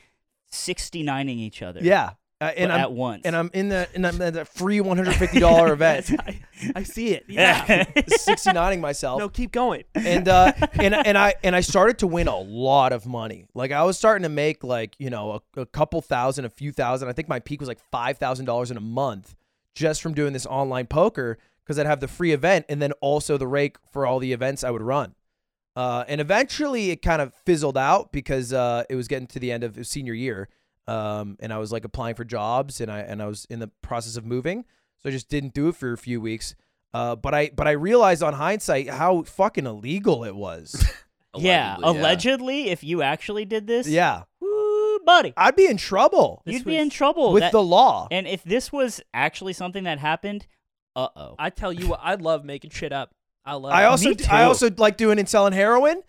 [SPEAKER 3] sixty nining each other.
[SPEAKER 4] Yeah. Uh, and
[SPEAKER 3] but
[SPEAKER 4] I'm
[SPEAKER 3] at once.
[SPEAKER 4] and I'm in the and I'm at the free $150 event,
[SPEAKER 2] I, I see it. Yeah.
[SPEAKER 3] Yeah.
[SPEAKER 4] 69ing myself.
[SPEAKER 2] no, keep going.
[SPEAKER 4] and uh, and and I and I started to win a lot of money. Like I was starting to make like you know a, a couple thousand, a few thousand. I think my peak was like five thousand dollars in a month just from doing this online poker because I'd have the free event and then also the rake for all the events I would run. Uh, and eventually it kind of fizzled out because uh, it was getting to the end of senior year, um, and I was like applying for jobs and I and I was in the process of moving, so I just didn't do it for a few weeks. Uh, but I but I realized on hindsight how fucking illegal it was.
[SPEAKER 3] yeah,
[SPEAKER 1] Allegedly,
[SPEAKER 3] allegedly, if you actually did this,
[SPEAKER 4] yeah,
[SPEAKER 3] woo, buddy,
[SPEAKER 4] I'd be in trouble
[SPEAKER 2] This
[SPEAKER 3] you'd be
[SPEAKER 2] was-
[SPEAKER 3] in trouble
[SPEAKER 4] with
[SPEAKER 3] That-
[SPEAKER 4] the law.
[SPEAKER 3] And if this was actually something that happened, uh oh.
[SPEAKER 2] I tell you what, I love making shit up. I love.
[SPEAKER 4] I
[SPEAKER 2] it.
[SPEAKER 4] also
[SPEAKER 3] uh, me
[SPEAKER 4] d- I
[SPEAKER 3] too.
[SPEAKER 4] also like doing and selling heroin.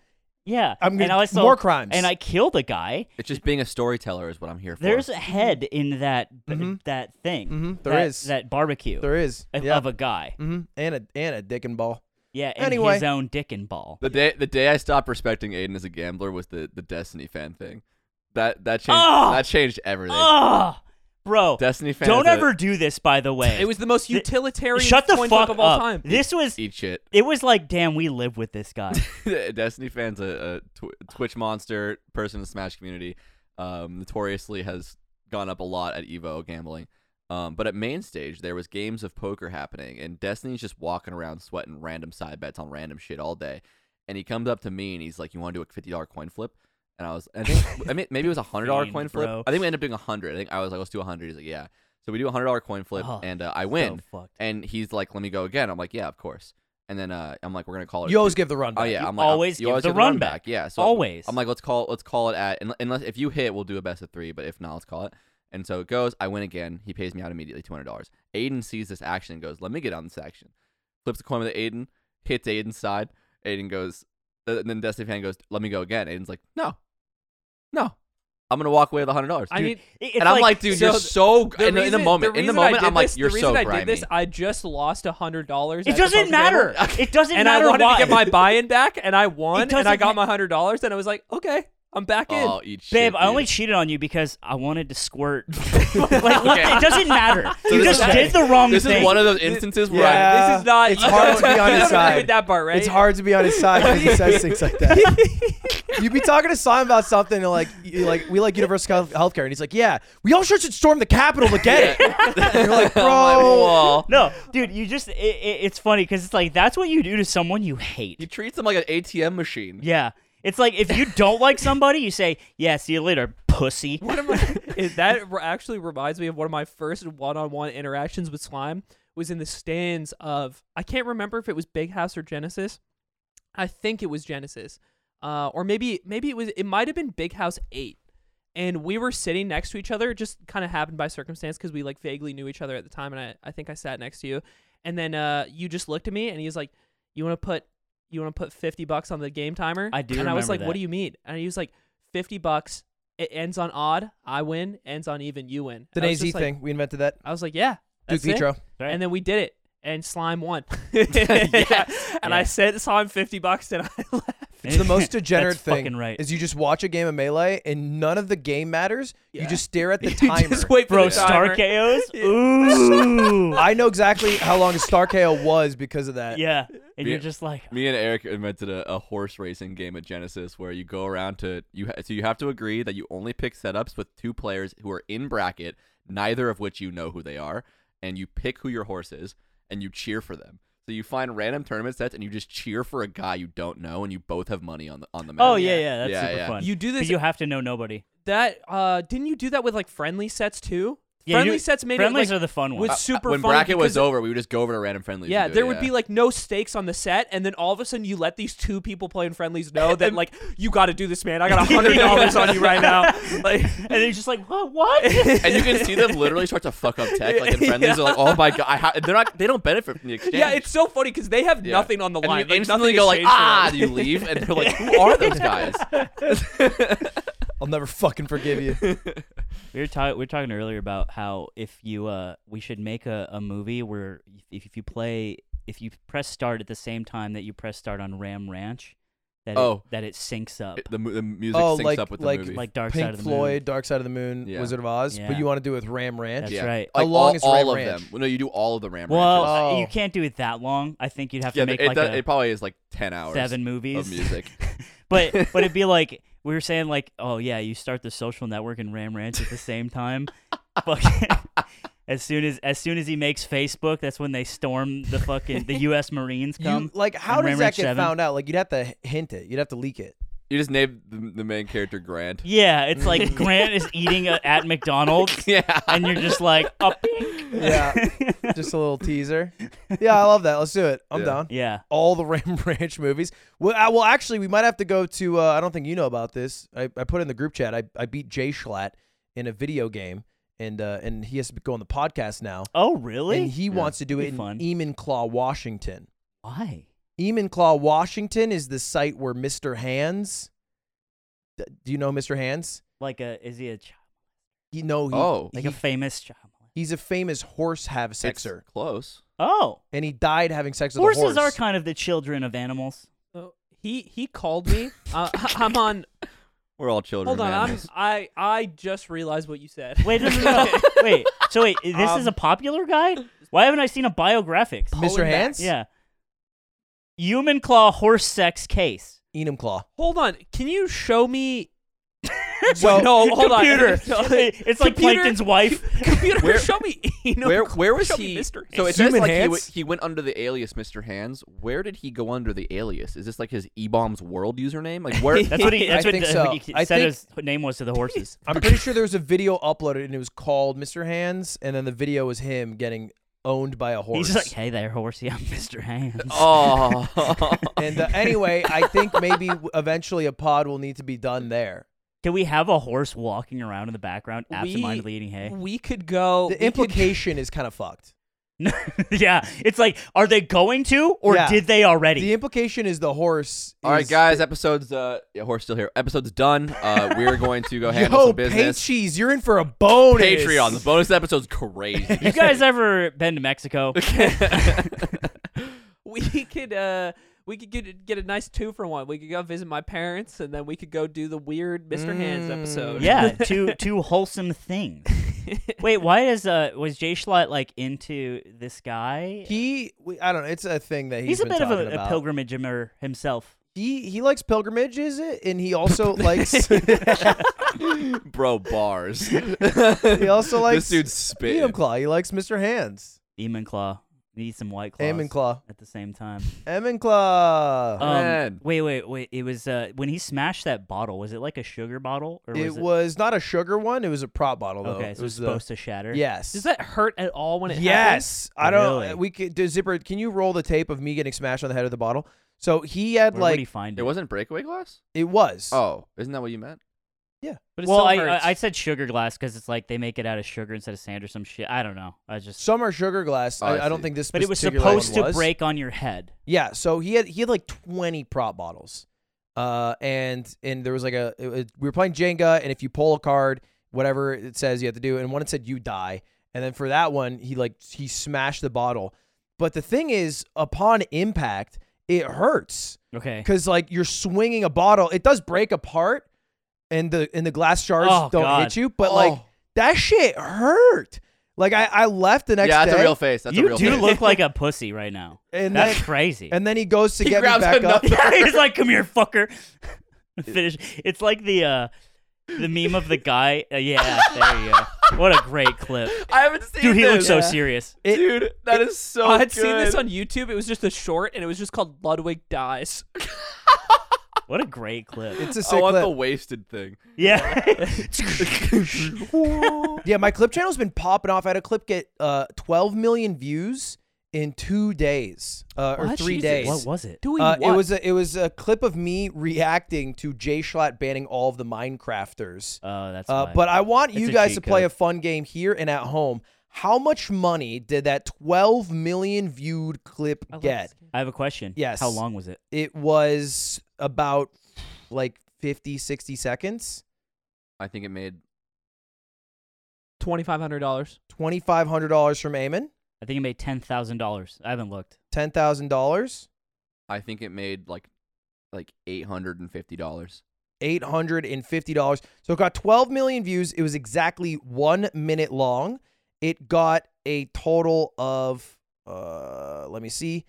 [SPEAKER 3] Yeah,
[SPEAKER 4] I'm
[SPEAKER 3] and
[SPEAKER 4] gonna-
[SPEAKER 3] I also,
[SPEAKER 4] more crimes.
[SPEAKER 3] And I killed a guy.
[SPEAKER 1] It's just being a storyteller is what I'm here for.
[SPEAKER 3] There's a head in that
[SPEAKER 4] Mhm.
[SPEAKER 3] that thing.
[SPEAKER 4] Mhm, there
[SPEAKER 3] that,
[SPEAKER 4] is.
[SPEAKER 3] that barbecue
[SPEAKER 4] There is
[SPEAKER 3] of,
[SPEAKER 4] yeah,
[SPEAKER 3] of a guy.
[SPEAKER 4] hmm and a and a dick and ball.
[SPEAKER 3] Yeah, and
[SPEAKER 4] Anyway.
[SPEAKER 3] his own dick and ball.
[SPEAKER 1] the day the day I stopped respecting Aiden as a gambler was the the Destiny fan thing. That that changed
[SPEAKER 3] Oh!
[SPEAKER 1] that changed everything.
[SPEAKER 3] Ah, bro.
[SPEAKER 1] Destiny fans
[SPEAKER 3] Don't
[SPEAKER 1] are-
[SPEAKER 3] ever do this. By the way,
[SPEAKER 2] It was the most
[SPEAKER 3] Th-
[SPEAKER 2] utilitarian
[SPEAKER 3] Shut the
[SPEAKER 2] coin
[SPEAKER 3] fuck
[SPEAKER 2] flip of all
[SPEAKER 3] up.
[SPEAKER 2] time.
[SPEAKER 3] This was.
[SPEAKER 1] Eat shit.
[SPEAKER 3] It was like, damn, we live with this guy.
[SPEAKER 1] Destiny fans a, a tw- Twitch monster person in the Smash community, um, notoriously has gone up a lot at Evo gambling. Um, but at main stage, there was games of poker happening, and Destiny's just walking around sweating random side bets on random shit all day. And he comes up to me and he's like, "You want to do a fifty dollar coin flip?" And I was, I think, I mean, maybe it was a hundred dollar
[SPEAKER 3] Fiend,
[SPEAKER 1] coin flip.
[SPEAKER 3] bro.
[SPEAKER 1] I think we ended up doing a hundred. I think I was like, "Let's do a hundred. He's like, "Yeah." So we do a hundred dollar coin flip,
[SPEAKER 3] Oh,
[SPEAKER 1] and uh, I
[SPEAKER 3] so
[SPEAKER 1] win.
[SPEAKER 3] fucked.
[SPEAKER 1] and he's like, "Let me go again." I'm like, "Yeah, of course." And then uh, I'm like, "We're gonna call it."
[SPEAKER 4] You always give the run.
[SPEAKER 1] Oh
[SPEAKER 4] back.
[SPEAKER 1] yeah,
[SPEAKER 3] You
[SPEAKER 1] I'm like,
[SPEAKER 3] always
[SPEAKER 1] you
[SPEAKER 3] give
[SPEAKER 1] always
[SPEAKER 3] the
[SPEAKER 1] give
[SPEAKER 3] run
[SPEAKER 1] run back.
[SPEAKER 3] back.
[SPEAKER 1] Yeah, so
[SPEAKER 3] Always.
[SPEAKER 1] I'm like, let's call let's call it at unle- unless if you hit, we'll do a best of three. But if not, let's call it. And so it goes. I win again. He pays me out immediately, two hundred dollars. Aiden sees this action and goes, "Let me get on this action." Flips the coin with Aiden, hits Aiden's side. Aiden goes, and then Destiny fan goes, "Let me go again." Aiden's like, "No, no, I'm gonna walk away with hundred dollars."
[SPEAKER 2] I
[SPEAKER 1] Dude,
[SPEAKER 2] mean,
[SPEAKER 3] It- it's
[SPEAKER 1] and I'm like, dude,
[SPEAKER 2] so
[SPEAKER 1] you're so
[SPEAKER 2] The
[SPEAKER 1] in, the- in the
[SPEAKER 2] reason-
[SPEAKER 1] moment.
[SPEAKER 2] the
[SPEAKER 1] in the
[SPEAKER 2] reason I
[SPEAKER 1] moment,
[SPEAKER 2] did
[SPEAKER 1] I'm like,
[SPEAKER 2] this-
[SPEAKER 1] you're
[SPEAKER 2] the
[SPEAKER 1] so
[SPEAKER 2] reason I
[SPEAKER 1] grimy.
[SPEAKER 2] did this, I just lost a hundred dollars.
[SPEAKER 3] it doesn't matter. It doesn't
[SPEAKER 2] And I
[SPEAKER 3] matter
[SPEAKER 2] wanted
[SPEAKER 3] why.
[SPEAKER 2] to get my buy-in back, and I won, and I
[SPEAKER 3] doesn't
[SPEAKER 2] got my
[SPEAKER 3] ma-
[SPEAKER 2] hundred dollars, and I was like, okay, I'm back in.
[SPEAKER 1] Oh, eat shit,
[SPEAKER 3] Babe, I
[SPEAKER 1] dude.
[SPEAKER 3] only cheated on you because I wanted to squirt. like, what,
[SPEAKER 1] Okay.
[SPEAKER 3] it doesn't matter.
[SPEAKER 1] So
[SPEAKER 3] you
[SPEAKER 1] this
[SPEAKER 3] just
[SPEAKER 1] is-
[SPEAKER 3] did the wrong
[SPEAKER 1] This
[SPEAKER 3] thing.
[SPEAKER 1] is one of those instances where I,
[SPEAKER 4] Yeah.
[SPEAKER 2] this is not.
[SPEAKER 4] it's hard to be on his
[SPEAKER 2] You agree With
[SPEAKER 4] side.
[SPEAKER 2] that part, right?
[SPEAKER 4] It's hard to be on his side because he says things like that. You'd be talking to Simon about something and like, you like we like universal health- healthcare, and he's like, "Yeah, we all sure should storm the Capitol to get it." And you're like,
[SPEAKER 1] my
[SPEAKER 4] "Bro,
[SPEAKER 1] wall.
[SPEAKER 3] no, dude, you just, it, it, it's funny because it's like, that's what you do to someone you hate.
[SPEAKER 1] He treats them like an ATM machine.
[SPEAKER 3] yeah. It's like, if you don't like somebody, you say, yeah, see you later, pussy.
[SPEAKER 2] One of my, is that re- actually reminds me of one of my first one-on-one interactions with slime was in the stands of I can't remember if it was Big House or Genesis. I think it was Genesis, uh, or maybe maybe it was it might have been Big House Eight, and we were sitting next to each other. It just kind of happened by circumstance because we like vaguely knew each other at the time, and I I think I sat next to you, and then uh, you just looked at me and he was like, "You want to put." You want to put 50 bucks on the game timer?
[SPEAKER 3] I do
[SPEAKER 2] And I was
[SPEAKER 3] remember
[SPEAKER 2] like,
[SPEAKER 3] that.
[SPEAKER 2] what do you mean? And he was like, 50 bucks it ends on odd, I win, ends on even, you win.
[SPEAKER 4] the
[SPEAKER 2] And I was
[SPEAKER 4] AZ
[SPEAKER 2] just like-
[SPEAKER 4] thing, we invented that."
[SPEAKER 2] I was like, yeah,
[SPEAKER 4] Duke
[SPEAKER 2] that's it.
[SPEAKER 4] Vitro.
[SPEAKER 3] Right.
[SPEAKER 2] And then we did it, and Slime won. yeah. And I
[SPEAKER 3] Yeah.
[SPEAKER 2] sent Slime 50 bucks, and I left.
[SPEAKER 4] It's the most degenerate
[SPEAKER 3] That's
[SPEAKER 4] thing
[SPEAKER 3] fucking right.
[SPEAKER 4] is you just watch a game of melee and none of the game matters.
[SPEAKER 2] Yeah.
[SPEAKER 4] You just stare at the
[SPEAKER 2] You
[SPEAKER 4] timer.
[SPEAKER 2] just wait for
[SPEAKER 3] Bro,
[SPEAKER 2] the timer.
[SPEAKER 3] Star KOs?
[SPEAKER 2] Yeah.
[SPEAKER 3] Ooh.
[SPEAKER 4] I know exactly how long Star KO was because of that.
[SPEAKER 3] yeah. And
[SPEAKER 1] Yeah.
[SPEAKER 3] you're just like,
[SPEAKER 1] Me and Eric invented a, a horse racing game at Genesis where you go around to you. Ha- so you have to agree that you only pick setups with two players who are in bracket, neither of which you know who they are, and you pick who your horse is and you cheer for them. So you find random tournament sets and you just cheer for a guy you don't know, and you both have money on the on the map.
[SPEAKER 3] oh, yeah, yeah, that's
[SPEAKER 1] Yeah,
[SPEAKER 3] super
[SPEAKER 1] yeah.
[SPEAKER 3] fun.
[SPEAKER 2] You do
[SPEAKER 3] But
[SPEAKER 2] this,
[SPEAKER 3] you have to know nobody.
[SPEAKER 2] that, uh, didn't you do that with like friendly sets too?
[SPEAKER 3] Yeah, you
[SPEAKER 2] friendly
[SPEAKER 3] do-
[SPEAKER 2] sets made
[SPEAKER 3] Friendlies
[SPEAKER 2] it like,
[SPEAKER 3] are the fun ones.
[SPEAKER 2] was super
[SPEAKER 1] Uh, when
[SPEAKER 2] funny
[SPEAKER 1] bracket was
[SPEAKER 2] because-
[SPEAKER 1] over, we would just go over to random friendlies.
[SPEAKER 2] Yeah,
[SPEAKER 1] and do it,
[SPEAKER 2] there would be like no stakes on the set, and then all of a sudden you let these two people playing friendlies know that like you got to do this, man. I got a hundred dollars on you right now. Like,
[SPEAKER 3] and they're just like, what? What?
[SPEAKER 1] and you can see them literally start to fuck up tech like in friendlies. They're like, oh my god, I ha-. they're not. They don't benefit from the exchange.
[SPEAKER 2] yeah, it's so funny because they have
[SPEAKER 1] Yeah.
[SPEAKER 2] nothing on the
[SPEAKER 1] And
[SPEAKER 2] line.
[SPEAKER 1] you
[SPEAKER 2] Like,
[SPEAKER 1] instantly
[SPEAKER 2] nothing
[SPEAKER 1] go
[SPEAKER 2] has
[SPEAKER 1] like,
[SPEAKER 2] changed for
[SPEAKER 1] ah,
[SPEAKER 2] them.
[SPEAKER 1] you leave, and they're like, who are those guys?
[SPEAKER 4] I'll never fucking forgive you.
[SPEAKER 3] We were, ta- we were talking earlier about how if you uh we should make a, a movie where if, if you play if you press start at the same time that you press start on Ram Ranch, that
[SPEAKER 1] Oh.
[SPEAKER 3] it, that it syncs up
[SPEAKER 1] It- the, mu- the music
[SPEAKER 4] Oh,
[SPEAKER 1] syncs
[SPEAKER 4] like-
[SPEAKER 1] up with the
[SPEAKER 4] like-
[SPEAKER 1] movie.
[SPEAKER 3] like Dark Side
[SPEAKER 4] Pink
[SPEAKER 3] of the
[SPEAKER 4] Floyd,
[SPEAKER 3] Moon.
[SPEAKER 4] Dark Side of the Moon,
[SPEAKER 1] Yeah.
[SPEAKER 4] Wizard of Oz,
[SPEAKER 3] Yeah.
[SPEAKER 4] but you want to do it with Ram Ranch.
[SPEAKER 3] That's right.
[SPEAKER 4] How
[SPEAKER 1] Like
[SPEAKER 4] long
[SPEAKER 1] all,
[SPEAKER 4] is
[SPEAKER 1] all of
[SPEAKER 4] Ram Ranch?
[SPEAKER 1] them. Well, no, you do all of the Ram
[SPEAKER 3] Well,
[SPEAKER 1] Ranches.
[SPEAKER 4] Oh.
[SPEAKER 3] you can't do it that long. I think you'd have
[SPEAKER 1] yeah,
[SPEAKER 3] to make
[SPEAKER 1] it,
[SPEAKER 3] like
[SPEAKER 1] does-
[SPEAKER 3] a
[SPEAKER 1] it probably is like ten hours
[SPEAKER 3] seven movies
[SPEAKER 1] of music.
[SPEAKER 3] but but it'd be like we were saying like oh yeah you start the social network and ram ranch at the same time but as soon as as soon as he makes facebook that's when they storm the fucking the us marines
[SPEAKER 4] You-
[SPEAKER 3] come
[SPEAKER 4] like, how
[SPEAKER 3] and
[SPEAKER 4] does
[SPEAKER 3] Ram
[SPEAKER 4] that
[SPEAKER 3] Ranch
[SPEAKER 4] get
[SPEAKER 3] 7.
[SPEAKER 4] found out? Like, you'd have to h- hint it. You'd have to leak it.
[SPEAKER 1] you just named the, the main character Grant.
[SPEAKER 3] yeah it's like grant is eating a, at mcdonald's
[SPEAKER 1] Yeah.
[SPEAKER 3] and you're just like up oh,
[SPEAKER 4] Yeah. Just a little teaser. Yeah, I love that. Let's do it. I'm
[SPEAKER 1] Yeah.
[SPEAKER 4] down.
[SPEAKER 3] yeah
[SPEAKER 4] all the Ram Ranch movies. Well, uh, well, actually, we might have to go to. Uh, I don't think you know about this. I, I put in the group chat. I, I beat Jay Schlatt in a video game, and uh, and he has to go on the podcast now.
[SPEAKER 3] oh really
[SPEAKER 4] And he wants to do
[SPEAKER 3] Be
[SPEAKER 4] it in
[SPEAKER 3] fun.
[SPEAKER 4] Eamon Washington.
[SPEAKER 3] why
[SPEAKER 4] Eamon Washington is the site where Mr. Hands. D- Do you know Mr. Hands?
[SPEAKER 3] like a is he a child
[SPEAKER 4] You know he,
[SPEAKER 1] Oh.
[SPEAKER 3] like
[SPEAKER 4] he-
[SPEAKER 3] a famous child
[SPEAKER 4] he's a famous horse have
[SPEAKER 1] It's
[SPEAKER 4] sexer,
[SPEAKER 1] close.
[SPEAKER 3] oh
[SPEAKER 4] and he died having sex with
[SPEAKER 3] horses
[SPEAKER 4] a horse.
[SPEAKER 3] are kind of the children of animals
[SPEAKER 2] So he he called me. Uh, I'm on.
[SPEAKER 1] We're all children.
[SPEAKER 2] Hold on,
[SPEAKER 1] of
[SPEAKER 2] I'm,
[SPEAKER 1] animals.
[SPEAKER 2] I I just realized what you said.
[SPEAKER 3] Wait, no, no, no. wait. So wait, this
[SPEAKER 4] Um,
[SPEAKER 3] is a popular guy? Why haven't I seen a biographics?
[SPEAKER 2] Pulling
[SPEAKER 4] Mr.
[SPEAKER 2] back.
[SPEAKER 4] Hands?
[SPEAKER 3] Yeah. Human claw horse sex case.
[SPEAKER 4] Enum Claw.
[SPEAKER 2] Hold on, can you show me?
[SPEAKER 4] So-
[SPEAKER 2] Wait, no, Oh, hold
[SPEAKER 3] computer.
[SPEAKER 2] on.
[SPEAKER 3] it's
[SPEAKER 2] Computer-
[SPEAKER 3] like Plankton's wife.
[SPEAKER 2] Computer,
[SPEAKER 1] Where-
[SPEAKER 2] show me. You know,
[SPEAKER 1] where where was
[SPEAKER 2] show
[SPEAKER 1] he?
[SPEAKER 2] Me Mr.
[SPEAKER 1] So it
[SPEAKER 2] Hands.
[SPEAKER 1] says
[SPEAKER 4] Human
[SPEAKER 1] like he,
[SPEAKER 4] hands?
[SPEAKER 1] w- he went under the alias Mr. Hands. Where did he go under the alias? Is this like his E-bombs World username? Like where?
[SPEAKER 3] That's what he. That's
[SPEAKER 4] I
[SPEAKER 3] what
[SPEAKER 4] think
[SPEAKER 3] the,
[SPEAKER 4] so.
[SPEAKER 3] he
[SPEAKER 4] I
[SPEAKER 3] said
[SPEAKER 4] think-
[SPEAKER 3] his name was to the horses.
[SPEAKER 4] I'm pretty sure there was a video uploaded and it was called Mr. Hands, and then the video was him getting owned by a horse.
[SPEAKER 3] He's like, hey there, horsey, I'm Mr. Hands.
[SPEAKER 1] oh.
[SPEAKER 4] and uh, anyway, I think maybe w- eventually a pod will need to be done there.
[SPEAKER 3] Can we have a horse walking around in the background,
[SPEAKER 2] We-
[SPEAKER 3] absentmindedly eating hay?
[SPEAKER 2] we could go. we
[SPEAKER 4] The
[SPEAKER 2] could-
[SPEAKER 4] implication is kind of fucked.
[SPEAKER 3] yeah, it's like, are they going to, or
[SPEAKER 4] Yeah.
[SPEAKER 3] did they already?
[SPEAKER 4] The implication is the horse.
[SPEAKER 1] All right,
[SPEAKER 4] is-
[SPEAKER 1] guys. Episode's uh, yeah, horse still here. Episode's done. Uh, we're going to go handle
[SPEAKER 4] Yo,
[SPEAKER 1] some
[SPEAKER 4] pay
[SPEAKER 1] business.
[SPEAKER 4] cheese. You're in for a bonus.
[SPEAKER 1] Patreon. The bonus episode's crazy.
[SPEAKER 3] you guys ever been to Mexico?
[SPEAKER 2] we could uh we could get get a nice two for one. We could go visit my parents, and then we could go do the weird Mr. Hands
[SPEAKER 4] Mm.
[SPEAKER 2] episode.
[SPEAKER 3] yeah, two two wholesome things. Wait, why is uh was Jay Schlott like into this guy?
[SPEAKER 4] He, we, I don't know. It's a thing that he's,
[SPEAKER 3] he's a
[SPEAKER 4] been
[SPEAKER 3] bit of
[SPEAKER 4] talking
[SPEAKER 3] a,
[SPEAKER 4] about.
[SPEAKER 3] a pilgrimager himself.
[SPEAKER 4] He he likes pilgrimages, and he also likes
[SPEAKER 1] Bro, bars.
[SPEAKER 4] he also likes
[SPEAKER 1] this dude's spit.
[SPEAKER 4] Eamon Claw. He likes Mr. Hands.
[SPEAKER 3] Eamon Claw. Need some white claws
[SPEAKER 4] Eamon Claw.
[SPEAKER 3] at the same time.
[SPEAKER 4] Eamon Claw.
[SPEAKER 1] Uh, Man.
[SPEAKER 3] Um, wait, wait, wait. It was uh, when he smashed that bottle. Was it like a sugar bottle or was
[SPEAKER 4] it was not a sugar one. It was a prop bottle, though.
[SPEAKER 3] okay? So
[SPEAKER 4] it was the-
[SPEAKER 3] supposed to shatter.
[SPEAKER 4] yes.
[SPEAKER 2] Does that hurt at all when it happens?
[SPEAKER 4] yes. I don't.
[SPEAKER 3] Really?
[SPEAKER 4] We could do zipper. Can you roll the tape of me getting smashed on the head of the bottle? So he had
[SPEAKER 3] Where would
[SPEAKER 4] like
[SPEAKER 3] he find it?
[SPEAKER 1] It wasn't breakaway glass?
[SPEAKER 4] it was.
[SPEAKER 1] Oh, isn't that what you meant?
[SPEAKER 2] But it
[SPEAKER 3] well,
[SPEAKER 2] still
[SPEAKER 3] I,
[SPEAKER 2] hurts.
[SPEAKER 3] I I said sugar glass because it's like they make it out of sugar instead of sand or some shit. I don't know. I just
[SPEAKER 4] Some are sugar glass.
[SPEAKER 1] Oh,
[SPEAKER 4] I,
[SPEAKER 1] I
[SPEAKER 4] I, don't
[SPEAKER 1] see.
[SPEAKER 4] think this.
[SPEAKER 3] but it was
[SPEAKER 4] particular one
[SPEAKER 3] supposed to
[SPEAKER 4] was.
[SPEAKER 3] break on your head.
[SPEAKER 4] Yeah, so he had he had like twenty prop bottles, uh, and and there was like a it was- we were playing Jenga, and if you pull a card, whatever it says you have to do, and one it said you die, and then for that one he like he smashed the bottle, but the thing is, upon impact, it hurts
[SPEAKER 1] Eh.
[SPEAKER 3] Okay.
[SPEAKER 4] because like you're swinging a bottle, it does break apart, and the and the glass shards
[SPEAKER 3] Oh,
[SPEAKER 4] don't
[SPEAKER 3] God.
[SPEAKER 4] hit you, but like
[SPEAKER 1] Oh.
[SPEAKER 4] that shit hurt. Like I, I left the next
[SPEAKER 1] yeah, that's
[SPEAKER 4] day,
[SPEAKER 1] a real face. That's a
[SPEAKER 3] you
[SPEAKER 1] real
[SPEAKER 3] do
[SPEAKER 1] face.
[SPEAKER 3] look like a pussy right now.
[SPEAKER 4] and then
[SPEAKER 3] That's crazy.
[SPEAKER 4] and then he goes to
[SPEAKER 1] He
[SPEAKER 4] get me
[SPEAKER 1] grabs
[SPEAKER 4] back up.
[SPEAKER 1] another-
[SPEAKER 3] He's like, "Come here, fucker." Finish. It's like the uh, the meme of the guy. Uh, yeah, there you go. What a great clip,
[SPEAKER 1] I haven't seen
[SPEAKER 3] dude. He
[SPEAKER 1] this.
[SPEAKER 3] looks so
[SPEAKER 4] Yeah.
[SPEAKER 3] serious.
[SPEAKER 4] It-
[SPEAKER 1] Dude, that is so
[SPEAKER 2] I had
[SPEAKER 1] good.
[SPEAKER 2] seen this on YouTube. It was just a short, and it was just called Ludwig Dies.
[SPEAKER 3] What a great clip.
[SPEAKER 4] It's a sick
[SPEAKER 1] I want
[SPEAKER 4] clip.
[SPEAKER 1] the wasted thing.
[SPEAKER 3] Yeah.
[SPEAKER 4] yeah, my clip channel's been popping off. I had a clip get uh, 12 million views in two days uh, or
[SPEAKER 2] What?
[SPEAKER 4] three
[SPEAKER 2] Jesus.
[SPEAKER 4] days.
[SPEAKER 3] what was it?
[SPEAKER 2] Doing
[SPEAKER 4] Uh,
[SPEAKER 2] what?
[SPEAKER 4] It was a, it was a clip of me reacting to Jay Schlatt banning all of the Minecrafters.
[SPEAKER 3] Oh, that's.
[SPEAKER 4] Uh,
[SPEAKER 3] why.
[SPEAKER 4] but I want
[SPEAKER 3] It's
[SPEAKER 4] you
[SPEAKER 3] a
[SPEAKER 4] guys to
[SPEAKER 3] cheat
[SPEAKER 4] play
[SPEAKER 3] code.
[SPEAKER 4] a fun game here and at home. How much money did that 12 million viewed clip
[SPEAKER 2] I love
[SPEAKER 4] get?
[SPEAKER 2] this game.
[SPEAKER 3] I have a question.
[SPEAKER 4] Yes.
[SPEAKER 3] How long was it?
[SPEAKER 4] It was about like 50, 60 seconds.
[SPEAKER 1] I think it made
[SPEAKER 2] $2,500.
[SPEAKER 4] $2,500 from Eamon,
[SPEAKER 3] I think it made ten thousand dollars. I haven't looked.
[SPEAKER 4] $10,000.
[SPEAKER 1] I think it made like like eight hundred and fifty dollars.
[SPEAKER 4] eight hundred and fifty dollars. So it got twelve million views. It was exactly one minute long. It got a total of uh, let me see,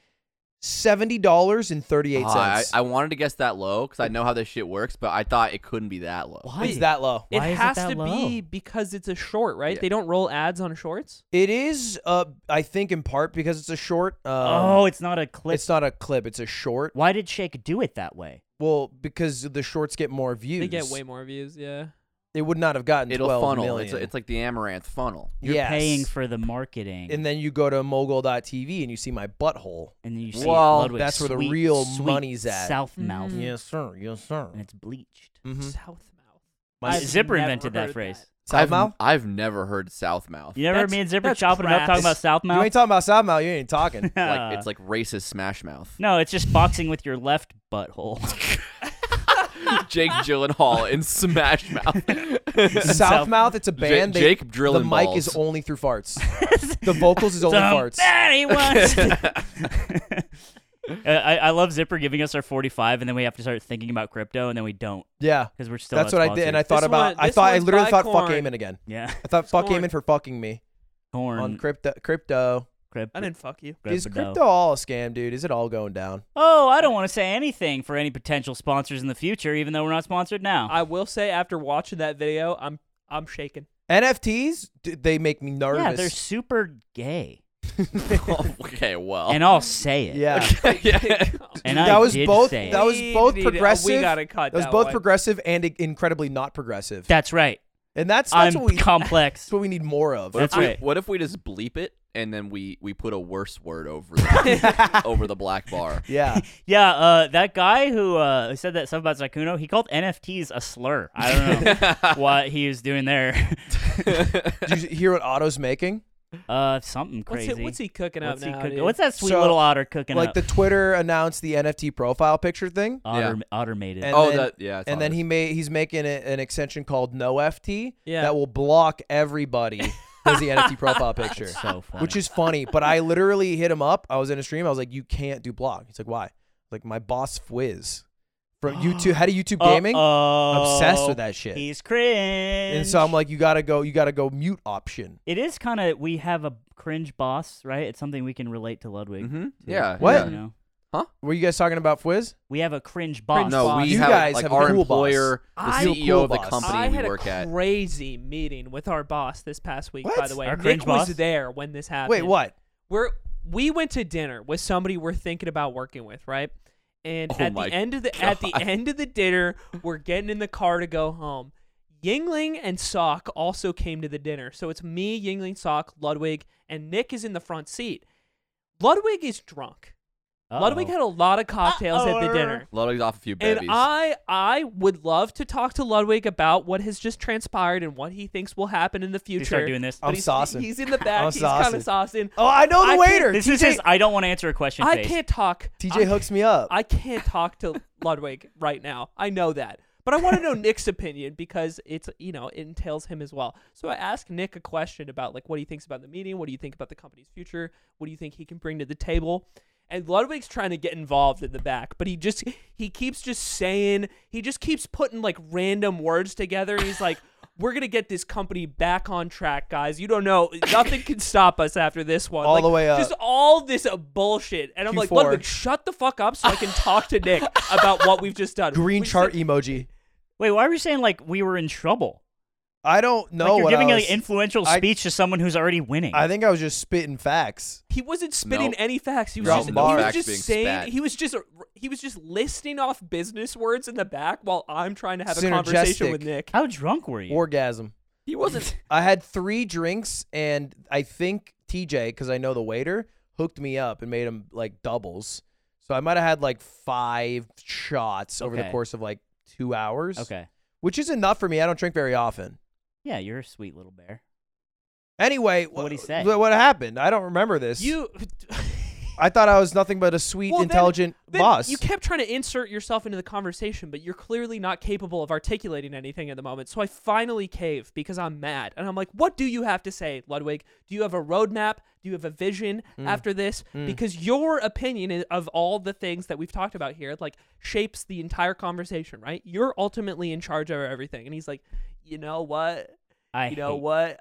[SPEAKER 4] seventy dollars and thirty eight
[SPEAKER 1] Oh, I,
[SPEAKER 4] cents.
[SPEAKER 1] I wanted to guess that low because I know how this shit works, but I thought it couldn't be that low.
[SPEAKER 3] Why?
[SPEAKER 4] it's that low.
[SPEAKER 3] Why
[SPEAKER 2] it
[SPEAKER 3] is it
[SPEAKER 2] has
[SPEAKER 3] that
[SPEAKER 2] to
[SPEAKER 3] low?
[SPEAKER 2] be because it's a short, right?
[SPEAKER 1] Yeah.
[SPEAKER 2] They don't roll ads on shorts.
[SPEAKER 4] It is uh, I think in part because it's a short. Um,
[SPEAKER 3] oh, it's not a clip.
[SPEAKER 4] it's not a clip. It's a short.
[SPEAKER 3] Why did Shake do it that way?
[SPEAKER 4] Well, because the shorts get more views.
[SPEAKER 2] They get way more views, yeah.
[SPEAKER 4] It would not have gotten
[SPEAKER 1] It'll
[SPEAKER 4] 12
[SPEAKER 1] funnel.
[SPEAKER 4] million.
[SPEAKER 1] It's it's like the amaranth funnel.
[SPEAKER 3] You're
[SPEAKER 4] Yes.
[SPEAKER 3] paying for the marketing,
[SPEAKER 4] And then you go to mogul.tv and you see my butthole.
[SPEAKER 3] and then you see
[SPEAKER 1] Well,
[SPEAKER 3] Ludwig's
[SPEAKER 4] that's where the
[SPEAKER 3] sweet,
[SPEAKER 4] real
[SPEAKER 3] sweet
[SPEAKER 4] money's at. Mm-hmm.
[SPEAKER 3] South mouth,
[SPEAKER 2] Mhm.
[SPEAKER 4] Yes, sir. Yes, sir.
[SPEAKER 3] and it's bleached.
[SPEAKER 4] Mm-hmm.
[SPEAKER 2] Southmouth.
[SPEAKER 4] My
[SPEAKER 2] I've
[SPEAKER 3] Zipper
[SPEAKER 2] never
[SPEAKER 3] invented that
[SPEAKER 2] heard
[SPEAKER 3] phrase.
[SPEAKER 1] I've,
[SPEAKER 4] Southmouth?
[SPEAKER 1] I've never heard South Mouth.
[SPEAKER 3] You never
[SPEAKER 2] That's-
[SPEAKER 3] me and Zipper
[SPEAKER 2] that's
[SPEAKER 3] chopping it up talking about
[SPEAKER 2] crass.
[SPEAKER 3] South
[SPEAKER 4] You ain't
[SPEAKER 3] Mouth?
[SPEAKER 4] talking about South Mouth. You ain't talking.
[SPEAKER 1] Like it's like racist Smash Mouth.
[SPEAKER 3] no, it's just boxing with your left butthole.
[SPEAKER 1] Jake Gyllenhaal in Smash Mouth.
[SPEAKER 4] South,
[SPEAKER 3] South-
[SPEAKER 4] Mouth, it's a
[SPEAKER 1] Ja-
[SPEAKER 4] band. they-
[SPEAKER 1] Jake
[SPEAKER 4] the
[SPEAKER 1] drilling
[SPEAKER 4] mic
[SPEAKER 1] balls.
[SPEAKER 4] is only through farts. the vocals is only farts.
[SPEAKER 3] Somebody wants to- Uh, I, I love Zipper giving us our 45, and then we have to start thinking about crypto, and then we don't
[SPEAKER 4] Yeah,
[SPEAKER 3] because we're still.
[SPEAKER 4] that's
[SPEAKER 3] not
[SPEAKER 4] what I did. And I
[SPEAKER 3] sponsored.
[SPEAKER 4] thought
[SPEAKER 2] This
[SPEAKER 4] about.
[SPEAKER 2] one-
[SPEAKER 4] I
[SPEAKER 2] this
[SPEAKER 4] thought. I
[SPEAKER 2] one's
[SPEAKER 4] literally
[SPEAKER 2] by
[SPEAKER 4] thought fuck
[SPEAKER 2] Korn.
[SPEAKER 4] Amen again.
[SPEAKER 3] yeah,
[SPEAKER 4] I thought fuck
[SPEAKER 2] Korn.
[SPEAKER 4] Amen for fucking me
[SPEAKER 3] corn
[SPEAKER 4] on crypto. Crypto
[SPEAKER 3] crypto.
[SPEAKER 2] I didn't fuck you.
[SPEAKER 4] is crypto all a scam, dude? Is it all going down?
[SPEAKER 3] Oh, I don't want to say anything for any potential sponsors in the future, even though we're not sponsored now.
[SPEAKER 2] I will say after watching that video, I'm I'm shaking.
[SPEAKER 4] NFTs, d- they make me nervous.
[SPEAKER 3] yeah, they're super gay,
[SPEAKER 1] okay, well.
[SPEAKER 3] and I'll say it.
[SPEAKER 4] Oh. Yeah.
[SPEAKER 1] yeah.
[SPEAKER 3] and I
[SPEAKER 4] that was
[SPEAKER 3] did
[SPEAKER 4] both.
[SPEAKER 3] say it.
[SPEAKER 4] That was
[SPEAKER 2] We
[SPEAKER 4] both
[SPEAKER 2] need to-
[SPEAKER 4] progressive.
[SPEAKER 2] we gotta cut
[SPEAKER 4] That was
[SPEAKER 2] that
[SPEAKER 4] both
[SPEAKER 2] one.
[SPEAKER 4] progressive and i- incredibly not progressive.
[SPEAKER 3] That's right.
[SPEAKER 4] and that's that's
[SPEAKER 3] I'm
[SPEAKER 4] what we that's
[SPEAKER 3] complex.
[SPEAKER 4] what we need more of.
[SPEAKER 1] What if,
[SPEAKER 3] That's
[SPEAKER 1] we,
[SPEAKER 3] right.
[SPEAKER 1] what if we just bleep it and then we, we put a worse word over the, over the black bar?
[SPEAKER 4] Yeah.
[SPEAKER 3] Yeah, uh, that guy who uh, said that stuff about Sakuno, he called NFTs a slur. I don't know what he was doing there.
[SPEAKER 4] Did you hear what Otto's making?
[SPEAKER 3] Uh, something
[SPEAKER 2] What's,
[SPEAKER 3] crazy.
[SPEAKER 2] it, what's he cooking
[SPEAKER 3] What's
[SPEAKER 2] up
[SPEAKER 3] he
[SPEAKER 2] now?
[SPEAKER 3] cooking-
[SPEAKER 2] dude?
[SPEAKER 3] what's that sweet
[SPEAKER 4] So,
[SPEAKER 3] little otter cooking
[SPEAKER 4] like
[SPEAKER 3] up?
[SPEAKER 4] the Twitter announced the NFT profile picture thing,
[SPEAKER 3] otter, otter made it.
[SPEAKER 4] and
[SPEAKER 1] oh,
[SPEAKER 4] then,
[SPEAKER 1] that, yeah. it's
[SPEAKER 4] and then
[SPEAKER 1] obvious.
[SPEAKER 4] he made he's making a, an extension called NoFT
[SPEAKER 2] Yeah.
[SPEAKER 4] that will block everybody as the NFT profile picture,
[SPEAKER 3] so funny.
[SPEAKER 4] which is funny. But I literally hit him up. I was in a stream. I was like, "You can't do block." He's like, "Why?" I Like my boss Fwiz from YouTube. How do YouTube gaming?
[SPEAKER 3] Uh-oh.
[SPEAKER 4] Obsessed with that shit.
[SPEAKER 3] He's cringe.
[SPEAKER 4] and so I'm like, you gotta go. You gotta go mute option.
[SPEAKER 3] it is kind of we have a cringe boss, right? It's something we can relate to Ludwig.
[SPEAKER 1] Mm-hmm.
[SPEAKER 3] too,
[SPEAKER 1] Yeah.
[SPEAKER 4] What?
[SPEAKER 3] You
[SPEAKER 1] yeah.
[SPEAKER 3] know?
[SPEAKER 4] Were you guys talking about Fwiz?
[SPEAKER 3] We have a cringe boss.
[SPEAKER 1] No, we
[SPEAKER 4] You
[SPEAKER 1] have
[SPEAKER 4] guys
[SPEAKER 1] like
[SPEAKER 4] have a
[SPEAKER 1] our
[SPEAKER 4] cool boss.
[SPEAKER 1] employer,
[SPEAKER 2] I-
[SPEAKER 1] the
[SPEAKER 4] Real
[SPEAKER 1] CEO
[SPEAKER 4] cool
[SPEAKER 1] of the
[SPEAKER 4] boss.
[SPEAKER 1] company
[SPEAKER 2] I had
[SPEAKER 1] we work
[SPEAKER 2] a
[SPEAKER 1] at.
[SPEAKER 2] crazy meeting with our boss this past week. By
[SPEAKER 4] What?
[SPEAKER 2] the way,
[SPEAKER 3] Our
[SPEAKER 2] Nick
[SPEAKER 3] cringe
[SPEAKER 2] was
[SPEAKER 3] boss?
[SPEAKER 2] there when this happened.
[SPEAKER 4] Wait, what?
[SPEAKER 2] We're we went to dinner with somebody we're thinking about working with, right? And
[SPEAKER 1] Oh
[SPEAKER 2] at
[SPEAKER 1] my
[SPEAKER 2] the end of the at the
[SPEAKER 1] God.
[SPEAKER 2] end of the dinner, we're getting in the car to go home. Yingling and Sock also came to the dinner, so it's me, Yingling, Sock, Ludwig, and Nick is in the front seat. Ludwig is drunk.
[SPEAKER 3] Uh-oh.
[SPEAKER 2] Ludwig had a lot of cocktails at the
[SPEAKER 3] Uh-oh.
[SPEAKER 2] dinner.
[SPEAKER 1] Ludwig's off a few
[SPEAKER 2] And
[SPEAKER 1] babies.
[SPEAKER 2] I I would love to talk to Ludwig about what has just transpired and what he thinks will happen in the
[SPEAKER 3] Did he
[SPEAKER 2] future.
[SPEAKER 3] start doing this.
[SPEAKER 2] But
[SPEAKER 4] I'm
[SPEAKER 2] he's,
[SPEAKER 4] saucing.
[SPEAKER 2] He's in the back.
[SPEAKER 4] I'm
[SPEAKER 2] he's kind of saucing.
[SPEAKER 4] Oh, I know the
[SPEAKER 2] I can't-
[SPEAKER 4] waiter.
[SPEAKER 3] This
[SPEAKER 4] TJ,
[SPEAKER 3] is his. I don't want to answer a question.
[SPEAKER 2] I
[SPEAKER 3] face.
[SPEAKER 2] can't talk.
[SPEAKER 4] TJ
[SPEAKER 2] I,
[SPEAKER 4] hooks me up.
[SPEAKER 2] I can't talk to Ludwig right now. I know that. But I want to know Nick's opinion because it's you know it entails him as well. So I asked Nick a question about like what he thinks about the meeting, what do you think about the company's future, what do you think he can bring to the table, and Ludwig's trying to get involved in the back, but he just he keeps just saying he just keeps putting like random words together. And he's like, "We're gonna get this company back on track, guys. You don't know, nothing can stop us after this one.
[SPEAKER 4] All
[SPEAKER 2] Like,
[SPEAKER 4] the way up.
[SPEAKER 2] Just all this uh, bullshit." And I'm like,
[SPEAKER 4] Q4.
[SPEAKER 2] Ludwig, shut the fuck up so I can talk to Nick about what we've just done.
[SPEAKER 4] Green
[SPEAKER 2] We
[SPEAKER 4] chart
[SPEAKER 2] said-
[SPEAKER 4] emoji.
[SPEAKER 3] Wait, why were you saying like we were in trouble?
[SPEAKER 4] I don't know
[SPEAKER 3] like you're
[SPEAKER 4] what
[SPEAKER 3] giving
[SPEAKER 4] I
[SPEAKER 3] an
[SPEAKER 4] was-
[SPEAKER 3] influential
[SPEAKER 4] I-
[SPEAKER 3] speech to someone who's already winning.
[SPEAKER 4] I think I was just spitting facts.
[SPEAKER 2] he wasn't spitting
[SPEAKER 1] Nope.
[SPEAKER 2] any facts. He was
[SPEAKER 4] Nope.
[SPEAKER 2] just, he
[SPEAKER 4] Bar.
[SPEAKER 2] was
[SPEAKER 4] Facts
[SPEAKER 2] just
[SPEAKER 1] being
[SPEAKER 2] saying
[SPEAKER 1] spat.
[SPEAKER 2] he was just he was just listing off business words in the back while I'm trying to have a
[SPEAKER 4] Synergistic.
[SPEAKER 2] conversation with Nick.
[SPEAKER 3] How drunk were you?
[SPEAKER 4] Orgasm.
[SPEAKER 1] he wasn't.
[SPEAKER 4] I had three drinks, and I think TJ, because I know the waiter, hooked me up and made him like doubles. So I might have had like five shots over the
[SPEAKER 3] Okay.
[SPEAKER 4] course of like two hours.
[SPEAKER 3] okay.
[SPEAKER 4] Which is enough for me. I don't drink very often.
[SPEAKER 3] Yeah, you're a sweet little bear.
[SPEAKER 4] Anyway, wh-
[SPEAKER 3] what'd he say?
[SPEAKER 4] wh- What happened? I don't remember this.
[SPEAKER 2] You
[SPEAKER 4] I thought I was nothing but a sweet,
[SPEAKER 2] Well, then-
[SPEAKER 4] intelligent
[SPEAKER 2] then
[SPEAKER 4] boss.
[SPEAKER 2] You kept trying to insert yourself into the conversation, but you're clearly not capable of articulating anything at the moment. So I finally cave because I'm mad. And I'm like, what do you have to say, Ludwig? Do you have a roadmap? Do you have a vision
[SPEAKER 4] Mm.
[SPEAKER 2] after this? Because your opinion i- of all the things that we've talked about here, like, shapes the entire conversation, right? You're ultimately in charge of everything. And he's like, you know what?
[SPEAKER 3] I
[SPEAKER 2] you know
[SPEAKER 3] hate-
[SPEAKER 2] what?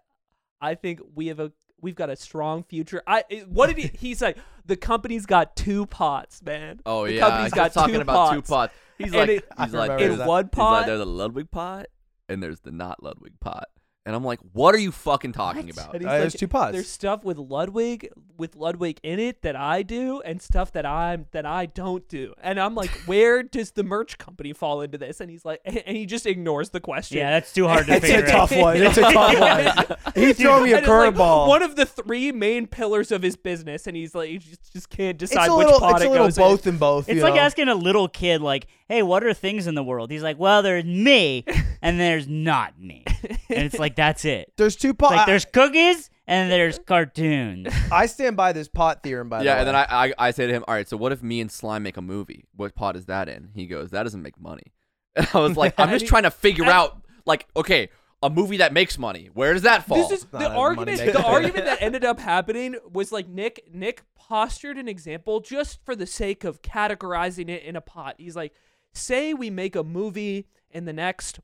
[SPEAKER 2] I think we have a we've got a strong future. I it- what did he he's like the company's got two pots, man.
[SPEAKER 1] Oh
[SPEAKER 2] the
[SPEAKER 1] yeah,
[SPEAKER 2] company's
[SPEAKER 1] he's
[SPEAKER 2] got
[SPEAKER 1] talking
[SPEAKER 2] two
[SPEAKER 1] about
[SPEAKER 2] pots.
[SPEAKER 1] two pots. He's
[SPEAKER 2] And
[SPEAKER 1] like,
[SPEAKER 2] it-
[SPEAKER 4] I
[SPEAKER 1] he's like,
[SPEAKER 4] remember
[SPEAKER 1] there's,
[SPEAKER 2] In
[SPEAKER 4] that.
[SPEAKER 1] he's
[SPEAKER 2] one pot,
[SPEAKER 1] like, there's a Ludwig pot and there's the not Ludwig pot, and I'm like, what are you fucking talking
[SPEAKER 3] What?
[SPEAKER 1] about?
[SPEAKER 2] and he's
[SPEAKER 4] Uh, there's
[SPEAKER 2] like,
[SPEAKER 4] two pots.
[SPEAKER 2] there's stuff with Ludwig with Ludwig in it that I do, and stuff that I'm that I don't do. And I'm like, where does the merch company fall into this? And he's like, and he just ignores the question.
[SPEAKER 3] Yeah, that's too hard to
[SPEAKER 4] It's a
[SPEAKER 3] figure out.
[SPEAKER 4] tough one. It's a tough one. He threw me a
[SPEAKER 2] And it's like
[SPEAKER 4] curveball.
[SPEAKER 2] one of the three main pillars of his business, and he's like, he just, just can't
[SPEAKER 4] it's
[SPEAKER 2] decide
[SPEAKER 4] a
[SPEAKER 2] which
[SPEAKER 4] little,
[SPEAKER 2] pot
[SPEAKER 4] it's a
[SPEAKER 2] it
[SPEAKER 4] little
[SPEAKER 2] goes in.
[SPEAKER 4] both and both.
[SPEAKER 3] It's
[SPEAKER 4] you
[SPEAKER 3] like
[SPEAKER 4] know?
[SPEAKER 3] asking a little kid, like, "Hey, what are things in the world?" He's like, "Well, there's me, and there's not me," and it's like that's it.
[SPEAKER 4] There's two
[SPEAKER 3] It's
[SPEAKER 4] pots.
[SPEAKER 3] like there's cookies and there's cartoons.
[SPEAKER 4] I stand by this pot theorem. By the
[SPEAKER 1] yeah,
[SPEAKER 4] way.
[SPEAKER 1] and then I, I I say to him, all right, so what if me and Slime make a movie? What pot is that in? He goes, that doesn't make money. And I was like, I'm just trying to figure out, like, okay, a movie that makes money. Where does that fall?
[SPEAKER 2] This is
[SPEAKER 4] Not
[SPEAKER 2] the
[SPEAKER 4] a
[SPEAKER 2] argument.
[SPEAKER 4] money-maker.
[SPEAKER 2] The argument that ended up happening was like Nick. Nick postured an example just for the sake of categorizing it in a pot. He's like, say we make a movie in the next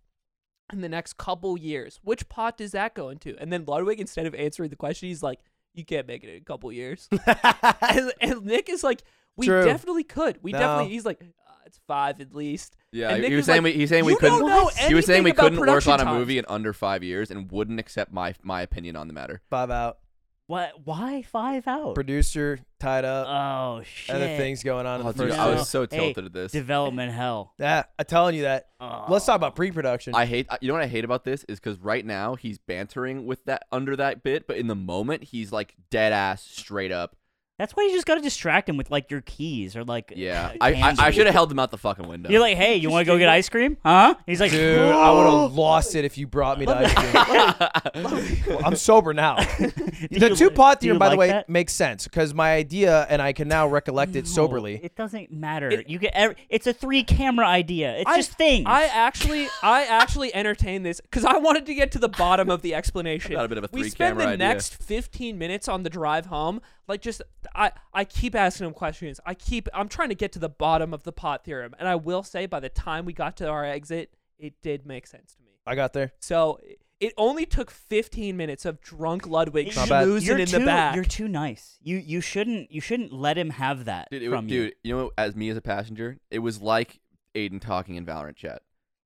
[SPEAKER 2] in the next couple years. Which pot does that go into? And then Ludwig, instead of answering the question, he's like, you can't make it in a couple years. and, and Nick is like, we
[SPEAKER 4] True.
[SPEAKER 2] definitely could. We
[SPEAKER 4] No.
[SPEAKER 2] definitely. He's like, uh, it's five at least.
[SPEAKER 1] yeah,
[SPEAKER 2] And
[SPEAKER 1] he
[SPEAKER 2] Nick
[SPEAKER 1] was
[SPEAKER 2] is
[SPEAKER 1] saying
[SPEAKER 2] like,
[SPEAKER 1] we he's saying we
[SPEAKER 2] "You don't
[SPEAKER 1] couldn't
[SPEAKER 2] know
[SPEAKER 1] he was saying we
[SPEAKER 2] anything about
[SPEAKER 1] couldn't work on
[SPEAKER 2] production
[SPEAKER 1] a
[SPEAKER 2] times."
[SPEAKER 1] movie in under five years and wouldn't accept my my opinion on the matter.
[SPEAKER 4] five out.
[SPEAKER 3] what? Why five out?
[SPEAKER 4] Producer tied up.
[SPEAKER 3] Oh shit!
[SPEAKER 4] other things going on. in
[SPEAKER 1] Oh,
[SPEAKER 4] the
[SPEAKER 1] dude,
[SPEAKER 4] first
[SPEAKER 1] I
[SPEAKER 4] round.
[SPEAKER 1] was so
[SPEAKER 3] Hey,
[SPEAKER 1] tilted at this.
[SPEAKER 3] Development hell.
[SPEAKER 4] Yeah, I'm telling you that.
[SPEAKER 3] Oh.
[SPEAKER 4] Let's talk about pre-production.
[SPEAKER 1] I hate you know what I hate about this is because right now he's bantering with that under that bit, but in the moment he's like dead ass straight up.
[SPEAKER 3] That's why you just gotta distract him with like your keys or like.
[SPEAKER 1] Yeah,
[SPEAKER 3] a
[SPEAKER 1] I I, I
[SPEAKER 3] candy.
[SPEAKER 1] should have held him out the fucking window.
[SPEAKER 3] You're like, hey, you want to go get ice cream? Huh? He's like,
[SPEAKER 4] Dude, I would have lost it if you brought me to ice cream. Well, I'm sober now. the two pot theorem, by the way, makes sense because my idea, and I can now recollect it soberly.
[SPEAKER 3] It doesn't matter.
[SPEAKER 2] It-
[SPEAKER 3] you get every, it's a three camera idea. It's just things.
[SPEAKER 2] I actually, I actually entertained this because I wanted to get to the bottom of the explanation.
[SPEAKER 1] I got a bit of a
[SPEAKER 2] we
[SPEAKER 1] three
[SPEAKER 2] spent the
[SPEAKER 1] camera idea.
[SPEAKER 2] next 15 minutes on the drive home, like just I, I keep asking him questions. I keep I'm trying to get to the bottom of the pot theorem, and I will say by the time we got to our exit, it did make sense to me.
[SPEAKER 4] I got there.
[SPEAKER 2] So it only took 15 minutes of drunk Ludwig
[SPEAKER 4] Not bad.
[SPEAKER 2] schmoozing
[SPEAKER 3] you're
[SPEAKER 2] in
[SPEAKER 3] too,
[SPEAKER 2] the back.
[SPEAKER 3] You're too nice. You you shouldn't you shouldn't let him have that
[SPEAKER 1] Dude, it, was-
[SPEAKER 3] from you.
[SPEAKER 1] dude, you know, what, as me as a passenger, it was like Aiden talking in Valorant chat.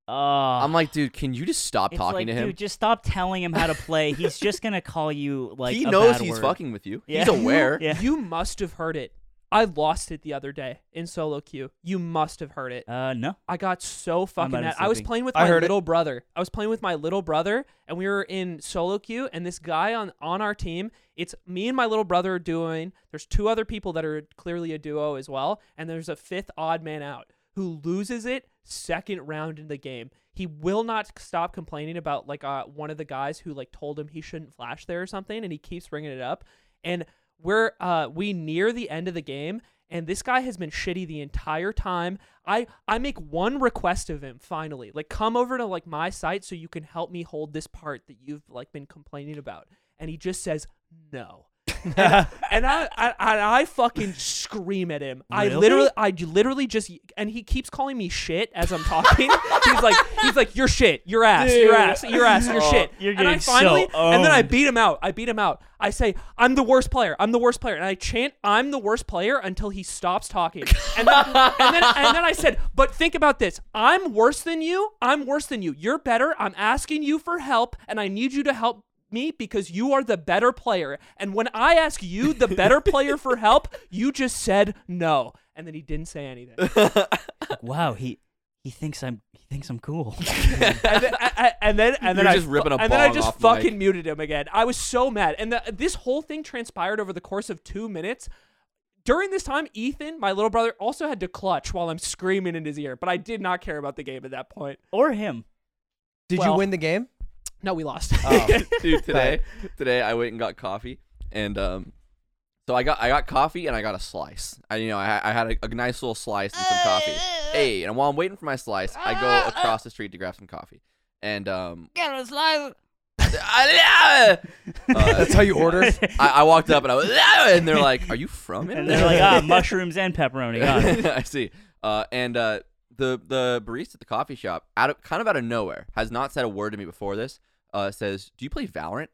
[SPEAKER 3] Uh,
[SPEAKER 1] I'm like, dude, can you just stop
[SPEAKER 3] it's
[SPEAKER 1] talking
[SPEAKER 3] like,
[SPEAKER 1] to him?
[SPEAKER 3] Dude, just stop telling him how to play. He's just gonna call you like
[SPEAKER 1] he
[SPEAKER 3] a
[SPEAKER 1] knows
[SPEAKER 3] bad
[SPEAKER 1] he's
[SPEAKER 3] word.
[SPEAKER 1] fucking with you.
[SPEAKER 3] Yeah.
[SPEAKER 1] He's aware.
[SPEAKER 3] Yeah.
[SPEAKER 2] You must have heard it. I lost it the other day in solo queue. You must have heard it.
[SPEAKER 3] Uh, no.
[SPEAKER 2] I got so fucking
[SPEAKER 3] might
[SPEAKER 2] mad.
[SPEAKER 3] have
[SPEAKER 2] I was
[SPEAKER 3] sleeping.
[SPEAKER 2] playing with
[SPEAKER 4] I
[SPEAKER 2] my
[SPEAKER 4] heard it.
[SPEAKER 2] little brother. I was playing with my little brother, and we were in solo queue. And this guy on on our team, it's me and my little brother are doing. There's two other people that are clearly a duo as well, and there's a fifth odd man out who loses it second round in the game. He will not stop complaining about like uh, one of the guys who like told him he shouldn't flash there or something, and he keeps bringing it up. And we're uh we near the end of the game and this guy has been shitty the entire time i i make one request of him finally like come over to like my site so you can help me hold this part that you've like been complaining about and he just says no and, and I, I and I fucking scream at him. I
[SPEAKER 3] Really?
[SPEAKER 2] literally, I j- literally just, and he keeps calling me shit as I'm talking. he's like, he's like, you're shit, your ass, your
[SPEAKER 3] Dude.
[SPEAKER 2] ass, your ass, your
[SPEAKER 3] Oh,
[SPEAKER 2] shit.
[SPEAKER 3] you're
[SPEAKER 2] and I
[SPEAKER 3] getting so
[SPEAKER 2] finally, and then I
[SPEAKER 3] owned.
[SPEAKER 2] beat him out. I beat him out. I say, I'm the worst player. I'm the worst player. And I chant, I'm the worst player until he stops talking. And then, and then, and then I said, but think about this. I'm worse than you. I'm worse than you. You're better. I'm asking you for help, and I need you to help me because you are the better player. And when I ask you, the better player, for help, you just said no. And then he didn't say anything.
[SPEAKER 3] Like, wow, he he thinks I'm he thinks I'm cool.
[SPEAKER 2] and then, I- I- and then, and then
[SPEAKER 1] You're
[SPEAKER 2] I
[SPEAKER 1] just
[SPEAKER 2] fu-
[SPEAKER 1] ripping a
[SPEAKER 2] and then I
[SPEAKER 1] bong
[SPEAKER 2] just
[SPEAKER 1] off mic.
[SPEAKER 2] fucking muted him again. I was so mad, and the, this whole thing transpired over the course of two minutes. During this time, Ethan, my little brother, also had to clutch while I'm screaming in his ear, but I did not care about the game at that point.
[SPEAKER 3] or him.
[SPEAKER 4] Did you
[SPEAKER 2] Well-
[SPEAKER 4] win the game?
[SPEAKER 2] No, we lost.
[SPEAKER 4] Oh.
[SPEAKER 1] dude today today i went and got coffee and um so i got i got coffee and i got a slice i you know i, I had a, a nice little slice and some coffee hey and while i'm waiting for my slice i
[SPEAKER 3] Ah,
[SPEAKER 1] go across the street to grab some coffee and um get a slice uh,
[SPEAKER 4] That's how you order.
[SPEAKER 1] I, I walked up and I was and they're like are you from
[SPEAKER 3] And
[SPEAKER 1] it
[SPEAKER 3] they're like, ah, mushrooms and pepperoni. Ah.
[SPEAKER 1] I see. Uh, and uh, the the barista at the coffee shop, out of kind of out of nowhere, has not said a word to me before this. Uh, says, "Do you play Valorant?"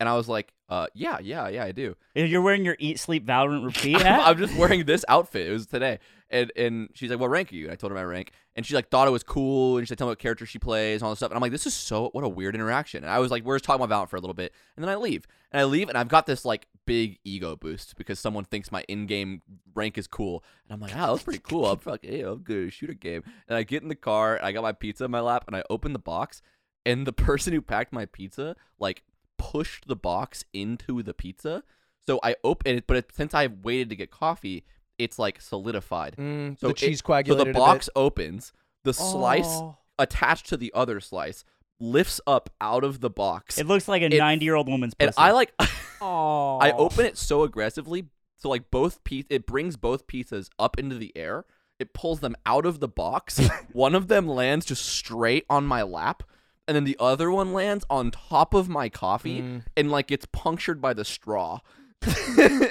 [SPEAKER 1] And I was like, "Uh, yeah, yeah, yeah, I do."
[SPEAKER 3] If You're wearing your eat, sleep, Valorant, repeat
[SPEAKER 1] I'm,
[SPEAKER 3] hat.
[SPEAKER 1] I'm just wearing this outfit. It was today. And and she's like, "What rank are you?" And I told her my rank, and she like thought it was cool, and she like, tell me what character she plays and all this stuff. And I'm like, "This is so what a weird interaction." And I was like, "We're just talking about Valorant for a little bit," and then I leave, and I leave, and I've got this like big ego boost because someone thinks my in-game rank is cool, and I'm like, "Oh, that's pretty cool. I'm fucking, hey, I'm good at a shooter game." And I get in the car, and I got my pizza in my lap, and I open the box, and the person who packed my pizza like pushed the box into the pizza. So I open it, but it, since I waited to get coffee, it's like solidified.
[SPEAKER 4] Mm,
[SPEAKER 1] So
[SPEAKER 4] the
[SPEAKER 1] it-
[SPEAKER 4] cheese
[SPEAKER 1] So
[SPEAKER 4] coagulated.
[SPEAKER 1] the
[SPEAKER 4] a bit.
[SPEAKER 1] box opens, the slice
[SPEAKER 2] Oh.
[SPEAKER 1] attached to the other slice lifts up out of the box,
[SPEAKER 3] it looks like a
[SPEAKER 1] It-
[SPEAKER 3] ninety-year-old woman's pussy.
[SPEAKER 1] and I like
[SPEAKER 2] Aw.
[SPEAKER 1] I open it so aggressively, so like both piece, it brings both pieces up into the air. It pulls them out of the box. one of them lands just straight on my lap, and then the other one lands on top of my coffee
[SPEAKER 3] Mm.
[SPEAKER 1] and like gets punctured by the straw.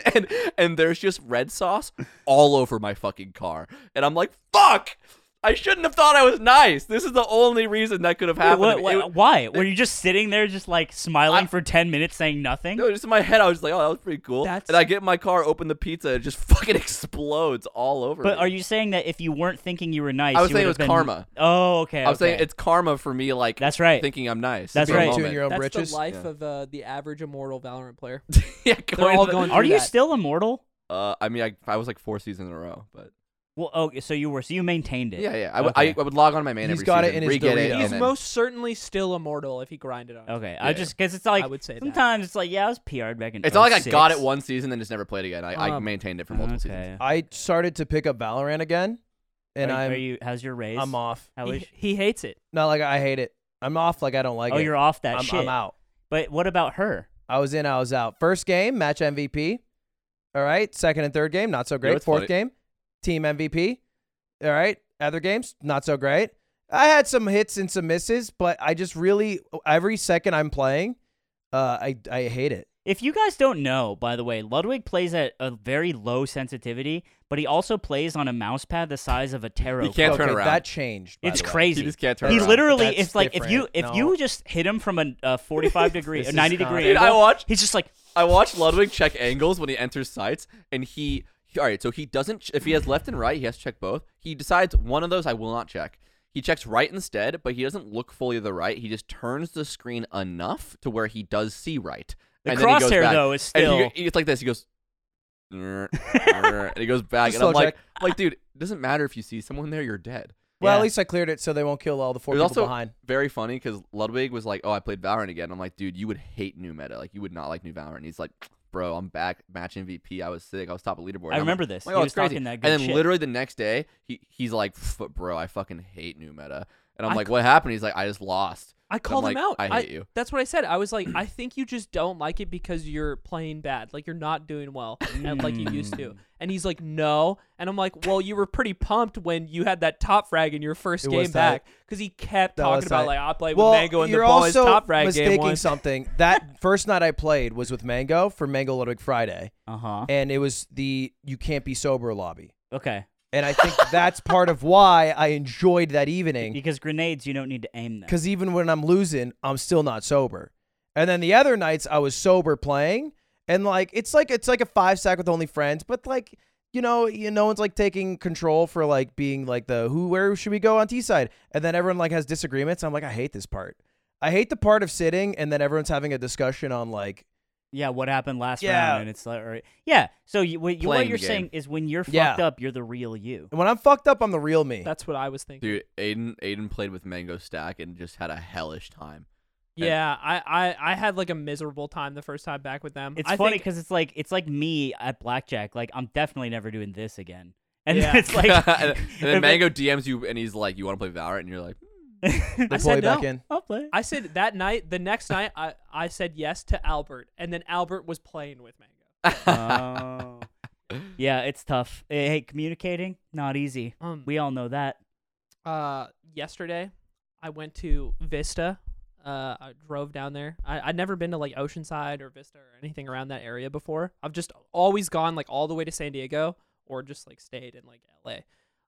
[SPEAKER 1] and and there's just red sauce all over my fucking car, and I'm like, fuck. I shouldn't have thought I was nice. This is the only reason that could have
[SPEAKER 3] Wait,
[SPEAKER 1] happened.
[SPEAKER 3] what-
[SPEAKER 1] to me.
[SPEAKER 3] what-
[SPEAKER 1] It-
[SPEAKER 3] why? Were you just sitting there, just like smiling for ten minutes, saying nothing?
[SPEAKER 1] No, just in my head, I was like, "Oh, that was pretty cool."
[SPEAKER 2] That's-
[SPEAKER 1] And I get in my car, open the pizza, and it just fucking explodes all over.
[SPEAKER 3] But
[SPEAKER 1] me.
[SPEAKER 3] are you saying that if you weren't thinking you were nice,
[SPEAKER 1] I was
[SPEAKER 3] you
[SPEAKER 1] saying it
[SPEAKER 3] would've
[SPEAKER 1] was
[SPEAKER 3] been...
[SPEAKER 1] karma.
[SPEAKER 3] Oh, okay.
[SPEAKER 1] I was saying
[SPEAKER 3] okay.
[SPEAKER 1] it's karma for me, like
[SPEAKER 3] that's right.
[SPEAKER 1] thinking I'm nice.
[SPEAKER 3] That's
[SPEAKER 1] for a
[SPEAKER 3] right.
[SPEAKER 1] moment.
[SPEAKER 4] Chewing your own
[SPEAKER 2] That's
[SPEAKER 4] britches.
[SPEAKER 2] the life
[SPEAKER 1] Yeah.
[SPEAKER 2] of uh, the average immortal Valorant player.
[SPEAKER 1] yeah,
[SPEAKER 2] They're all
[SPEAKER 1] to the-
[SPEAKER 2] going.
[SPEAKER 3] Are
[SPEAKER 2] through
[SPEAKER 3] you
[SPEAKER 2] that.
[SPEAKER 3] still immortal?
[SPEAKER 1] Uh, I mean, I, I was like four seasons in a row, but
[SPEAKER 3] Well, okay. So you were. So you maintained it.
[SPEAKER 1] yeah, yeah. I, would I,
[SPEAKER 3] Okay.
[SPEAKER 1] I would log on to my main
[SPEAKER 4] He's
[SPEAKER 1] every
[SPEAKER 4] got it in
[SPEAKER 1] season,
[SPEAKER 4] his
[SPEAKER 1] re-get it,
[SPEAKER 4] Dorito.
[SPEAKER 1] and
[SPEAKER 2] He's
[SPEAKER 1] then-
[SPEAKER 2] most certainly still immortal if he grinded on. it.
[SPEAKER 3] Okay.
[SPEAKER 1] Yeah.
[SPEAKER 3] I just because it's like
[SPEAKER 2] I would say that.
[SPEAKER 3] sometimes it's like yeah, I was PR'd back in.
[SPEAKER 1] It's not like I
[SPEAKER 3] 06.
[SPEAKER 1] got it one season and just never played again. I, I
[SPEAKER 2] Um,
[SPEAKER 1] maintained it for multiple seasons.
[SPEAKER 3] Okay.
[SPEAKER 4] I started to pick up Valorant again, and
[SPEAKER 3] are,
[SPEAKER 4] I'm
[SPEAKER 3] are you? How's your raise?
[SPEAKER 4] I'm off.
[SPEAKER 3] How is-
[SPEAKER 2] He, he hates it.
[SPEAKER 4] Not like I hate it. I'm off. Like I don't like
[SPEAKER 3] oh,
[SPEAKER 4] it.
[SPEAKER 3] you're off that
[SPEAKER 4] I'm,
[SPEAKER 3] shit.
[SPEAKER 4] I'm out.
[SPEAKER 3] But what about her?
[SPEAKER 4] I was in. I was out. First game, match MVP. All right. Second and third game, not so great.
[SPEAKER 1] it's
[SPEAKER 4] Fourth
[SPEAKER 1] funny.
[SPEAKER 4] game, team MVP. All right. Other games, not so great. I had some hits and some misses, but I just really every second I'm playing, uh, I I hate it.
[SPEAKER 3] If you guys don't know, by the way, Ludwig plays at a very low sensitivity, but he also plays on a mouse pad the size of a tarot.
[SPEAKER 1] He can't
[SPEAKER 4] okay,
[SPEAKER 1] turn around.
[SPEAKER 4] That changed. by
[SPEAKER 3] It's
[SPEAKER 4] the way.
[SPEAKER 1] he
[SPEAKER 3] crazy.
[SPEAKER 1] just can't turn
[SPEAKER 3] He
[SPEAKER 1] around.
[SPEAKER 3] literally,
[SPEAKER 4] That's
[SPEAKER 3] it's like if you if
[SPEAKER 4] different. No.
[SPEAKER 3] you just hit him from a, a 45 degree,
[SPEAKER 4] This
[SPEAKER 3] a
[SPEAKER 4] is
[SPEAKER 3] 90
[SPEAKER 4] not-
[SPEAKER 3] degree
[SPEAKER 4] Dude,
[SPEAKER 1] I
[SPEAKER 3] angle,
[SPEAKER 1] watched-
[SPEAKER 3] he's just like,
[SPEAKER 1] I watched Ludwig check angles when he enters sites, and he, he- all right. So he doesn't. ch- If he has left and right, he has to check both. He decides one of those I will not check. He checks right instead, but he doesn't look fully to the right. He just turns the screen enough to where he does see right.
[SPEAKER 3] The
[SPEAKER 1] and then he goes
[SPEAKER 3] crosshair,
[SPEAKER 1] back.
[SPEAKER 3] though, is
[SPEAKER 1] And he go-
[SPEAKER 3] still-
[SPEAKER 1] he- it's like this. He goes. "Grr, grr," and he goes back,
[SPEAKER 4] Just
[SPEAKER 1] and I'm
[SPEAKER 4] slow
[SPEAKER 1] like,
[SPEAKER 4] check.
[SPEAKER 1] I'm like, dude, it doesn't matter if you see someone there, you're dead.
[SPEAKER 4] Well,
[SPEAKER 3] Yeah.
[SPEAKER 4] at least I cleared it, so they won't kill all the four
[SPEAKER 1] It
[SPEAKER 4] people
[SPEAKER 1] was also
[SPEAKER 4] behind.
[SPEAKER 1] very funny because Ludwig was like, "Oh, I played Valorant again." I'm like, "Dude, you would hate new meta. Like, you would not like new Valorant." And he's like, "Bro, I'm back. Match MVP. I was sick. I was top of leaderboard." And
[SPEAKER 3] I
[SPEAKER 1] I'm
[SPEAKER 3] remember
[SPEAKER 1] like,
[SPEAKER 3] this.
[SPEAKER 1] "Oh my
[SPEAKER 3] He
[SPEAKER 1] God,
[SPEAKER 3] was
[SPEAKER 1] it's crazy."
[SPEAKER 3] talking that good
[SPEAKER 1] and then
[SPEAKER 3] shit.
[SPEAKER 1] literally the next day, he he's like, "F- "Bro, I fucking hate new meta." And I'm
[SPEAKER 2] I
[SPEAKER 1] like, "What happened?" He's like, "I just lost."
[SPEAKER 2] I called
[SPEAKER 1] like,
[SPEAKER 2] him out.
[SPEAKER 1] "I hate you."
[SPEAKER 2] That's what I said. I was like, I think you just don't like it because you're playing bad. Like you're not doing well and like you used
[SPEAKER 4] Mm.
[SPEAKER 2] to. And he's like, no. And I'm like, well, you were pretty pumped when you had that top frag in your first
[SPEAKER 4] It was tight.
[SPEAKER 2] game back because he kept
[SPEAKER 4] That
[SPEAKER 2] talking
[SPEAKER 4] was
[SPEAKER 2] about
[SPEAKER 4] tight.
[SPEAKER 2] like I played
[SPEAKER 4] well,
[SPEAKER 2] with Mango and the
[SPEAKER 4] you're
[SPEAKER 2] boys
[SPEAKER 4] also
[SPEAKER 2] top frag game
[SPEAKER 4] mistaking
[SPEAKER 2] one.
[SPEAKER 4] something. That first night I played was with Mango for Mango Ludwig Friday,
[SPEAKER 3] uh
[SPEAKER 2] Uh-huh.
[SPEAKER 3] huh.
[SPEAKER 4] and it was the you can't be sober lobby.
[SPEAKER 3] Okay.
[SPEAKER 4] And I think that's part of why I enjoyed that evening
[SPEAKER 3] Because grenades, you don't need to aim them.
[SPEAKER 4] because even when I'm losing, I'm still not sober. And then the other nights I was sober playing, and like it's like it's like a five stack with only friends, but like you know, you no one's like taking control for like being like the who where should we go on T side, and then everyone like has disagreements. I'm like I hate this part. I hate the part of sitting and then everyone's having a discussion on like
[SPEAKER 3] Yeah, what happened last
[SPEAKER 4] Yeah.
[SPEAKER 3] round? And it's like, all right. yeah. So you, what, you, what
[SPEAKER 1] Playing
[SPEAKER 3] you're
[SPEAKER 1] the game.
[SPEAKER 3] saying is when you're fucked
[SPEAKER 4] Yeah.
[SPEAKER 3] up, you're the real you.
[SPEAKER 4] when I'm fucked up, I'm the real me.
[SPEAKER 2] That's what I was thinking.
[SPEAKER 1] Dude, Aiden Aiden played with Mango Stack and just had a hellish time.
[SPEAKER 2] yeah, I, I I had like a miserable time the first time back with them.
[SPEAKER 3] It's
[SPEAKER 2] I
[SPEAKER 3] funny
[SPEAKER 2] think-
[SPEAKER 3] because it's like it's like me at blackjack. Like I'm definitely never doing this again. And
[SPEAKER 2] Yeah.
[SPEAKER 3] it's like,
[SPEAKER 1] and then Mango DMs you, and he's like, "You want to play Valorant?" And you're like,
[SPEAKER 4] They
[SPEAKER 2] I
[SPEAKER 4] pull you
[SPEAKER 2] said
[SPEAKER 4] back
[SPEAKER 2] no.
[SPEAKER 4] in.
[SPEAKER 3] I'll play.
[SPEAKER 2] I said that night, the next night, I, I said yes to Albert, and then Albert was playing with Mango.
[SPEAKER 3] Oh. yeah, it's tough. Eh, Hey, communicating not easy.
[SPEAKER 2] Um,
[SPEAKER 3] We all know that.
[SPEAKER 2] uh, yesterday, I went to Vista. Uh, I drove down there. I, I'd never been to like Oceanside or Vista or anything around that area before. I've just always gone like all the way to San Diego or just like stayed in like LA.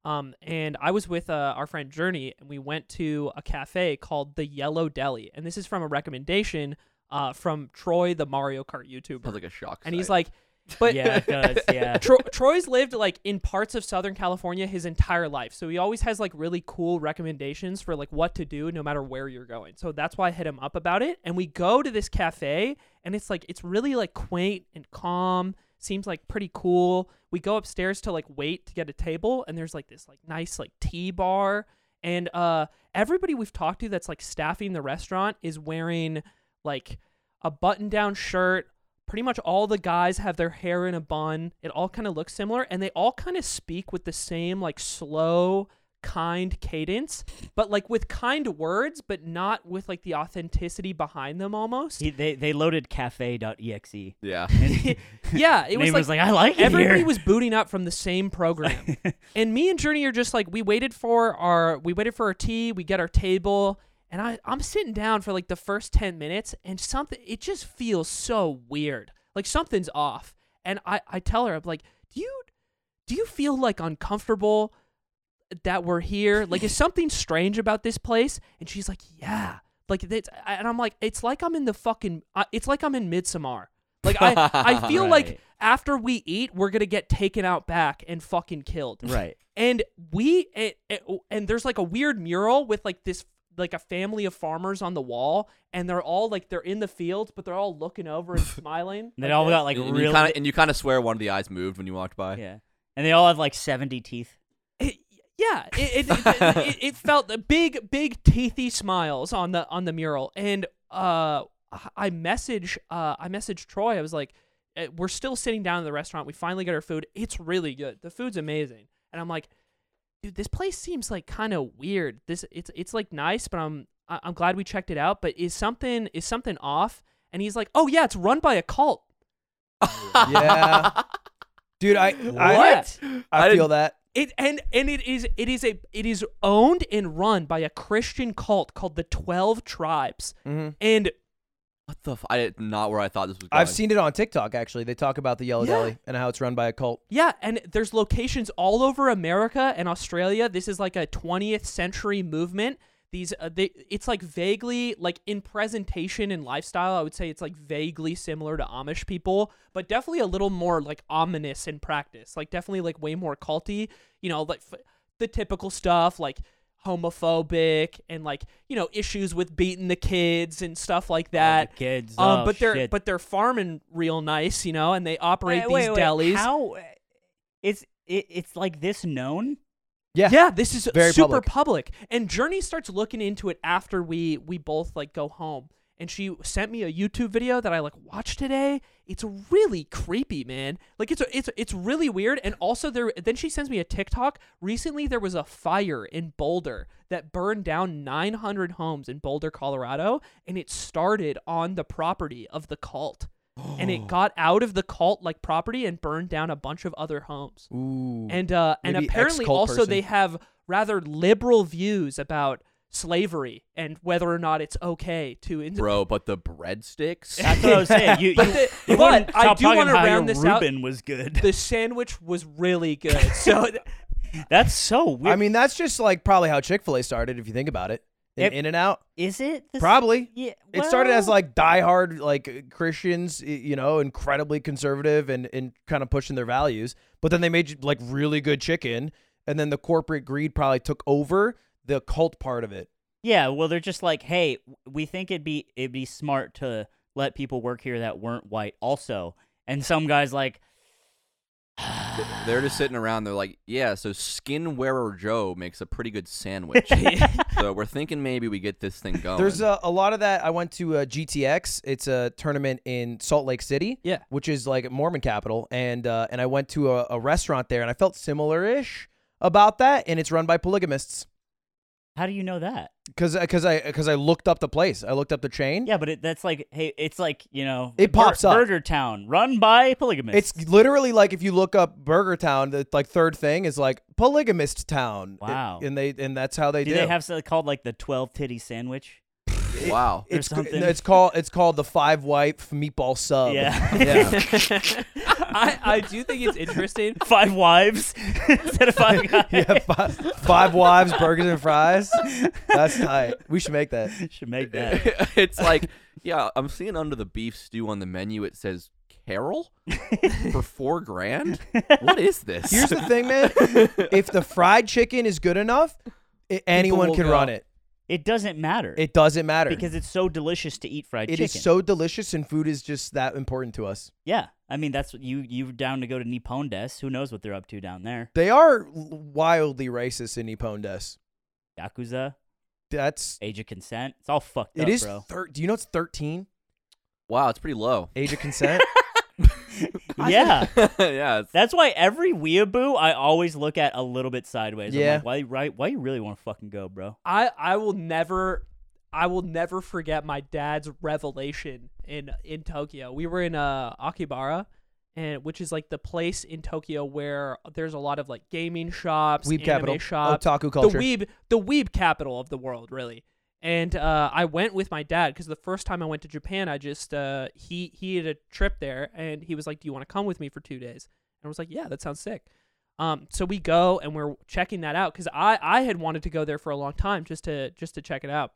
[SPEAKER 2] Um, and I was with uh, our friend Journey, and we went to a cafe called the Yellow Deli, and this is from a recommendation uh, from Troy, the Mario Kart YouTuber.
[SPEAKER 1] "Sounds like a shock."
[SPEAKER 2] and he's
[SPEAKER 1] site.
[SPEAKER 2] like, but
[SPEAKER 3] yeah, it does. Yeah.
[SPEAKER 2] Tro- Troy's lived like in parts of Southern California his entire life, so he always has like really cool recommendations for like what to do no matter where you're going. So that's why I hit him up about it. And we go to this cafe, and it's like it's really like quaint and calm. Seems like pretty cool. We go upstairs to like wait to get a table, and there's like this like nice like tea bar, and uh everybody we've talked to that's like staffing the restaurant is wearing like a button down shirt. Pretty much all the guys have their hair in a bun. It all kind of looks similar and they all kind of speak with the same like slow, kind cadence, but like with kind words, but not with like the authenticity behind them almost.
[SPEAKER 3] He, they they loaded cafe.exe. And
[SPEAKER 1] "Yeah."
[SPEAKER 2] yeah, it
[SPEAKER 3] he
[SPEAKER 2] was
[SPEAKER 3] was
[SPEAKER 2] like,
[SPEAKER 3] like, I like it
[SPEAKER 2] everybody
[SPEAKER 3] here."
[SPEAKER 2] was booting up from the same program. and me and Journey are just like we waited for our we waited for our tea, we get our table, and I I'm sitting down for like the first 10 minutes and something it just feels so weird. Like something's off. And I I tell her I'm like, "Do you do you feel like uncomfortable that we're here? Like is something strange about this place?" And she's like, "Yeah." Like it's, and I'm like, "It's like I'm in the fucking uh, it's like I'm in Midsommar." Like I I feel like
[SPEAKER 3] Right.
[SPEAKER 2] after we eat, we're gonna get taken out back and fucking killed.
[SPEAKER 3] Right.
[SPEAKER 2] And we and, and there's like a weird mural with like this like a family of farmers on the wall, and they're all like they're in the fields, but they're all looking over and smiling.
[SPEAKER 3] And they all
[SPEAKER 2] this.
[SPEAKER 3] got like
[SPEAKER 1] and,
[SPEAKER 3] real.
[SPEAKER 1] you kinda, and you kind of swear one of the eyes moved when you walked by.
[SPEAKER 3] yeah. And they all have like 70 teeth.
[SPEAKER 2] It- yeah, it it, it, it it felt the big big teethy smiles on the on the mural, and uh, I message uh I messaged Troy. I was like, eh, we're still sitting down in the restaurant. We finally get our food. It's really good. The food's amazing, and I'm like, dude, this place seems like kind of weird. This it's it's like nice, but I'm I- I'm glad we checked it out. But is something is something off? And he's like, oh yeah, it's run by a cult.
[SPEAKER 4] Yeah. Dude, I I,
[SPEAKER 2] What?
[SPEAKER 4] I feel that.
[SPEAKER 2] It and and it is it is a it is owned and run by a Christian cult called the Twelve Tribes,
[SPEAKER 4] Mm-hmm.
[SPEAKER 2] and
[SPEAKER 1] What the? F- I not where I thought this was. going.
[SPEAKER 4] I've seen it on TikTok actually. They talk about the Yellow
[SPEAKER 2] Yeah.
[SPEAKER 4] Deli and how it's run by a cult.
[SPEAKER 2] Yeah, and there's locations all over America and Australia. This is like a 20th century movement. These uh, they it's like vaguely like in presentation and lifestyle, I would say it's like vaguely similar to Amish people, but definitely a little more like ominous in practice. Like definitely like way more culty, you know, like f- the typical stuff like homophobic and like, you know, issues with beating the kids and stuff like that.
[SPEAKER 3] Oh, kids.
[SPEAKER 2] Um,
[SPEAKER 3] oh,
[SPEAKER 2] but they're
[SPEAKER 3] shit.
[SPEAKER 2] but they're farming real nice, you know, and they operate
[SPEAKER 3] Wait,
[SPEAKER 2] these
[SPEAKER 3] wait, wait,
[SPEAKER 2] delis.
[SPEAKER 3] How uh, it's it, it's like this known?
[SPEAKER 4] Yeah.
[SPEAKER 2] yeah this is
[SPEAKER 4] Very
[SPEAKER 2] super public. and journey starts looking into it after we we both like go home and she sent me a youtube video that i like watched today it's really creepy man like it's it's it's really weird and also there then she sends me a tiktok recently there was a fire in boulder that burned down 900 homes in boulder colorado and it started on the property of the cult and it got out of the cult like property and burned down a bunch of other homes
[SPEAKER 4] Ooh.
[SPEAKER 2] and uh, and
[SPEAKER 4] Maybe
[SPEAKER 2] apparently
[SPEAKER 4] ex-cult
[SPEAKER 2] also
[SPEAKER 4] person.
[SPEAKER 2] they have rather liberal views about slavery and whether or not it's okay to. Ins-
[SPEAKER 1] bro, but the breadsticks.
[SPEAKER 3] That's what I was saying. You,
[SPEAKER 2] But
[SPEAKER 3] you,
[SPEAKER 2] the-
[SPEAKER 3] you
[SPEAKER 2] but
[SPEAKER 3] wouldn't
[SPEAKER 2] I
[SPEAKER 3] stop
[SPEAKER 2] do
[SPEAKER 3] talking
[SPEAKER 2] wanna
[SPEAKER 3] about how
[SPEAKER 2] round
[SPEAKER 3] your
[SPEAKER 2] this out.
[SPEAKER 3] Reuben was good.
[SPEAKER 2] the sandwich was really good. So
[SPEAKER 3] That's so weird.
[SPEAKER 4] I mean, that's just like probably how Chick Fil A started, if you think about it. In,
[SPEAKER 3] Yep.
[SPEAKER 4] in and out,
[SPEAKER 3] is it the s-
[SPEAKER 4] probably.
[SPEAKER 3] Yeah,
[SPEAKER 4] It started as
[SPEAKER 3] well-
[SPEAKER 4] like diehard like Christians, y- you know, incredibly conservative and and kind of pushing their values. But then they made you, like really good chicken, and then the corporate greed probably took over the cult part of it.
[SPEAKER 3] yeah. Well, they're just like, hey, w- we think it'd be it'd be smart to let people work here that weren't white, also. And some guys like,
[SPEAKER 1] They're just sitting around. They're like, yeah. So skin wearer Joe makes a pretty good sandwich. so we're thinking maybe we get this thing
[SPEAKER 3] Oh,
[SPEAKER 1] going.
[SPEAKER 4] There's a, a lot of that. I went to uh, GTX. It's a tournament in Salt Lake City.
[SPEAKER 2] Yeah.
[SPEAKER 4] which is like Mormon capital, and uh, and I went to a, a restaurant there, and I felt similar-ish about that. And it's run by polygamists
[SPEAKER 3] how do you know that?
[SPEAKER 4] because because I because I looked up the place. I looked up the chain.
[SPEAKER 3] Yeah, but it, that's like, hey, it's like you know,
[SPEAKER 4] It
[SPEAKER 3] Bur-
[SPEAKER 4] pops up.
[SPEAKER 3] Burger Town, run by polygamists.
[SPEAKER 4] It's literally like if you look up Burger Town, the like third thing is like polygamist town. It-
[SPEAKER 3] Wow.
[SPEAKER 4] and they and that's how they do.
[SPEAKER 3] do they have something called like the twelve titty sandwich?
[SPEAKER 1] wow.
[SPEAKER 3] or
[SPEAKER 4] it's c-
[SPEAKER 3] something?
[SPEAKER 4] it's called it's called the five white f- meatball sub.
[SPEAKER 3] Yeah.
[SPEAKER 4] yeah.
[SPEAKER 2] I I do think it's interesting.
[SPEAKER 3] Five wives instead of five guys.
[SPEAKER 4] Yeah, five, five wives, burgers and fries. That's tight. We should make that.
[SPEAKER 3] Should make that.
[SPEAKER 1] it's like, yeah. I'm seeing under the beef stew on the menu. It says Carol for four grand. What is this?
[SPEAKER 4] Here's the thing, man. If the fried chicken is good enough, i anyone
[SPEAKER 2] will
[SPEAKER 4] can
[SPEAKER 2] go.
[SPEAKER 4] run it.
[SPEAKER 3] It doesn't matter
[SPEAKER 4] It doesn't matter
[SPEAKER 3] because it's so delicious to eat fried
[SPEAKER 4] it
[SPEAKER 3] chicken.
[SPEAKER 4] is so delicious, and food is just that important to us.
[SPEAKER 3] yeah, I mean that's what you you were down to go to Nippon Des. Who knows what they're up to down there?
[SPEAKER 4] They are wildly racist in Nippon Des.
[SPEAKER 3] Yakuza,
[SPEAKER 4] That's
[SPEAKER 3] age of consent. It's all fucked
[SPEAKER 4] It
[SPEAKER 3] up,
[SPEAKER 4] is.
[SPEAKER 3] bro.
[SPEAKER 4] Thir- do you know it's thirteen?
[SPEAKER 1] wow. It's pretty low.
[SPEAKER 4] Age of consent.
[SPEAKER 3] yeah.
[SPEAKER 1] yeah. It's,
[SPEAKER 3] That's why every weeaboo I always look at a little bit sideways. I'm
[SPEAKER 4] Yeah.
[SPEAKER 3] like, why, right, why you really want to fucking go, bro?
[SPEAKER 2] I I will never I will never forget my dad's revelation in in Tokyo. We were in uh Akibara and which is like the place in Tokyo where there's a lot of like gaming shops,
[SPEAKER 4] Weeb
[SPEAKER 2] anime
[SPEAKER 4] capital.
[SPEAKER 2] shops,
[SPEAKER 4] Otaku culture.
[SPEAKER 2] the weeb the weeb capital of the world, really. And uh, I went with my dad because the first time I went to Japan, I just uh, he he had a trip there, and he was like, "Do you want to come with me for two days?" And I was like, "Yeah, that sounds sick." Um, so we go and we're checking that out because I I had wanted to go there for a long time just to just to check it out.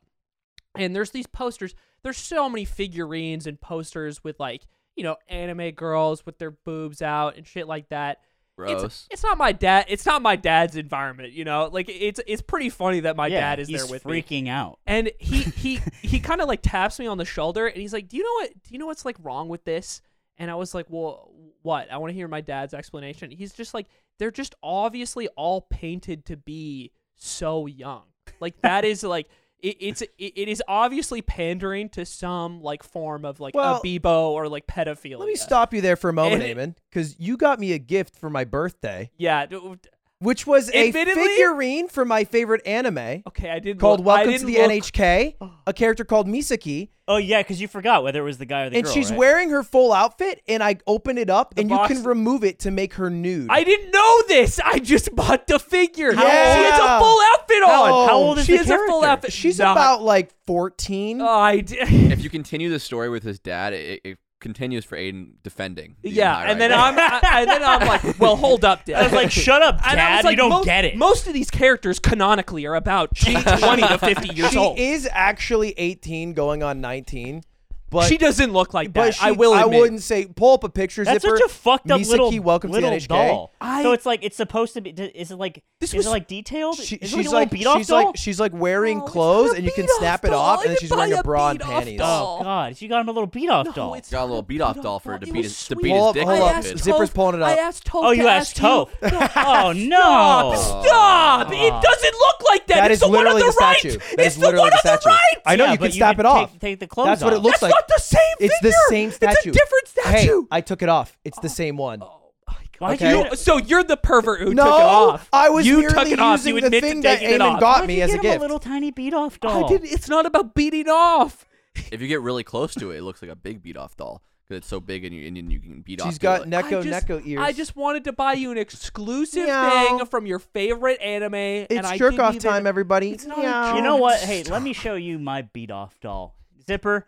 [SPEAKER 2] And there's these posters. There's so many figurines and posters with like you know anime girls with their boobs out and shit like that. It's,
[SPEAKER 1] gross.
[SPEAKER 2] it's not my dad. It's not my dad's environment, you know. Like it's it's pretty funny that my
[SPEAKER 3] Yeah,
[SPEAKER 2] dad is
[SPEAKER 3] he's
[SPEAKER 2] there with me.
[SPEAKER 3] freaking out.
[SPEAKER 2] And he he he kind of like taps me on the shoulder and he's like, "Do you know what? Do you know what's like wrong with this?" And I was like, "Well, what? I want to hear my dad's explanation." He's just like, "They're just obviously all painted to be so young. Like that is like." It, it's it, it is obviously pandering to some like form of like
[SPEAKER 4] Well,
[SPEAKER 2] abibo or like pedophilia.
[SPEAKER 4] Let me stop you there for a moment,
[SPEAKER 2] And Oh it-
[SPEAKER 4] Eamon, because you got me a gift for my birthday.
[SPEAKER 2] Yeah, d-
[SPEAKER 4] which was a
[SPEAKER 2] Admittedly-
[SPEAKER 4] figurine from my favorite anime
[SPEAKER 2] Okay, I did
[SPEAKER 4] called
[SPEAKER 2] look- I
[SPEAKER 4] Welcome to
[SPEAKER 2] didn't
[SPEAKER 4] the
[SPEAKER 2] look-
[SPEAKER 4] NHK. A character called Misaki,
[SPEAKER 3] Oh yeah, because you forgot whether it was the guy or the
[SPEAKER 4] and
[SPEAKER 3] girl.
[SPEAKER 4] she's
[SPEAKER 3] right?
[SPEAKER 4] wearing her full outfit. And I open it up,
[SPEAKER 2] The
[SPEAKER 4] and
[SPEAKER 2] box-
[SPEAKER 4] you can remove it to make her nude.
[SPEAKER 2] I didn't know this. I just bought the figure.
[SPEAKER 4] Yeah.
[SPEAKER 2] She has a full outfit on.
[SPEAKER 4] How- how
[SPEAKER 3] old is
[SPEAKER 2] she
[SPEAKER 3] the
[SPEAKER 2] has a full
[SPEAKER 3] character?
[SPEAKER 2] outfit.
[SPEAKER 4] She's
[SPEAKER 2] Not-
[SPEAKER 4] about like fourteen.
[SPEAKER 2] Oh, I did.
[SPEAKER 1] If you continue the story with his dad, it, it continues for Aiden defending. the
[SPEAKER 2] Yeah,
[SPEAKER 1] Eli
[SPEAKER 2] and then
[SPEAKER 1] Ryder.
[SPEAKER 2] I'm I, and then I'm like, well, hold up, Dad.
[SPEAKER 3] I was like, shut up,
[SPEAKER 2] And I was
[SPEAKER 3] dad.
[SPEAKER 2] like,
[SPEAKER 3] you don't
[SPEAKER 2] "Mo-
[SPEAKER 3] get it.
[SPEAKER 2] Most of these characters canonically are about twenty to fifty years
[SPEAKER 4] she
[SPEAKER 2] old.
[SPEAKER 4] is actually eighteen, going on nineteen, but
[SPEAKER 2] she doesn't look like
[SPEAKER 4] But
[SPEAKER 2] that.
[SPEAKER 4] she,
[SPEAKER 2] I will. admit.
[SPEAKER 4] wouldn't say pull up a picture
[SPEAKER 3] That's
[SPEAKER 4] zipper.
[SPEAKER 3] such a fucked up
[SPEAKER 4] Misaki,
[SPEAKER 3] little,
[SPEAKER 4] welcome
[SPEAKER 3] little
[SPEAKER 4] to the NHK.
[SPEAKER 3] doll.
[SPEAKER 2] I-
[SPEAKER 3] so it's like it's supposed to be. d- Is it like
[SPEAKER 2] This
[SPEAKER 3] is
[SPEAKER 2] was-
[SPEAKER 3] it like detailed?
[SPEAKER 4] She,
[SPEAKER 3] is
[SPEAKER 4] she's
[SPEAKER 3] it like, a little
[SPEAKER 4] like
[SPEAKER 3] beat off
[SPEAKER 4] she's
[SPEAKER 3] doll?
[SPEAKER 4] like she's like wearing
[SPEAKER 2] No, it's
[SPEAKER 4] clothes
[SPEAKER 2] not a
[SPEAKER 4] and you can
[SPEAKER 2] beat-off
[SPEAKER 4] snap it
[SPEAKER 2] doll.
[SPEAKER 4] off
[SPEAKER 2] I
[SPEAKER 4] and then
[SPEAKER 2] didn't
[SPEAKER 4] she's wearing
[SPEAKER 2] buy
[SPEAKER 4] a
[SPEAKER 2] a
[SPEAKER 4] bra and
[SPEAKER 2] beat-off
[SPEAKER 4] panties.
[SPEAKER 2] doll.
[SPEAKER 3] oh god, she got him a little beat off
[SPEAKER 2] No,
[SPEAKER 3] doll.
[SPEAKER 2] it's
[SPEAKER 1] Got a
[SPEAKER 2] not
[SPEAKER 1] little beat-off doll for her
[SPEAKER 2] beat-off
[SPEAKER 1] to
[SPEAKER 2] It
[SPEAKER 1] beat
[SPEAKER 2] was
[SPEAKER 1] his- to
[SPEAKER 2] sweet.
[SPEAKER 1] beat his Hold- dick
[SPEAKER 4] hold up.
[SPEAKER 2] I asked
[SPEAKER 4] Zipper's
[SPEAKER 2] Toph-
[SPEAKER 4] pulling it up.
[SPEAKER 2] I asked Toph
[SPEAKER 3] Oh, you
[SPEAKER 2] to
[SPEAKER 3] asked
[SPEAKER 2] ask you-
[SPEAKER 3] Toph. Oh,
[SPEAKER 2] Stop!
[SPEAKER 3] no.
[SPEAKER 2] Stop! It doesn't look like that.
[SPEAKER 4] That is
[SPEAKER 2] it's the one on
[SPEAKER 4] literally
[SPEAKER 2] the,
[SPEAKER 4] the
[SPEAKER 2] right.
[SPEAKER 4] statue. That is
[SPEAKER 2] it's the
[SPEAKER 4] literally
[SPEAKER 2] one
[SPEAKER 4] the
[SPEAKER 2] on
[SPEAKER 4] statue.
[SPEAKER 2] the right.
[SPEAKER 4] I know,
[SPEAKER 3] Yeah,
[SPEAKER 4] you
[SPEAKER 3] but
[SPEAKER 4] can snap
[SPEAKER 3] could
[SPEAKER 4] it off.
[SPEAKER 3] Take, take the clothes
[SPEAKER 4] That's what it
[SPEAKER 3] off.
[SPEAKER 4] looks
[SPEAKER 2] That's
[SPEAKER 4] like-
[SPEAKER 2] not the same.
[SPEAKER 4] It's the
[SPEAKER 2] figure.
[SPEAKER 4] same
[SPEAKER 2] It's
[SPEAKER 4] statue.
[SPEAKER 2] a different
[SPEAKER 4] Hey,
[SPEAKER 2] statue.
[SPEAKER 4] I took it off. It's the same one.
[SPEAKER 2] Oh my God.
[SPEAKER 3] Why'd
[SPEAKER 4] Okay.
[SPEAKER 3] you?
[SPEAKER 2] You- so you're the pervert who
[SPEAKER 4] no,
[SPEAKER 2] took it off.
[SPEAKER 4] I was
[SPEAKER 2] you
[SPEAKER 4] merely
[SPEAKER 2] took it off.
[SPEAKER 4] using
[SPEAKER 2] You
[SPEAKER 4] the
[SPEAKER 2] admit
[SPEAKER 4] thing
[SPEAKER 2] to
[SPEAKER 4] that
[SPEAKER 2] taking it
[SPEAKER 4] Eamon
[SPEAKER 2] off.
[SPEAKER 4] got
[SPEAKER 3] Why'd
[SPEAKER 4] me
[SPEAKER 3] you
[SPEAKER 4] as
[SPEAKER 3] get
[SPEAKER 4] a
[SPEAKER 3] him
[SPEAKER 4] gift.
[SPEAKER 3] a little tiny beat off doll.
[SPEAKER 2] I didn't. It's not about beating off.
[SPEAKER 1] If you get really close to it, it looks like a big beat off doll because it's so big and you and you can beat off.
[SPEAKER 4] She's
[SPEAKER 1] to
[SPEAKER 4] got
[SPEAKER 1] it.
[SPEAKER 2] I
[SPEAKER 4] neko
[SPEAKER 2] just-
[SPEAKER 4] neko ears.
[SPEAKER 2] I just wanted to buy you an exclusive
[SPEAKER 4] Meow.
[SPEAKER 2] thing from your favorite anime. and
[SPEAKER 4] it's
[SPEAKER 2] I
[SPEAKER 4] jerk
[SPEAKER 2] didn't
[SPEAKER 4] off
[SPEAKER 2] even-
[SPEAKER 4] time, everybody.
[SPEAKER 2] It's not a
[SPEAKER 4] Meow.
[SPEAKER 2] jerk-
[SPEAKER 3] You know what? Hey, let me show you my beat off doll. Zipper,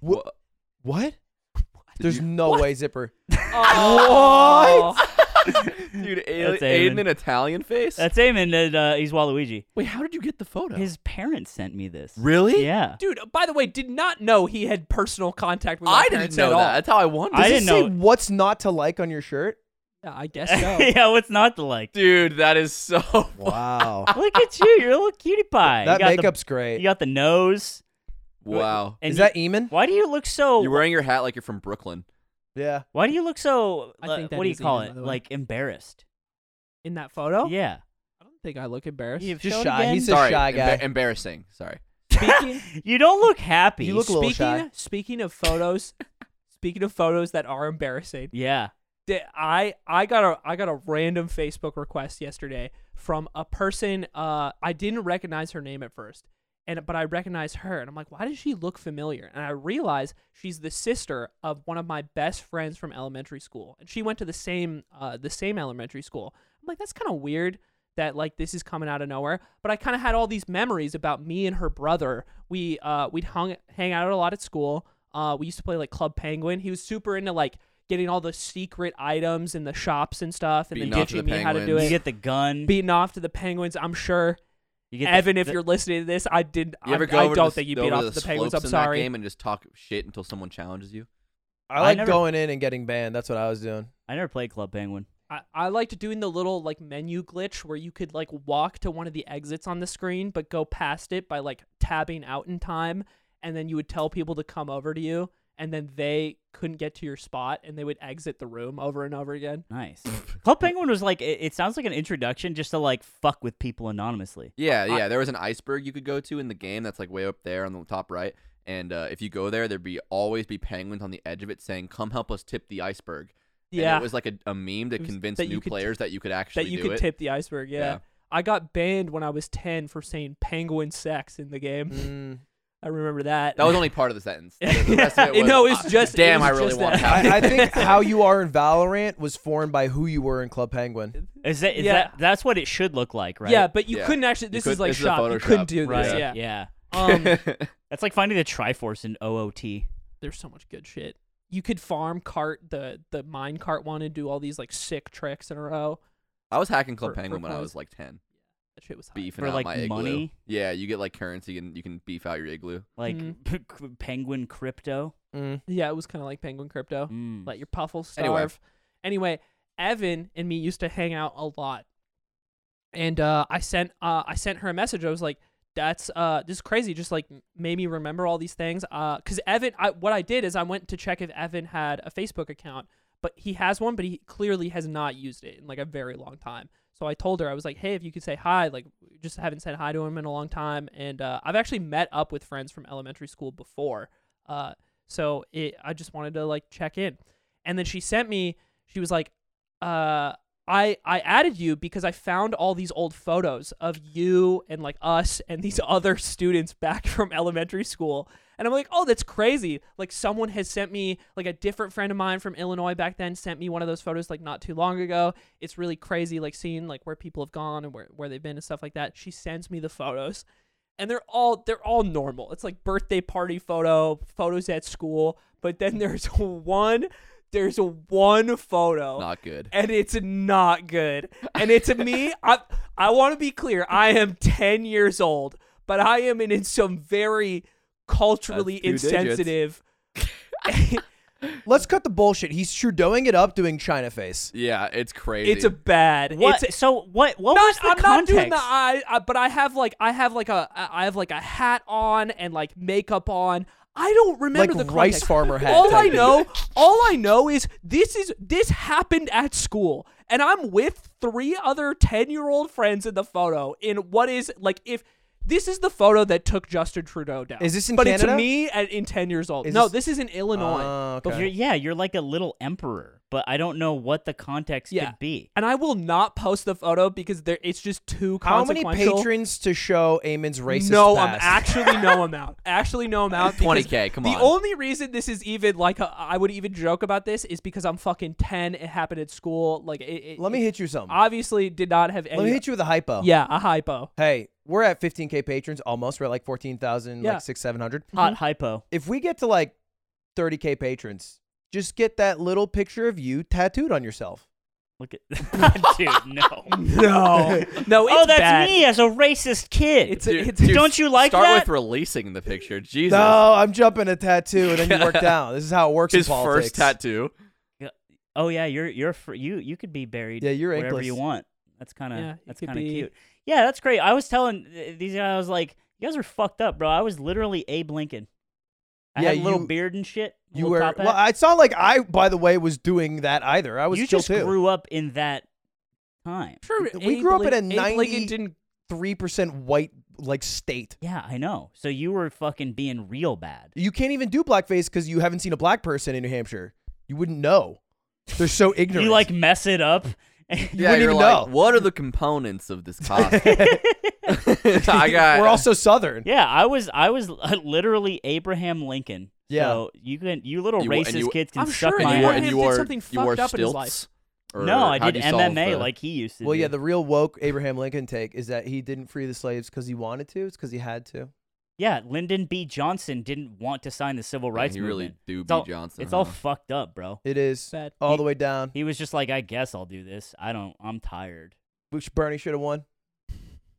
[SPEAKER 4] Wha- what? There's
[SPEAKER 1] you-
[SPEAKER 4] no way, zipper.
[SPEAKER 2] Oh.
[SPEAKER 1] dude. Aiden
[SPEAKER 3] That's Aiden.
[SPEAKER 1] an Italian face.
[SPEAKER 3] that's Eamon, and uh, he's Waluigi.
[SPEAKER 1] Wait, how did you get the photo?
[SPEAKER 3] His parents sent me this.
[SPEAKER 1] really?
[SPEAKER 3] Yeah.
[SPEAKER 2] Dude, by the way, did not know he had personal contact with. my
[SPEAKER 1] I didn't
[SPEAKER 2] parents
[SPEAKER 1] know
[SPEAKER 2] at all.
[SPEAKER 1] that. That's how I wondered.
[SPEAKER 3] I
[SPEAKER 4] Does it
[SPEAKER 3] didn't
[SPEAKER 4] say
[SPEAKER 3] know-
[SPEAKER 4] what's not to like on your shirt?
[SPEAKER 2] Yeah, I guess so.
[SPEAKER 3] yeah, what's not to like?
[SPEAKER 1] dude, that is so.
[SPEAKER 4] Wow.
[SPEAKER 3] Look at you, you're a little cutie pie.
[SPEAKER 4] that
[SPEAKER 3] you got
[SPEAKER 4] makeup's
[SPEAKER 3] The, you
[SPEAKER 4] great.
[SPEAKER 3] got the nose.
[SPEAKER 1] Wow.
[SPEAKER 3] And
[SPEAKER 4] Is
[SPEAKER 3] you-
[SPEAKER 4] that Eamon?
[SPEAKER 3] Why do you look so?
[SPEAKER 2] Oh.
[SPEAKER 1] You're wearing your hat like you're from Brooklyn.
[SPEAKER 4] Yeah.
[SPEAKER 3] why do you look so?
[SPEAKER 2] I
[SPEAKER 3] uh,
[SPEAKER 2] think that
[SPEAKER 3] what do you
[SPEAKER 2] is Oh. Eamon,
[SPEAKER 3] call
[SPEAKER 2] by
[SPEAKER 3] it?
[SPEAKER 2] the way.
[SPEAKER 3] Like embarrassed.
[SPEAKER 2] In that photo,
[SPEAKER 3] Yeah.
[SPEAKER 2] I don't think I look embarrassed.
[SPEAKER 3] You've
[SPEAKER 4] Just
[SPEAKER 3] shown
[SPEAKER 4] shy.
[SPEAKER 3] again.
[SPEAKER 4] He's a
[SPEAKER 1] Sorry,
[SPEAKER 4] shy guy.
[SPEAKER 1] embar- embarrassing. Sorry.
[SPEAKER 2] Speaking,
[SPEAKER 3] You don't look happy.
[SPEAKER 4] You look a little shy.
[SPEAKER 2] speaking, speaking of photos, speaking of photos that are embarrassing,
[SPEAKER 3] Yeah.
[SPEAKER 2] di- I I got a I got a random Facebook request yesterday from a person. Uh, I didn't recognize her name at first, and but I recognized her, and I'm like, why does she look familiar? And I realize she's the sister of one of my best friends from elementary school, and she went to the same uh, the same elementary school. I'm like, that's kind of weird that like this is coming out of nowhere. But I kind of had all these memories about me and her brother. We uh we'd hung hang out a lot at school. Uh, we used to play like Club Penguin. He was super into like getting all the secret items in the shops and stuff, and
[SPEAKER 1] Beating
[SPEAKER 2] then
[SPEAKER 1] off to
[SPEAKER 2] teaching
[SPEAKER 1] the
[SPEAKER 2] me how to do
[SPEAKER 1] penguins.
[SPEAKER 2] it.
[SPEAKER 3] You get the gun.
[SPEAKER 2] beating off to the Penguins. I'm sure
[SPEAKER 3] you get the-
[SPEAKER 2] Evan, if
[SPEAKER 3] the-
[SPEAKER 2] you're listening to this, I did.
[SPEAKER 1] You ever
[SPEAKER 2] I,
[SPEAKER 1] go
[SPEAKER 2] I
[SPEAKER 1] over
[SPEAKER 2] don't
[SPEAKER 1] to the,
[SPEAKER 2] think you
[SPEAKER 1] over
[SPEAKER 2] beat off
[SPEAKER 1] to
[SPEAKER 2] to
[SPEAKER 1] the
[SPEAKER 2] the Penguins.
[SPEAKER 1] slopes
[SPEAKER 2] I'm
[SPEAKER 1] in that
[SPEAKER 2] sorry.
[SPEAKER 1] game and just talk shit until someone challenges you?
[SPEAKER 4] I
[SPEAKER 3] I
[SPEAKER 4] like
[SPEAKER 3] never-
[SPEAKER 4] going in and getting banned. That's what I was doing.
[SPEAKER 3] I never played Club Penguin.
[SPEAKER 2] I, I liked doing the little like menu glitch where you could like walk to one of the exits on the screen but go past it by like tabbing out in time and then you would tell people to come over to you and then they couldn't get to your spot and they would exit the room over and over again.
[SPEAKER 3] Nice. Club Penguin was like it, it sounds like an introduction just to like fuck with people anonymously.
[SPEAKER 1] Yeah,
[SPEAKER 2] I-
[SPEAKER 1] yeah. there was an iceberg you could go to in the game that's like way up there on the top right. And uh, if you go there, there'd be always be penguins on the edge of it saying, "Come help us tip the iceberg."
[SPEAKER 2] Yeah.
[SPEAKER 1] and it was like a, a meme to
[SPEAKER 2] It was-
[SPEAKER 1] convince
[SPEAKER 2] that you
[SPEAKER 1] new
[SPEAKER 2] could t-
[SPEAKER 1] players that you could actually
[SPEAKER 2] that you
[SPEAKER 1] do
[SPEAKER 2] could
[SPEAKER 1] it.
[SPEAKER 2] tip the iceberg, yeah.
[SPEAKER 1] Yeah.
[SPEAKER 2] I got banned when I was 10 for saying penguin sex in the game.
[SPEAKER 4] Mm.
[SPEAKER 2] I remember that.
[SPEAKER 1] That was only part of the sentence. The- the rest of it
[SPEAKER 2] Yeah,
[SPEAKER 1] was,
[SPEAKER 2] no, it's
[SPEAKER 1] "Ah,
[SPEAKER 2] just- it
[SPEAKER 1] damn.
[SPEAKER 2] was
[SPEAKER 1] I really
[SPEAKER 2] just
[SPEAKER 1] want to
[SPEAKER 2] that.
[SPEAKER 1] have.
[SPEAKER 4] I, I
[SPEAKER 1] it."
[SPEAKER 4] think how you are in Valorant was formed by who you were in Club Penguin.
[SPEAKER 3] Is that is
[SPEAKER 2] Yeah.
[SPEAKER 3] that that's what it should look like, right?
[SPEAKER 2] Yeah, but you
[SPEAKER 1] Yeah.
[SPEAKER 2] couldn't actually
[SPEAKER 1] You
[SPEAKER 2] this
[SPEAKER 1] could-
[SPEAKER 2] is like
[SPEAKER 1] this is a
[SPEAKER 2] shop. You
[SPEAKER 1] Photoshop,
[SPEAKER 2] couldn't do this.
[SPEAKER 3] Right.
[SPEAKER 2] Yeah.
[SPEAKER 3] Yeah.
[SPEAKER 2] Um
[SPEAKER 3] That's like finding the Triforce in OOT.
[SPEAKER 2] there's so much good shit. You could farm cart the the mine cart one and do all these like sick tricks in a row.
[SPEAKER 1] I was hacking Club
[SPEAKER 2] For- for
[SPEAKER 1] Penguin when I
[SPEAKER 2] coins.
[SPEAKER 1] was like ten,
[SPEAKER 2] That shit was hot.
[SPEAKER 1] beefing
[SPEAKER 3] For,
[SPEAKER 1] out
[SPEAKER 3] like,
[SPEAKER 1] my igloo.
[SPEAKER 3] money?
[SPEAKER 1] Yeah, you get like currency and you can beef out your igloo.
[SPEAKER 3] Like
[SPEAKER 2] Mm-hmm.
[SPEAKER 3] penguin crypto.
[SPEAKER 4] Mm.
[SPEAKER 2] Yeah, it was kind of like Penguin Crypto.
[SPEAKER 3] Mm.
[SPEAKER 2] Let your puffle
[SPEAKER 1] Anyway.
[SPEAKER 2] starve. Anyway. Evan and me used to hang out a lot, and uh, I sent uh, I sent her a message. I was like, "That's uh, this is crazy." Just like made me remember all these things. Uh, because Evan, I, what I did is I went to check if Evan had a Facebook account, but he has one, but he clearly has not used it in like a very long time. So I told her I was like, "Hey, if you could say hi, like just haven't said hi to him in a long time." And uh, I've actually met up with friends from elementary school before. Uh, so it, I just wanted to like check in, and then she sent me. She was like, uh, I I added you because I found all these old photos of you and like us and these other students back from elementary school. And I'm like, "Oh, that's crazy." Like someone has sent me like a different friend of mine from Illinois back then sent me one of those photos like not too long ago. It's really crazy like seeing like where people have gone and where where they've been and stuff like that. She sends me the photos and they're all they're all normal. It's like birthday party photo, photos at school, but then there's one there's one photo
[SPEAKER 1] Not good.
[SPEAKER 2] and it's not good. And it's me. I I want to be clear. I am ten years old, but I am in, in some very culturally
[SPEAKER 1] That's two
[SPEAKER 2] insensitive.
[SPEAKER 4] Let's cut the bullshit. He's trudeauing it up, doing China face.
[SPEAKER 1] Yeah, it's crazy.
[SPEAKER 2] It's a bad.
[SPEAKER 3] What?
[SPEAKER 2] It's
[SPEAKER 3] so what? What
[SPEAKER 2] not,
[SPEAKER 3] was the
[SPEAKER 2] I'm not
[SPEAKER 3] context?
[SPEAKER 2] doing the I, I. But I have like I have like a I have like a hat on and like makeup on. I don't remember
[SPEAKER 4] like
[SPEAKER 2] the
[SPEAKER 4] rice
[SPEAKER 2] context.
[SPEAKER 4] farmer hat.
[SPEAKER 2] all
[SPEAKER 4] type
[SPEAKER 2] I
[SPEAKER 4] thing.
[SPEAKER 2] know, all I know is this is this happened at school, and I'm with three other ten-year-old friends in the photo. In what is like if this is the photo that took Justin Trudeau down.
[SPEAKER 4] Is this in
[SPEAKER 2] but
[SPEAKER 4] Canada?
[SPEAKER 2] it's me at, in ten years old.
[SPEAKER 4] Is
[SPEAKER 2] no,
[SPEAKER 4] this-
[SPEAKER 2] this, is in Illinois.
[SPEAKER 4] Oh, okay.
[SPEAKER 3] You're, yeah, you're like a little emperor, but I don't know what the context
[SPEAKER 2] Yeah.
[SPEAKER 3] could be.
[SPEAKER 2] and I will not post the photo because there, it's just too
[SPEAKER 4] How many
[SPEAKER 2] consequential.
[SPEAKER 4] patrons to show Eamon's racist?
[SPEAKER 2] no, I'm
[SPEAKER 4] past?
[SPEAKER 2] actually no amount. Actually, no amount. because
[SPEAKER 1] 20K, come on.
[SPEAKER 2] The only reason this is even like a, I would even joke about this is because I'm fucking ten. It happened at school. Like, it, it,
[SPEAKER 4] Let me hit you something.
[SPEAKER 2] obviously did not have any.
[SPEAKER 4] Let me hit you with a hypo.
[SPEAKER 2] Yeah, a hypo.
[SPEAKER 4] Hey, we're at 15k patrons almost. We're at like 14,000,
[SPEAKER 2] Yeah.
[SPEAKER 4] like six, seven hundred.
[SPEAKER 2] Mm-hmm.
[SPEAKER 3] Hot hypo.
[SPEAKER 4] If we get to like 30k patrons, just get that little picture of you tattooed on yourself.
[SPEAKER 3] Look at dude. No.
[SPEAKER 4] Oh,
[SPEAKER 2] No, no, it's
[SPEAKER 3] oh, that's
[SPEAKER 2] bad.
[SPEAKER 3] me as a racist kid.
[SPEAKER 2] It's
[SPEAKER 1] Dude,
[SPEAKER 2] a, it's
[SPEAKER 1] dude,
[SPEAKER 3] Don't you like
[SPEAKER 1] Start
[SPEAKER 3] that?
[SPEAKER 1] with releasing the picture. Jesus.
[SPEAKER 4] No, I'm jumping a tattoo and then you work down. This is how it works.
[SPEAKER 1] His
[SPEAKER 4] in politics.
[SPEAKER 1] first tattoo.
[SPEAKER 3] oh yeah, you're you're fr- you you could be buried.
[SPEAKER 4] Yeah, you're
[SPEAKER 3] wherever
[SPEAKER 4] ankless.
[SPEAKER 3] you want. That's kind of
[SPEAKER 2] Yeah, you
[SPEAKER 3] that's
[SPEAKER 2] could
[SPEAKER 3] kind of
[SPEAKER 2] be-
[SPEAKER 3] cute. Yeah, that's great. I was telling th- these guys, I was like, you guys are fucked up, bro. I was literally Abe Lincoln. I
[SPEAKER 4] Yeah,
[SPEAKER 3] had a little
[SPEAKER 4] you-
[SPEAKER 3] beard and shit. a
[SPEAKER 4] You
[SPEAKER 3] little
[SPEAKER 4] were.
[SPEAKER 3] top hat.
[SPEAKER 4] Well, it's not like I, by the way, was doing that either. I was
[SPEAKER 3] you
[SPEAKER 4] still
[SPEAKER 3] just
[SPEAKER 4] too.
[SPEAKER 3] grew up in that time.
[SPEAKER 2] True.
[SPEAKER 4] We grew up in a
[SPEAKER 2] Abe Lincoln- Abe Lincoln
[SPEAKER 4] 90
[SPEAKER 2] didn't.
[SPEAKER 4] Three percent white, like state.
[SPEAKER 3] Yeah, I know. So you were fucking being real bad.
[SPEAKER 4] You can't even do blackface because you haven't seen a black person in New Hampshire. You wouldn't know. They're so ignorant.
[SPEAKER 3] You like mess it up. and-
[SPEAKER 4] wouldn't
[SPEAKER 1] you're
[SPEAKER 4] even
[SPEAKER 1] like,
[SPEAKER 4] know.
[SPEAKER 1] What are the components of this costume? I got.
[SPEAKER 4] We're also southern.
[SPEAKER 3] yeah, I was I was uh, literally Abraham Lincoln.
[SPEAKER 4] Yeah.
[SPEAKER 3] So you can you little
[SPEAKER 1] You wa- and
[SPEAKER 3] racist
[SPEAKER 1] you-
[SPEAKER 3] kids can
[SPEAKER 2] I'm
[SPEAKER 3] suck
[SPEAKER 2] sure
[SPEAKER 1] and
[SPEAKER 3] my
[SPEAKER 1] you wore,
[SPEAKER 2] Abraham
[SPEAKER 3] ass.
[SPEAKER 1] and
[SPEAKER 2] did
[SPEAKER 1] you wore,
[SPEAKER 2] something
[SPEAKER 1] you wore
[SPEAKER 2] fucked up in his
[SPEAKER 1] stilts? Or
[SPEAKER 3] No, I
[SPEAKER 1] how'd
[SPEAKER 3] did
[SPEAKER 1] you solve
[SPEAKER 3] MMA
[SPEAKER 1] the-
[SPEAKER 3] like he used to.
[SPEAKER 4] Well,
[SPEAKER 3] do.
[SPEAKER 4] yeah, the real woke Abraham Lincoln take is that he didn't free the slaves because he wanted to. It's because he had to.
[SPEAKER 3] yeah, Lyndon B. Johnson didn't want to sign the Civil Rights
[SPEAKER 1] he really
[SPEAKER 3] Movement.
[SPEAKER 1] do
[SPEAKER 3] it's
[SPEAKER 1] B.
[SPEAKER 3] all,
[SPEAKER 1] Johnson,
[SPEAKER 3] It's all
[SPEAKER 1] huh?
[SPEAKER 3] fucked up, bro.
[SPEAKER 4] It is
[SPEAKER 2] Bad.
[SPEAKER 4] all
[SPEAKER 3] He-
[SPEAKER 4] the way down.
[SPEAKER 3] He was just like, I guess I'll do this. I don't. I'm tired.
[SPEAKER 4] Which Bernie should have won.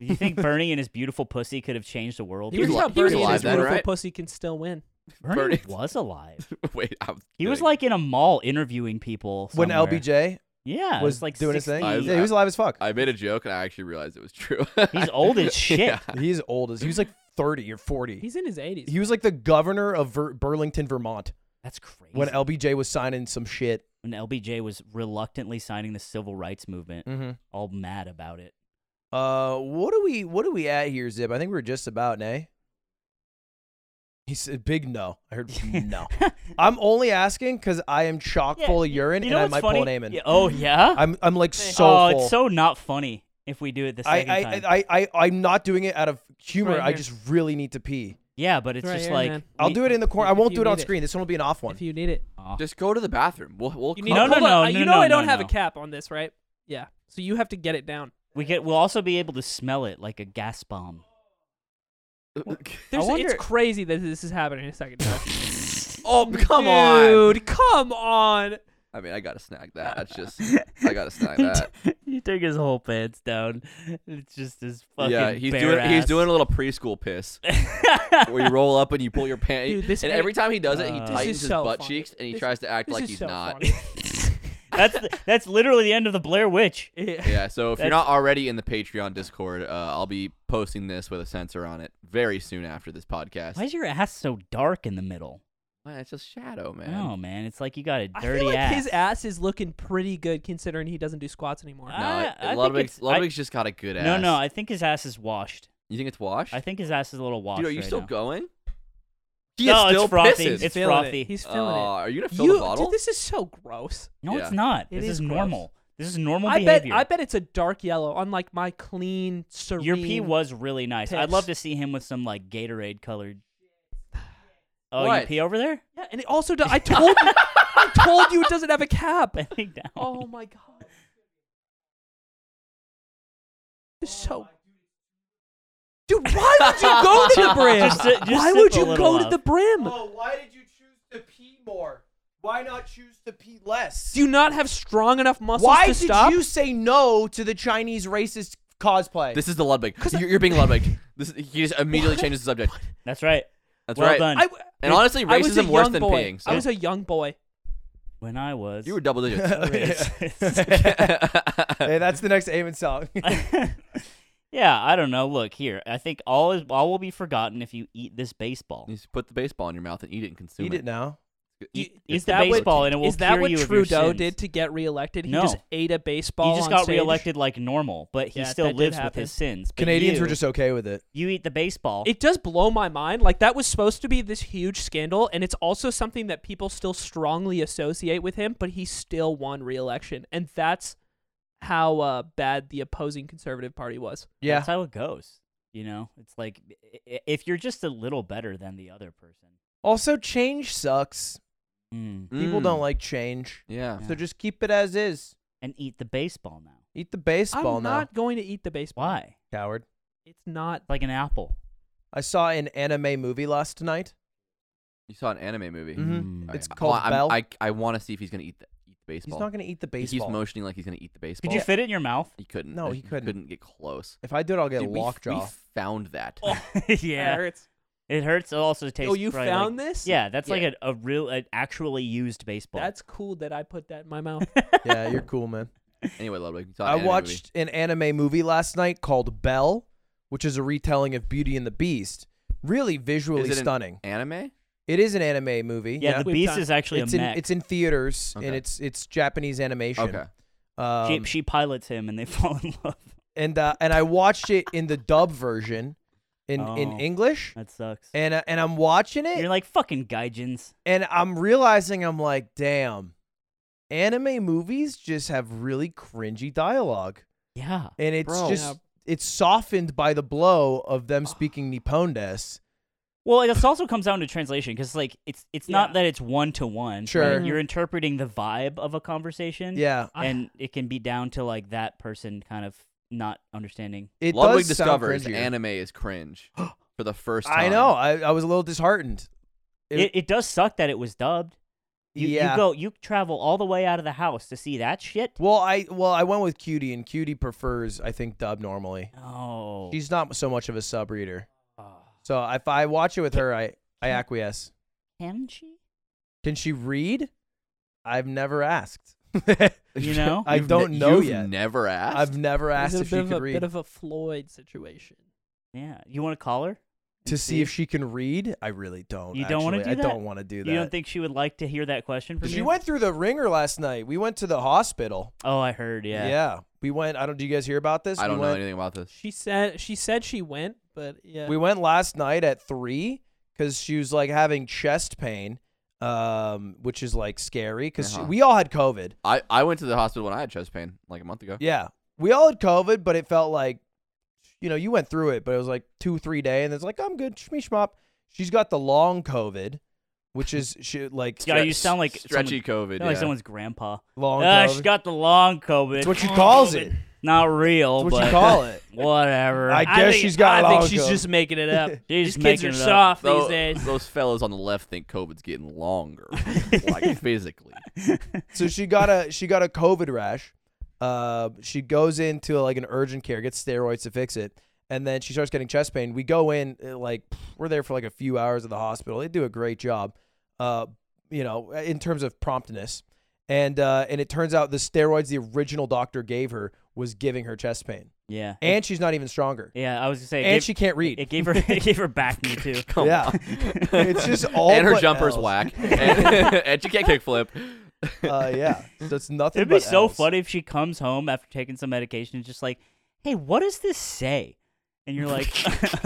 [SPEAKER 3] Do you think Bernie and his beautiful pussy could have changed the world?
[SPEAKER 2] He
[SPEAKER 1] was
[SPEAKER 2] was
[SPEAKER 1] li-
[SPEAKER 2] how
[SPEAKER 1] he was
[SPEAKER 2] Bernie and
[SPEAKER 1] alive
[SPEAKER 2] his
[SPEAKER 1] then,
[SPEAKER 2] beautiful
[SPEAKER 1] right?
[SPEAKER 2] pussy can still win.
[SPEAKER 3] Bernie
[SPEAKER 1] Bernie-
[SPEAKER 3] was alive.
[SPEAKER 1] Wait, I'm
[SPEAKER 3] He was
[SPEAKER 1] kidding.
[SPEAKER 3] like in a mall interviewing people. somewhere.
[SPEAKER 4] When LBJ
[SPEAKER 3] yeah
[SPEAKER 4] was
[SPEAKER 3] like
[SPEAKER 4] doing
[SPEAKER 3] 60.
[SPEAKER 4] his
[SPEAKER 1] I
[SPEAKER 4] thing.
[SPEAKER 1] was-
[SPEAKER 4] Yeah, he was alive as fuck.
[SPEAKER 1] I made a joke and I actually realized it was true.
[SPEAKER 3] He's old as shit.
[SPEAKER 1] Yeah.
[SPEAKER 4] He's old as he was like thirty or forty.
[SPEAKER 2] He's in his 80s.
[SPEAKER 4] He was like the governor of Ver- Burlington, Vermont,
[SPEAKER 3] That's crazy.
[SPEAKER 4] when LBJ was signing some shit.
[SPEAKER 3] when LBJ was reluctantly signing the Civil Rights Movement,
[SPEAKER 4] Mm-hmm.
[SPEAKER 3] all mad about it.
[SPEAKER 4] Uh, what do we what do we at here, Zib? I think we're just about nay. He said big no. I heard no. I'm only asking because I am chock
[SPEAKER 3] Yeah,
[SPEAKER 4] full of
[SPEAKER 3] you-
[SPEAKER 4] urine
[SPEAKER 3] you
[SPEAKER 4] and
[SPEAKER 3] know
[SPEAKER 4] I
[SPEAKER 3] what's
[SPEAKER 4] might
[SPEAKER 3] funny?
[SPEAKER 4] pull an Amen.
[SPEAKER 3] Yeah, oh yeah.
[SPEAKER 4] I'm I'm like so
[SPEAKER 3] oh,
[SPEAKER 4] full.
[SPEAKER 3] it's so not funny if we do it the
[SPEAKER 4] I,
[SPEAKER 3] second
[SPEAKER 4] I,
[SPEAKER 3] time.
[SPEAKER 4] I, I, I, I'm not doing it out of humor.
[SPEAKER 2] Right
[SPEAKER 4] I
[SPEAKER 2] here.
[SPEAKER 4] just really need to pee.
[SPEAKER 3] yeah, but it's
[SPEAKER 2] It's right
[SPEAKER 3] just
[SPEAKER 2] here,
[SPEAKER 3] like
[SPEAKER 2] man.
[SPEAKER 4] I'll
[SPEAKER 3] we-
[SPEAKER 4] do it in the corner. I
[SPEAKER 2] if
[SPEAKER 4] won't
[SPEAKER 2] you
[SPEAKER 4] do it on
[SPEAKER 2] need it.
[SPEAKER 4] screen. This one will be an off one.
[SPEAKER 2] if you need it,
[SPEAKER 3] Aw.
[SPEAKER 1] Just go to the bathroom. We'll we'll come
[SPEAKER 2] you need.
[SPEAKER 3] No,
[SPEAKER 2] oh,
[SPEAKER 3] no,
[SPEAKER 2] hold
[SPEAKER 3] no,
[SPEAKER 2] on.
[SPEAKER 3] no,
[SPEAKER 2] you know
[SPEAKER 3] no,
[SPEAKER 2] I don't
[SPEAKER 3] no,
[SPEAKER 2] have
[SPEAKER 3] no.
[SPEAKER 2] a cap on this, right? Yeah. So you have to get it down.
[SPEAKER 3] we get. We'll also be able to smell it like a gas bomb.
[SPEAKER 2] There's,
[SPEAKER 3] wonder-
[SPEAKER 2] It's crazy that this is happening in a second.
[SPEAKER 1] oh, come
[SPEAKER 2] Dude,
[SPEAKER 1] on.
[SPEAKER 2] come on.
[SPEAKER 1] I mean, I gotta snag that. That's just I gotta snag that.
[SPEAKER 3] he took his whole pants down. It's just his fucking.
[SPEAKER 1] yeah, he's
[SPEAKER 3] bare
[SPEAKER 1] doing he's
[SPEAKER 3] ass.
[SPEAKER 1] doing a little preschool piss where you roll up and you pull your pants.
[SPEAKER 2] Dude, this
[SPEAKER 1] and
[SPEAKER 2] ain't-
[SPEAKER 1] every time he does it, he
[SPEAKER 3] Uh, This is
[SPEAKER 1] tightens his
[SPEAKER 2] so
[SPEAKER 1] butt
[SPEAKER 2] funny.
[SPEAKER 1] cheeks and he
[SPEAKER 2] This-
[SPEAKER 1] tries to act
[SPEAKER 2] This
[SPEAKER 1] like
[SPEAKER 2] is
[SPEAKER 1] he's
[SPEAKER 2] so
[SPEAKER 1] not.
[SPEAKER 2] funny.
[SPEAKER 3] that's the- that's literally the end of the Blair Witch.
[SPEAKER 1] Yeah, so if you're
[SPEAKER 3] That's-
[SPEAKER 1] not already in the Patreon Discord, uh, I'll be posting this with a sensor on it very soon after this podcast.
[SPEAKER 3] Why is your ass so dark in the middle?
[SPEAKER 1] Man, it's just shadow, man.
[SPEAKER 3] Oh man, it's like you got a dirty
[SPEAKER 2] I feel like
[SPEAKER 3] ass.
[SPEAKER 2] his ass is looking pretty good considering he doesn't do squats anymore.
[SPEAKER 3] I-
[SPEAKER 1] No,
[SPEAKER 3] Ah,
[SPEAKER 1] it-
[SPEAKER 3] think
[SPEAKER 1] Ludwig's,
[SPEAKER 3] it's- I-
[SPEAKER 1] Ludwig's just got a good ass.
[SPEAKER 3] No, no, I think his ass is washed.
[SPEAKER 1] you think it's washed?
[SPEAKER 3] I think his ass is a little washed.
[SPEAKER 1] Dude, are you
[SPEAKER 3] right
[SPEAKER 1] still
[SPEAKER 3] now.
[SPEAKER 1] going? He
[SPEAKER 3] No,
[SPEAKER 1] is
[SPEAKER 3] it's
[SPEAKER 1] still
[SPEAKER 3] frothy.
[SPEAKER 1] pissing.
[SPEAKER 3] It's
[SPEAKER 2] feeling it.
[SPEAKER 3] frothy.
[SPEAKER 2] He's feeling
[SPEAKER 1] Aw, are you gonna
[SPEAKER 2] it.
[SPEAKER 1] fill
[SPEAKER 2] you,
[SPEAKER 1] Oh, the bottle?
[SPEAKER 2] Dude, this is so gross.
[SPEAKER 3] No, it's
[SPEAKER 1] Yeah.
[SPEAKER 3] not.
[SPEAKER 2] It
[SPEAKER 3] this
[SPEAKER 2] is
[SPEAKER 3] is
[SPEAKER 2] gross.
[SPEAKER 3] normal. This is normal
[SPEAKER 2] I bet
[SPEAKER 3] behavior.
[SPEAKER 2] I bet it's a dark yellow, unlike my clean serene.
[SPEAKER 3] Your pee was really nice. I'd love to
[SPEAKER 2] piss.
[SPEAKER 3] see him with some like Gatorade colored. Oh, you
[SPEAKER 1] What?
[SPEAKER 3] pee over there?
[SPEAKER 2] Yeah, and it also does. I told you, I told you it doesn't have a cap.
[SPEAKER 3] Bending down.
[SPEAKER 2] Oh my god. It's So. Dude, why would you go to the brim?
[SPEAKER 3] Just- just
[SPEAKER 2] why
[SPEAKER 3] sip
[SPEAKER 2] would
[SPEAKER 3] a
[SPEAKER 2] you
[SPEAKER 3] little
[SPEAKER 2] go to
[SPEAKER 3] up.
[SPEAKER 2] the brim?
[SPEAKER 4] Oh, why did you choose to pee more? Why not choose to pee less?
[SPEAKER 2] Do you not have strong enough muscles
[SPEAKER 4] why
[SPEAKER 2] to
[SPEAKER 4] did
[SPEAKER 2] stop?
[SPEAKER 4] you say no to the Chinese racist cosplay?
[SPEAKER 1] This is the Ludwig.
[SPEAKER 2] 'Cause I-
[SPEAKER 1] You're, you're being Ludwig. This is- he just immediately
[SPEAKER 2] What?
[SPEAKER 1] changes the subject.
[SPEAKER 3] That's right.
[SPEAKER 1] That's
[SPEAKER 3] well
[SPEAKER 1] right.
[SPEAKER 3] done.
[SPEAKER 2] I,
[SPEAKER 1] And honestly,
[SPEAKER 2] I was a
[SPEAKER 1] racism worse
[SPEAKER 2] young
[SPEAKER 1] than
[SPEAKER 2] boy.
[SPEAKER 1] peeing.
[SPEAKER 2] I
[SPEAKER 1] So
[SPEAKER 2] was a young boy.
[SPEAKER 3] When I was,
[SPEAKER 1] you were double digits.
[SPEAKER 4] hey, that's the next Amen song.
[SPEAKER 3] yeah, I don't know. Look here. I think all is all will be forgotten if you eat this baseball.
[SPEAKER 1] You just put the baseball in your mouth and eat it and consume
[SPEAKER 4] Eat it now.
[SPEAKER 3] Eat,
[SPEAKER 1] it's
[SPEAKER 3] eat the
[SPEAKER 1] that what-
[SPEAKER 3] baseball and it will
[SPEAKER 2] Is that
[SPEAKER 3] cure
[SPEAKER 2] what
[SPEAKER 3] you of your
[SPEAKER 2] Trudeau
[SPEAKER 3] sins.
[SPEAKER 2] did to get reelected? He
[SPEAKER 3] No.
[SPEAKER 2] just ate a baseball.
[SPEAKER 3] He just
[SPEAKER 2] on
[SPEAKER 3] got
[SPEAKER 2] stage?
[SPEAKER 3] reelected like normal, but he
[SPEAKER 2] Yeah,
[SPEAKER 3] still
[SPEAKER 2] that did
[SPEAKER 3] lives with
[SPEAKER 2] happen.
[SPEAKER 3] his sins. But
[SPEAKER 4] Canadians
[SPEAKER 3] you,
[SPEAKER 4] were just okay with it.
[SPEAKER 3] you eat the baseball.
[SPEAKER 2] It does blow my mind. Like that was supposed to be this huge scandal, and it's also something that people still strongly associate with him. But he still won re-election, and that's how uh, bad the opposing conservative party was.
[SPEAKER 4] Yeah.
[SPEAKER 3] That's how it goes. You know, it's like i- i- if you're just a little better than the other person.
[SPEAKER 4] also, change sucks.
[SPEAKER 3] Mm.
[SPEAKER 1] it.
[SPEAKER 4] People
[SPEAKER 1] Mm.
[SPEAKER 4] don't like change,
[SPEAKER 1] Yeah.
[SPEAKER 3] Yeah.
[SPEAKER 4] so just keep it as is.
[SPEAKER 3] And eat the baseball now.
[SPEAKER 4] Eat the baseball
[SPEAKER 2] I'm
[SPEAKER 4] now,
[SPEAKER 2] not going to eat the baseball.
[SPEAKER 3] Why?
[SPEAKER 4] coward.
[SPEAKER 2] It's not.
[SPEAKER 3] Like an apple.
[SPEAKER 4] I saw an anime movie last night.
[SPEAKER 1] You saw an anime movie.
[SPEAKER 4] Mhm.
[SPEAKER 1] All
[SPEAKER 4] It's
[SPEAKER 1] Mm. I
[SPEAKER 4] called
[SPEAKER 1] want- I'm-
[SPEAKER 4] Bell.
[SPEAKER 1] I, I want to see if he's gonna eat the eat the
[SPEAKER 4] He's
[SPEAKER 1] baseball.
[SPEAKER 4] not gonna eat the
[SPEAKER 1] He keeps
[SPEAKER 4] baseball.
[SPEAKER 1] motioning like he's gonna eat the baseball.
[SPEAKER 3] Could you fit it in your mouth?
[SPEAKER 1] He couldn't.
[SPEAKER 4] No,
[SPEAKER 1] Uh,
[SPEAKER 4] he couldn't.
[SPEAKER 1] Couldn't get close.
[SPEAKER 4] if I do it, I'll get
[SPEAKER 1] Dude,
[SPEAKER 4] a
[SPEAKER 1] we-
[SPEAKER 4] lock
[SPEAKER 1] we,
[SPEAKER 4] jaw. Oh.
[SPEAKER 1] found that.
[SPEAKER 3] yeah.
[SPEAKER 2] Eric's-
[SPEAKER 3] It hurts. It also tastes.
[SPEAKER 2] Oh, you
[SPEAKER 3] probably
[SPEAKER 2] found
[SPEAKER 3] like-
[SPEAKER 2] this?
[SPEAKER 3] Yeah, that's like
[SPEAKER 1] Yeah.
[SPEAKER 3] a, a real, an actually used baseball.
[SPEAKER 2] That's cool that I put that in my mouth.
[SPEAKER 4] yeah, you're cool, man.
[SPEAKER 1] Anyway, Ludwig. You saw an
[SPEAKER 4] I
[SPEAKER 1] anime movie.
[SPEAKER 4] watched an anime movie last night called Belle, which is a retelling of Beauty and the Beast. Really visually
[SPEAKER 1] Is it an
[SPEAKER 4] stunning.
[SPEAKER 1] anime.
[SPEAKER 4] it is an anime movie.
[SPEAKER 3] yeah, the
[SPEAKER 2] We've
[SPEAKER 3] beast
[SPEAKER 2] done-
[SPEAKER 3] is actually
[SPEAKER 4] it's
[SPEAKER 3] a
[SPEAKER 4] in
[SPEAKER 3] mech.
[SPEAKER 4] it's in theaters and
[SPEAKER 1] Okay.
[SPEAKER 4] it's it's Japanese animation.
[SPEAKER 1] Okay.
[SPEAKER 4] Um,
[SPEAKER 3] she, she pilots him and they fall in love.
[SPEAKER 4] and uh, and I watched it in the dub version in
[SPEAKER 3] Oh.
[SPEAKER 4] in English.
[SPEAKER 3] That sucks.
[SPEAKER 4] And uh, and I'm watching it
[SPEAKER 3] You're like fucking gaijins.
[SPEAKER 4] and I'm realizing I'm like, damn, anime movies just have really cringy dialogue,
[SPEAKER 3] Yeah.
[SPEAKER 4] and it's
[SPEAKER 1] Bro.
[SPEAKER 4] just
[SPEAKER 2] Yeah.
[SPEAKER 4] it's softened by the blow of
[SPEAKER 3] Ah.
[SPEAKER 4] them speaking Nippon des.
[SPEAKER 3] Well, it also comes down to translation because, like, it's it's not
[SPEAKER 2] Yeah.
[SPEAKER 3] that it's one to one.
[SPEAKER 4] Sure. Mm-hmm.
[SPEAKER 3] You're interpreting the vibe of a conversation.
[SPEAKER 4] Yeah, Ah.
[SPEAKER 2] I-
[SPEAKER 3] and it can be down to like that person kind of not understanding.
[SPEAKER 4] it
[SPEAKER 1] Ludwig
[SPEAKER 4] does sound
[SPEAKER 1] discovers
[SPEAKER 4] cringier.
[SPEAKER 1] anime is cringe for the first time.
[SPEAKER 4] I know. I, I was a little disheartened.
[SPEAKER 3] It, it, does suck that it was dubbed. You,
[SPEAKER 4] yeah.
[SPEAKER 3] you go you travel all the way out of the house to see that shit.
[SPEAKER 4] well, I well I went with Cutie, and Cutie prefers I think dub normally.
[SPEAKER 3] Oh.
[SPEAKER 4] She's not so much of a sub reader.
[SPEAKER 3] Ah.
[SPEAKER 4] So if I watch it with her, I I acquiesce.
[SPEAKER 3] Can she?
[SPEAKER 4] Can she read? I've never asked.
[SPEAKER 3] You know?
[SPEAKER 4] I
[SPEAKER 1] You've
[SPEAKER 4] don't
[SPEAKER 1] ne-
[SPEAKER 4] know
[SPEAKER 1] you've
[SPEAKER 4] yet.
[SPEAKER 1] Never asked.
[SPEAKER 4] I've never asked
[SPEAKER 2] It's a
[SPEAKER 4] if
[SPEAKER 2] bit
[SPEAKER 4] she
[SPEAKER 2] of
[SPEAKER 4] could
[SPEAKER 2] a
[SPEAKER 4] read.
[SPEAKER 2] bit of a Floyd situation.
[SPEAKER 3] Yeah. You want to call her?
[SPEAKER 4] to see if she can read. I really don't.
[SPEAKER 3] You don't
[SPEAKER 4] want to
[SPEAKER 3] wanna do
[SPEAKER 4] I
[SPEAKER 3] that?
[SPEAKER 4] don't want to do that.
[SPEAKER 3] You don't think she would like to hear that question from
[SPEAKER 4] she
[SPEAKER 3] you?
[SPEAKER 4] went through the ringer last night. We went to the hospital.
[SPEAKER 3] Oh, I heard. Yeah.
[SPEAKER 4] Yeah. We went. I don't. Do you guys hear about this?
[SPEAKER 1] I don't
[SPEAKER 4] we
[SPEAKER 1] know
[SPEAKER 4] went,
[SPEAKER 1] anything about this.
[SPEAKER 2] She said she said she went, but yeah.
[SPEAKER 4] We went last night at three because she was like having chest pain, um, which is like scary because
[SPEAKER 1] Uh-huh.
[SPEAKER 4] we all had COVID.
[SPEAKER 1] I, I went to the hospital when I had chest pain like a month ago.
[SPEAKER 4] Yeah. We all had COVID, but it felt like, you know, you went through it, but it was like two, three day, and it's like, I'm good, shmee shmop. She's got the long COVID, which is she, like
[SPEAKER 3] Yeah, you sound like
[SPEAKER 1] stretchy COVID.
[SPEAKER 3] someone- sound like
[SPEAKER 1] yeah.
[SPEAKER 3] someone's grandpa.
[SPEAKER 4] long
[SPEAKER 3] Ah,
[SPEAKER 4] COVID.
[SPEAKER 3] she got the long COVID.
[SPEAKER 4] It's what she calls it.
[SPEAKER 3] Not real,
[SPEAKER 4] It's what
[SPEAKER 3] but
[SPEAKER 4] you call it.
[SPEAKER 3] whatever.
[SPEAKER 4] I guess she's got
[SPEAKER 2] I
[SPEAKER 4] long
[SPEAKER 2] think she's
[SPEAKER 4] COVID.
[SPEAKER 2] just making it up. These
[SPEAKER 3] She's
[SPEAKER 2] kids are
[SPEAKER 3] making it up.
[SPEAKER 2] soft
[SPEAKER 1] Tho-
[SPEAKER 2] these days.
[SPEAKER 1] Those fellas on the left think COVID's getting longer, like physically.
[SPEAKER 4] So she got a she got a COVID rash. Uh, she goes into like an urgent care, gets steroids to fix it, and then she starts getting chest pain. We go in uh, like we're there for like a few hours at the hospital. They do a great job, uh, you know, in terms of promptness. And uh, and it turns out the steroids the original doctor gave her was giving her chest pain,
[SPEAKER 3] yeah.
[SPEAKER 4] and she's not even stronger,
[SPEAKER 3] yeah, I was gonna say, it
[SPEAKER 4] and
[SPEAKER 3] gave,
[SPEAKER 4] she can't read.
[SPEAKER 3] it gave her, it gave her back knee too.
[SPEAKER 1] Come
[SPEAKER 4] yeah,
[SPEAKER 1] on.
[SPEAKER 4] it's just all
[SPEAKER 1] and her
[SPEAKER 4] but
[SPEAKER 1] jumper's
[SPEAKER 4] Ls.
[SPEAKER 1] whack, and, and she can't kickflip.
[SPEAKER 4] Uh, yeah, so it's nothing.
[SPEAKER 3] It'd be
[SPEAKER 4] but
[SPEAKER 3] so
[SPEAKER 4] Ls.
[SPEAKER 3] funny if she comes home after taking some medication and just like, hey, what does this say? And you're like,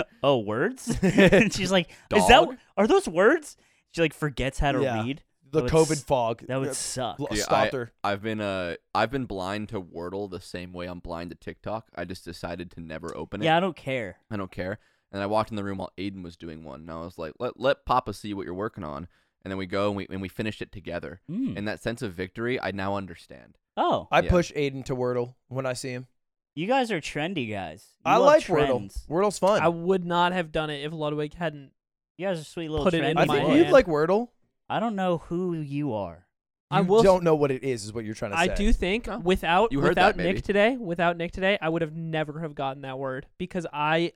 [SPEAKER 3] oh, words. and she's like, is that
[SPEAKER 1] Dog?
[SPEAKER 3] are those words? She like forgets how to
[SPEAKER 4] Yeah.
[SPEAKER 3] read.
[SPEAKER 4] the
[SPEAKER 3] That would
[SPEAKER 4] COVID
[SPEAKER 3] s-
[SPEAKER 4] fog
[SPEAKER 3] That would
[SPEAKER 4] uh,
[SPEAKER 3] suck.
[SPEAKER 4] bl-
[SPEAKER 1] Yeah,
[SPEAKER 4] stopped her.
[SPEAKER 1] I've been uh I've been blind to Wordle the same way I'm blind to TikTok. I just decided to never open it.
[SPEAKER 3] Yeah, I don't care.
[SPEAKER 1] I don't care. And I walked in the room while Aiden was doing one, and I was like, "Let let Papa see what you're working on." And then we go and we and we finished it together.
[SPEAKER 3] Mm.
[SPEAKER 1] And that sense of victory, I now understand.
[SPEAKER 3] oh,
[SPEAKER 4] I
[SPEAKER 1] Yeah.
[SPEAKER 4] push Aiden to Wordle when I see him.
[SPEAKER 3] you guys are trendy guys. You
[SPEAKER 4] I
[SPEAKER 3] love
[SPEAKER 4] like
[SPEAKER 3] trends.
[SPEAKER 4] Wordle. Wordle's fun.
[SPEAKER 2] I would not have done it if Ludwig hadn't.
[SPEAKER 3] You guys are sweet little
[SPEAKER 2] Put it
[SPEAKER 3] trendy.
[SPEAKER 2] in
[SPEAKER 4] I
[SPEAKER 2] my
[SPEAKER 4] think
[SPEAKER 2] hand.
[SPEAKER 4] you'd like Wordle.
[SPEAKER 3] I don't know who you are.
[SPEAKER 2] I
[SPEAKER 4] You
[SPEAKER 2] will.
[SPEAKER 4] don't know what it is, is what you're trying to
[SPEAKER 2] I
[SPEAKER 4] say.
[SPEAKER 2] do think
[SPEAKER 1] No.
[SPEAKER 2] without
[SPEAKER 1] You heard that,
[SPEAKER 2] without
[SPEAKER 1] maybe.
[SPEAKER 2] Nick today, without Nick today, I would have never have gotten that word because I,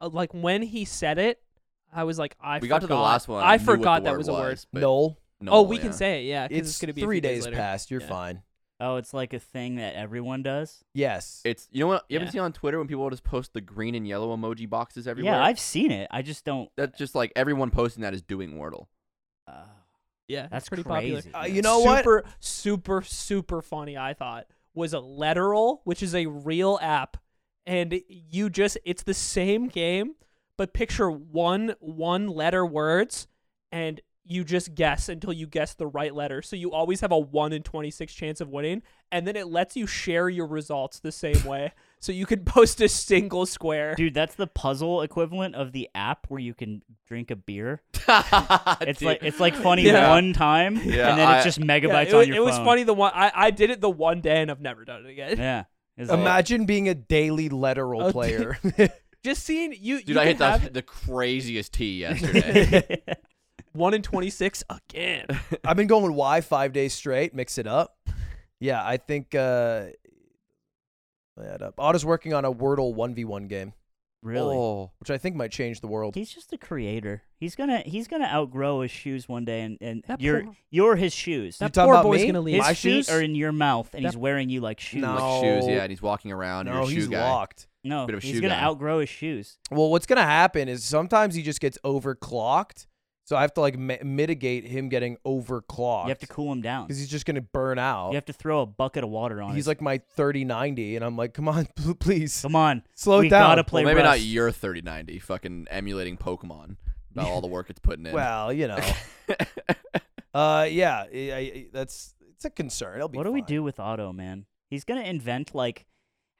[SPEAKER 2] uh, like when he said it, I was like, I.
[SPEAKER 1] we got to the
[SPEAKER 2] forgot-
[SPEAKER 1] last one.
[SPEAKER 2] I
[SPEAKER 1] knew what the
[SPEAKER 2] forgot that
[SPEAKER 1] word
[SPEAKER 2] was a word.
[SPEAKER 1] but
[SPEAKER 4] Noel,
[SPEAKER 1] no,
[SPEAKER 2] Oh, we
[SPEAKER 1] yeah.
[SPEAKER 2] can say it, yeah, because
[SPEAKER 4] it's,
[SPEAKER 2] it's, gonna be a
[SPEAKER 4] three
[SPEAKER 2] few
[SPEAKER 4] days,
[SPEAKER 2] days, later.
[SPEAKER 4] past. You're
[SPEAKER 2] Yeah.
[SPEAKER 4] fine.
[SPEAKER 3] Oh, it's like a thing that everyone does.
[SPEAKER 4] Yes.
[SPEAKER 1] it's you know what you haven't
[SPEAKER 2] Yeah.
[SPEAKER 1] seen on Twitter when people will just post the green and yellow emoji boxes everywhere.
[SPEAKER 3] Yeah, I've seen it. I just don't.
[SPEAKER 1] that's just like everyone posting that is doing Wordle.
[SPEAKER 3] Uh,
[SPEAKER 2] Yeah, it's
[SPEAKER 3] that's
[SPEAKER 2] pretty popular.
[SPEAKER 3] crazy.
[SPEAKER 4] Uh, you know what?
[SPEAKER 2] super, Super, super, funny. I thought was a Letteral, which is a real app, and you just—it's the same game, but picture one one-letter words, and you just guess until you guess the right letter. So you always have a one in twenty-six chance of winning, and then it lets you share your results the same way, so you can post a single square.
[SPEAKER 3] dude, that's the puzzle equivalent of the app where you can drink a beer. It's like it's like funny
[SPEAKER 1] Yeah.
[SPEAKER 3] one time,
[SPEAKER 1] Yeah,
[SPEAKER 3] and then
[SPEAKER 1] I-
[SPEAKER 3] it's just
[SPEAKER 2] Yeah,
[SPEAKER 3] megabytes
[SPEAKER 2] it was,
[SPEAKER 3] on your
[SPEAKER 2] it
[SPEAKER 3] phone.
[SPEAKER 2] was funny the one I, I did it the one day and I've never done it again.
[SPEAKER 3] Yeah. It's like-
[SPEAKER 4] Imagine being a daily letteral
[SPEAKER 2] Oh,
[SPEAKER 4] player.
[SPEAKER 2] Just seeing you,
[SPEAKER 1] Dude,
[SPEAKER 2] you
[SPEAKER 1] I
[SPEAKER 2] can
[SPEAKER 1] hit the,
[SPEAKER 2] have-
[SPEAKER 1] the craziest tee yesterday.
[SPEAKER 2] one in 26 again.
[SPEAKER 4] I've been going Y five days straight. Mix it up. Yeah, I think. uh that up. Otto's working on a Wordle one v one game,
[SPEAKER 3] really.
[SPEAKER 1] Oh.
[SPEAKER 4] which I think might change the world.
[SPEAKER 3] He's just a creator. He's gonna he's gonna outgrow his shoes one day, and, and
[SPEAKER 2] That
[SPEAKER 3] you're
[SPEAKER 2] poor-
[SPEAKER 3] you're his shoes.
[SPEAKER 4] you
[SPEAKER 2] That
[SPEAKER 4] talking
[SPEAKER 2] poor
[SPEAKER 4] about
[SPEAKER 2] boy's
[SPEAKER 4] me?
[SPEAKER 2] gonna leave.
[SPEAKER 3] his
[SPEAKER 4] My
[SPEAKER 3] feet
[SPEAKER 4] shoes?
[SPEAKER 3] are in your mouth, and he's
[SPEAKER 2] That-
[SPEAKER 3] wearing you like shoes.
[SPEAKER 4] No.
[SPEAKER 1] Like shoes,
[SPEAKER 4] No.
[SPEAKER 1] yeah, and he's walking around.
[SPEAKER 4] no,
[SPEAKER 1] you're a shoe
[SPEAKER 4] he's
[SPEAKER 1] guy.
[SPEAKER 4] locked.
[SPEAKER 3] No,
[SPEAKER 1] Bit of a
[SPEAKER 3] he's
[SPEAKER 1] shoe
[SPEAKER 3] gonna
[SPEAKER 1] guy.
[SPEAKER 3] outgrow his shoes.
[SPEAKER 4] Well, what's gonna happen is sometimes he just gets overclocked, so I have to like mi- mitigate him getting overclocked.
[SPEAKER 3] You have to cool him down.
[SPEAKER 4] because he's just gonna burn out.
[SPEAKER 3] You have to throw a bucket of water on.
[SPEAKER 4] He's
[SPEAKER 3] him.
[SPEAKER 4] like my 3090, and I'm like, come on, pl- please
[SPEAKER 3] come on,
[SPEAKER 4] slow
[SPEAKER 3] we
[SPEAKER 4] it down.
[SPEAKER 3] gotta play.
[SPEAKER 1] Well, maybe not
[SPEAKER 3] Rust.
[SPEAKER 1] your 3090, fucking emulating Pokemon about all the work it's putting in.
[SPEAKER 4] well, you know, uh, yeah, I- I- I- that's it's a concern. It'll be
[SPEAKER 3] What do we
[SPEAKER 4] fine.
[SPEAKER 3] do with Otto, man? He's gonna invent like.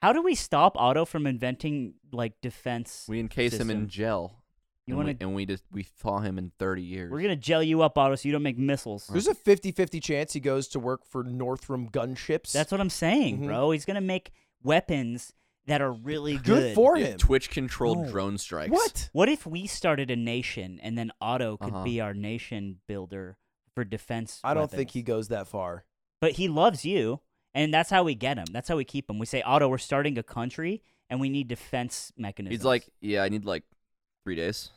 [SPEAKER 3] How do we stop Otto from inventing like defense?
[SPEAKER 1] we encase him in
[SPEAKER 3] System.
[SPEAKER 1] gel.
[SPEAKER 3] You
[SPEAKER 1] and,
[SPEAKER 3] wanna-
[SPEAKER 1] we, and we just we thaw him in 30 years.
[SPEAKER 3] We're gonna gel you up, Otto, so you don't make missiles.
[SPEAKER 4] There's a 50 50 chance he goes to work for Northrum Gunships.
[SPEAKER 3] That's what I'm saying,
[SPEAKER 4] Mhm.
[SPEAKER 3] bro. He's gonna make weapons that are really
[SPEAKER 4] good,
[SPEAKER 3] good.
[SPEAKER 4] for
[SPEAKER 1] Yeah,
[SPEAKER 4] him.
[SPEAKER 1] Twitch controlled
[SPEAKER 3] No.
[SPEAKER 1] drone strikes.
[SPEAKER 4] What?
[SPEAKER 3] What if we started a nation and then Otto could
[SPEAKER 1] Uh-huh.
[SPEAKER 3] be our nation builder for defense?
[SPEAKER 4] I don't think
[SPEAKER 3] weapons?
[SPEAKER 4] he goes that far.
[SPEAKER 3] But he loves you, and that's how we get him. That's how we keep him. We say, Otto, we're starting a country, and we need defense mechanisms.
[SPEAKER 1] He's like, yeah, I need like three days.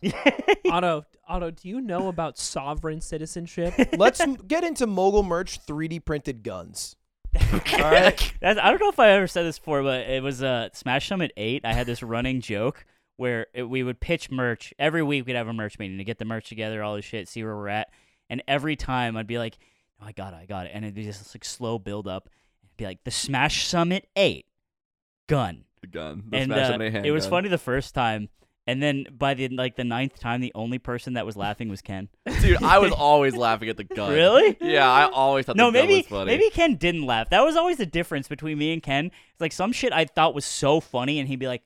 [SPEAKER 2] Otto, Otto, do you know about sovereign citizenship?
[SPEAKER 4] Let's m- get into mogul merch 3D printed guns. All right.
[SPEAKER 3] That's, I don't know if I ever said this before, but it was uh, Smash Summit 8. I had this running joke where it, we would pitch merch. Every week we'd have a merch meeting to get the merch together, all this shit, see where we're at. And every time I'd be like, oh, I got it, I got it. And it'd be just this, like slow build up. It'd be like, the Smash Summit 8 gun.
[SPEAKER 1] The gun. The
[SPEAKER 3] and
[SPEAKER 1] smash
[SPEAKER 3] uh,
[SPEAKER 1] up in a
[SPEAKER 3] it was
[SPEAKER 1] handgun.
[SPEAKER 3] funny the first time. And then by the like the ninth time, the only person that was laughing was Ken.
[SPEAKER 1] Dude, I was always laughing at the gun.
[SPEAKER 3] Really?
[SPEAKER 1] Yeah, I always thought
[SPEAKER 3] No,
[SPEAKER 1] the gun
[SPEAKER 3] maybe
[SPEAKER 1] was funny.
[SPEAKER 3] maybe Ken didn't laugh. That was always the difference between me and Ken. It's like some shit I thought was so funny, and he'd be like,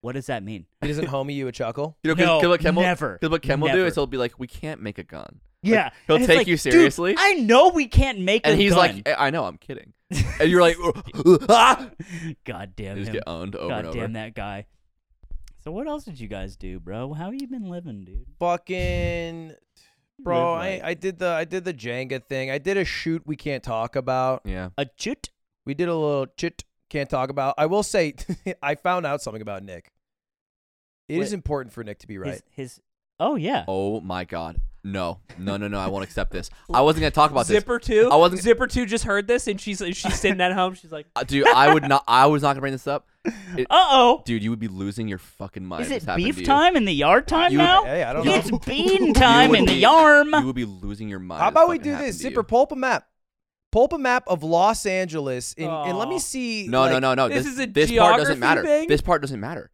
[SPEAKER 3] "What does that mean?"
[SPEAKER 4] He doesn't homie you a chuckle.
[SPEAKER 1] You know, 'cause-
[SPEAKER 3] No,
[SPEAKER 1] 'cause what Ken will-
[SPEAKER 3] never,
[SPEAKER 1] 'cause what Ken will do
[SPEAKER 3] never.
[SPEAKER 1] is he'll be like, "We can't make a gun,"
[SPEAKER 3] Yeah,
[SPEAKER 1] he'll
[SPEAKER 3] And it's
[SPEAKER 1] take
[SPEAKER 3] like,
[SPEAKER 1] you
[SPEAKER 3] "Dude,
[SPEAKER 1] seriously."
[SPEAKER 3] I know we can't make.
[SPEAKER 1] and
[SPEAKER 3] a
[SPEAKER 1] he's
[SPEAKER 3] gun.
[SPEAKER 1] like, "I I know, I'm kidding," and you're like, "Ah!"
[SPEAKER 3] "God damn
[SPEAKER 1] You just
[SPEAKER 3] him!
[SPEAKER 1] get owned over
[SPEAKER 3] God
[SPEAKER 1] and over.
[SPEAKER 3] damn that guy." So what else did you guys do, bro? How you been living, dude?
[SPEAKER 4] Fucking. Bro,
[SPEAKER 3] Live
[SPEAKER 4] I,
[SPEAKER 3] life.
[SPEAKER 4] I did the I did the Jenga thing. I did a shoot we can't talk about.
[SPEAKER 1] Yeah,
[SPEAKER 3] A chut?
[SPEAKER 4] We did a little chit can't talk about. I will say I found out something about Nick. It is
[SPEAKER 3] Wait.
[SPEAKER 4] important for Nick to be right.
[SPEAKER 3] His, his. Oh yeah.
[SPEAKER 1] Oh my god. No. No, no, no. I won't accept this. I wasn't going to talk about this.
[SPEAKER 2] Zipper two,
[SPEAKER 1] I wasn't-
[SPEAKER 2] Zipper two just heard this and she's she's sitting at home. She's like,
[SPEAKER 1] Uh, Dude, I would not I was not going to bring this up.
[SPEAKER 3] Uh oh.
[SPEAKER 1] Dude, you would be losing your fucking mind.
[SPEAKER 3] Is
[SPEAKER 1] if this
[SPEAKER 3] it
[SPEAKER 1] happened to
[SPEAKER 3] beef
[SPEAKER 1] you.
[SPEAKER 3] time in the yard time
[SPEAKER 1] You-
[SPEAKER 3] now?
[SPEAKER 4] Hey, I don't know.
[SPEAKER 3] it's bean time
[SPEAKER 1] would
[SPEAKER 3] in the
[SPEAKER 1] be-
[SPEAKER 3] yarm.
[SPEAKER 1] You would be losing your mind.
[SPEAKER 4] How
[SPEAKER 1] if
[SPEAKER 4] about we
[SPEAKER 1] fucking
[SPEAKER 4] do this?
[SPEAKER 1] happened to you.
[SPEAKER 4] Zipper, pulp a map. Pulp a map of Los Angeles and, and let
[SPEAKER 2] Aw.
[SPEAKER 4] me see.
[SPEAKER 1] No,
[SPEAKER 4] like,
[SPEAKER 1] no, no, no.
[SPEAKER 2] This
[SPEAKER 1] This,
[SPEAKER 2] is a
[SPEAKER 1] this part doesn't
[SPEAKER 2] geography
[SPEAKER 1] matter.
[SPEAKER 2] thing?
[SPEAKER 1] This part doesn't matter.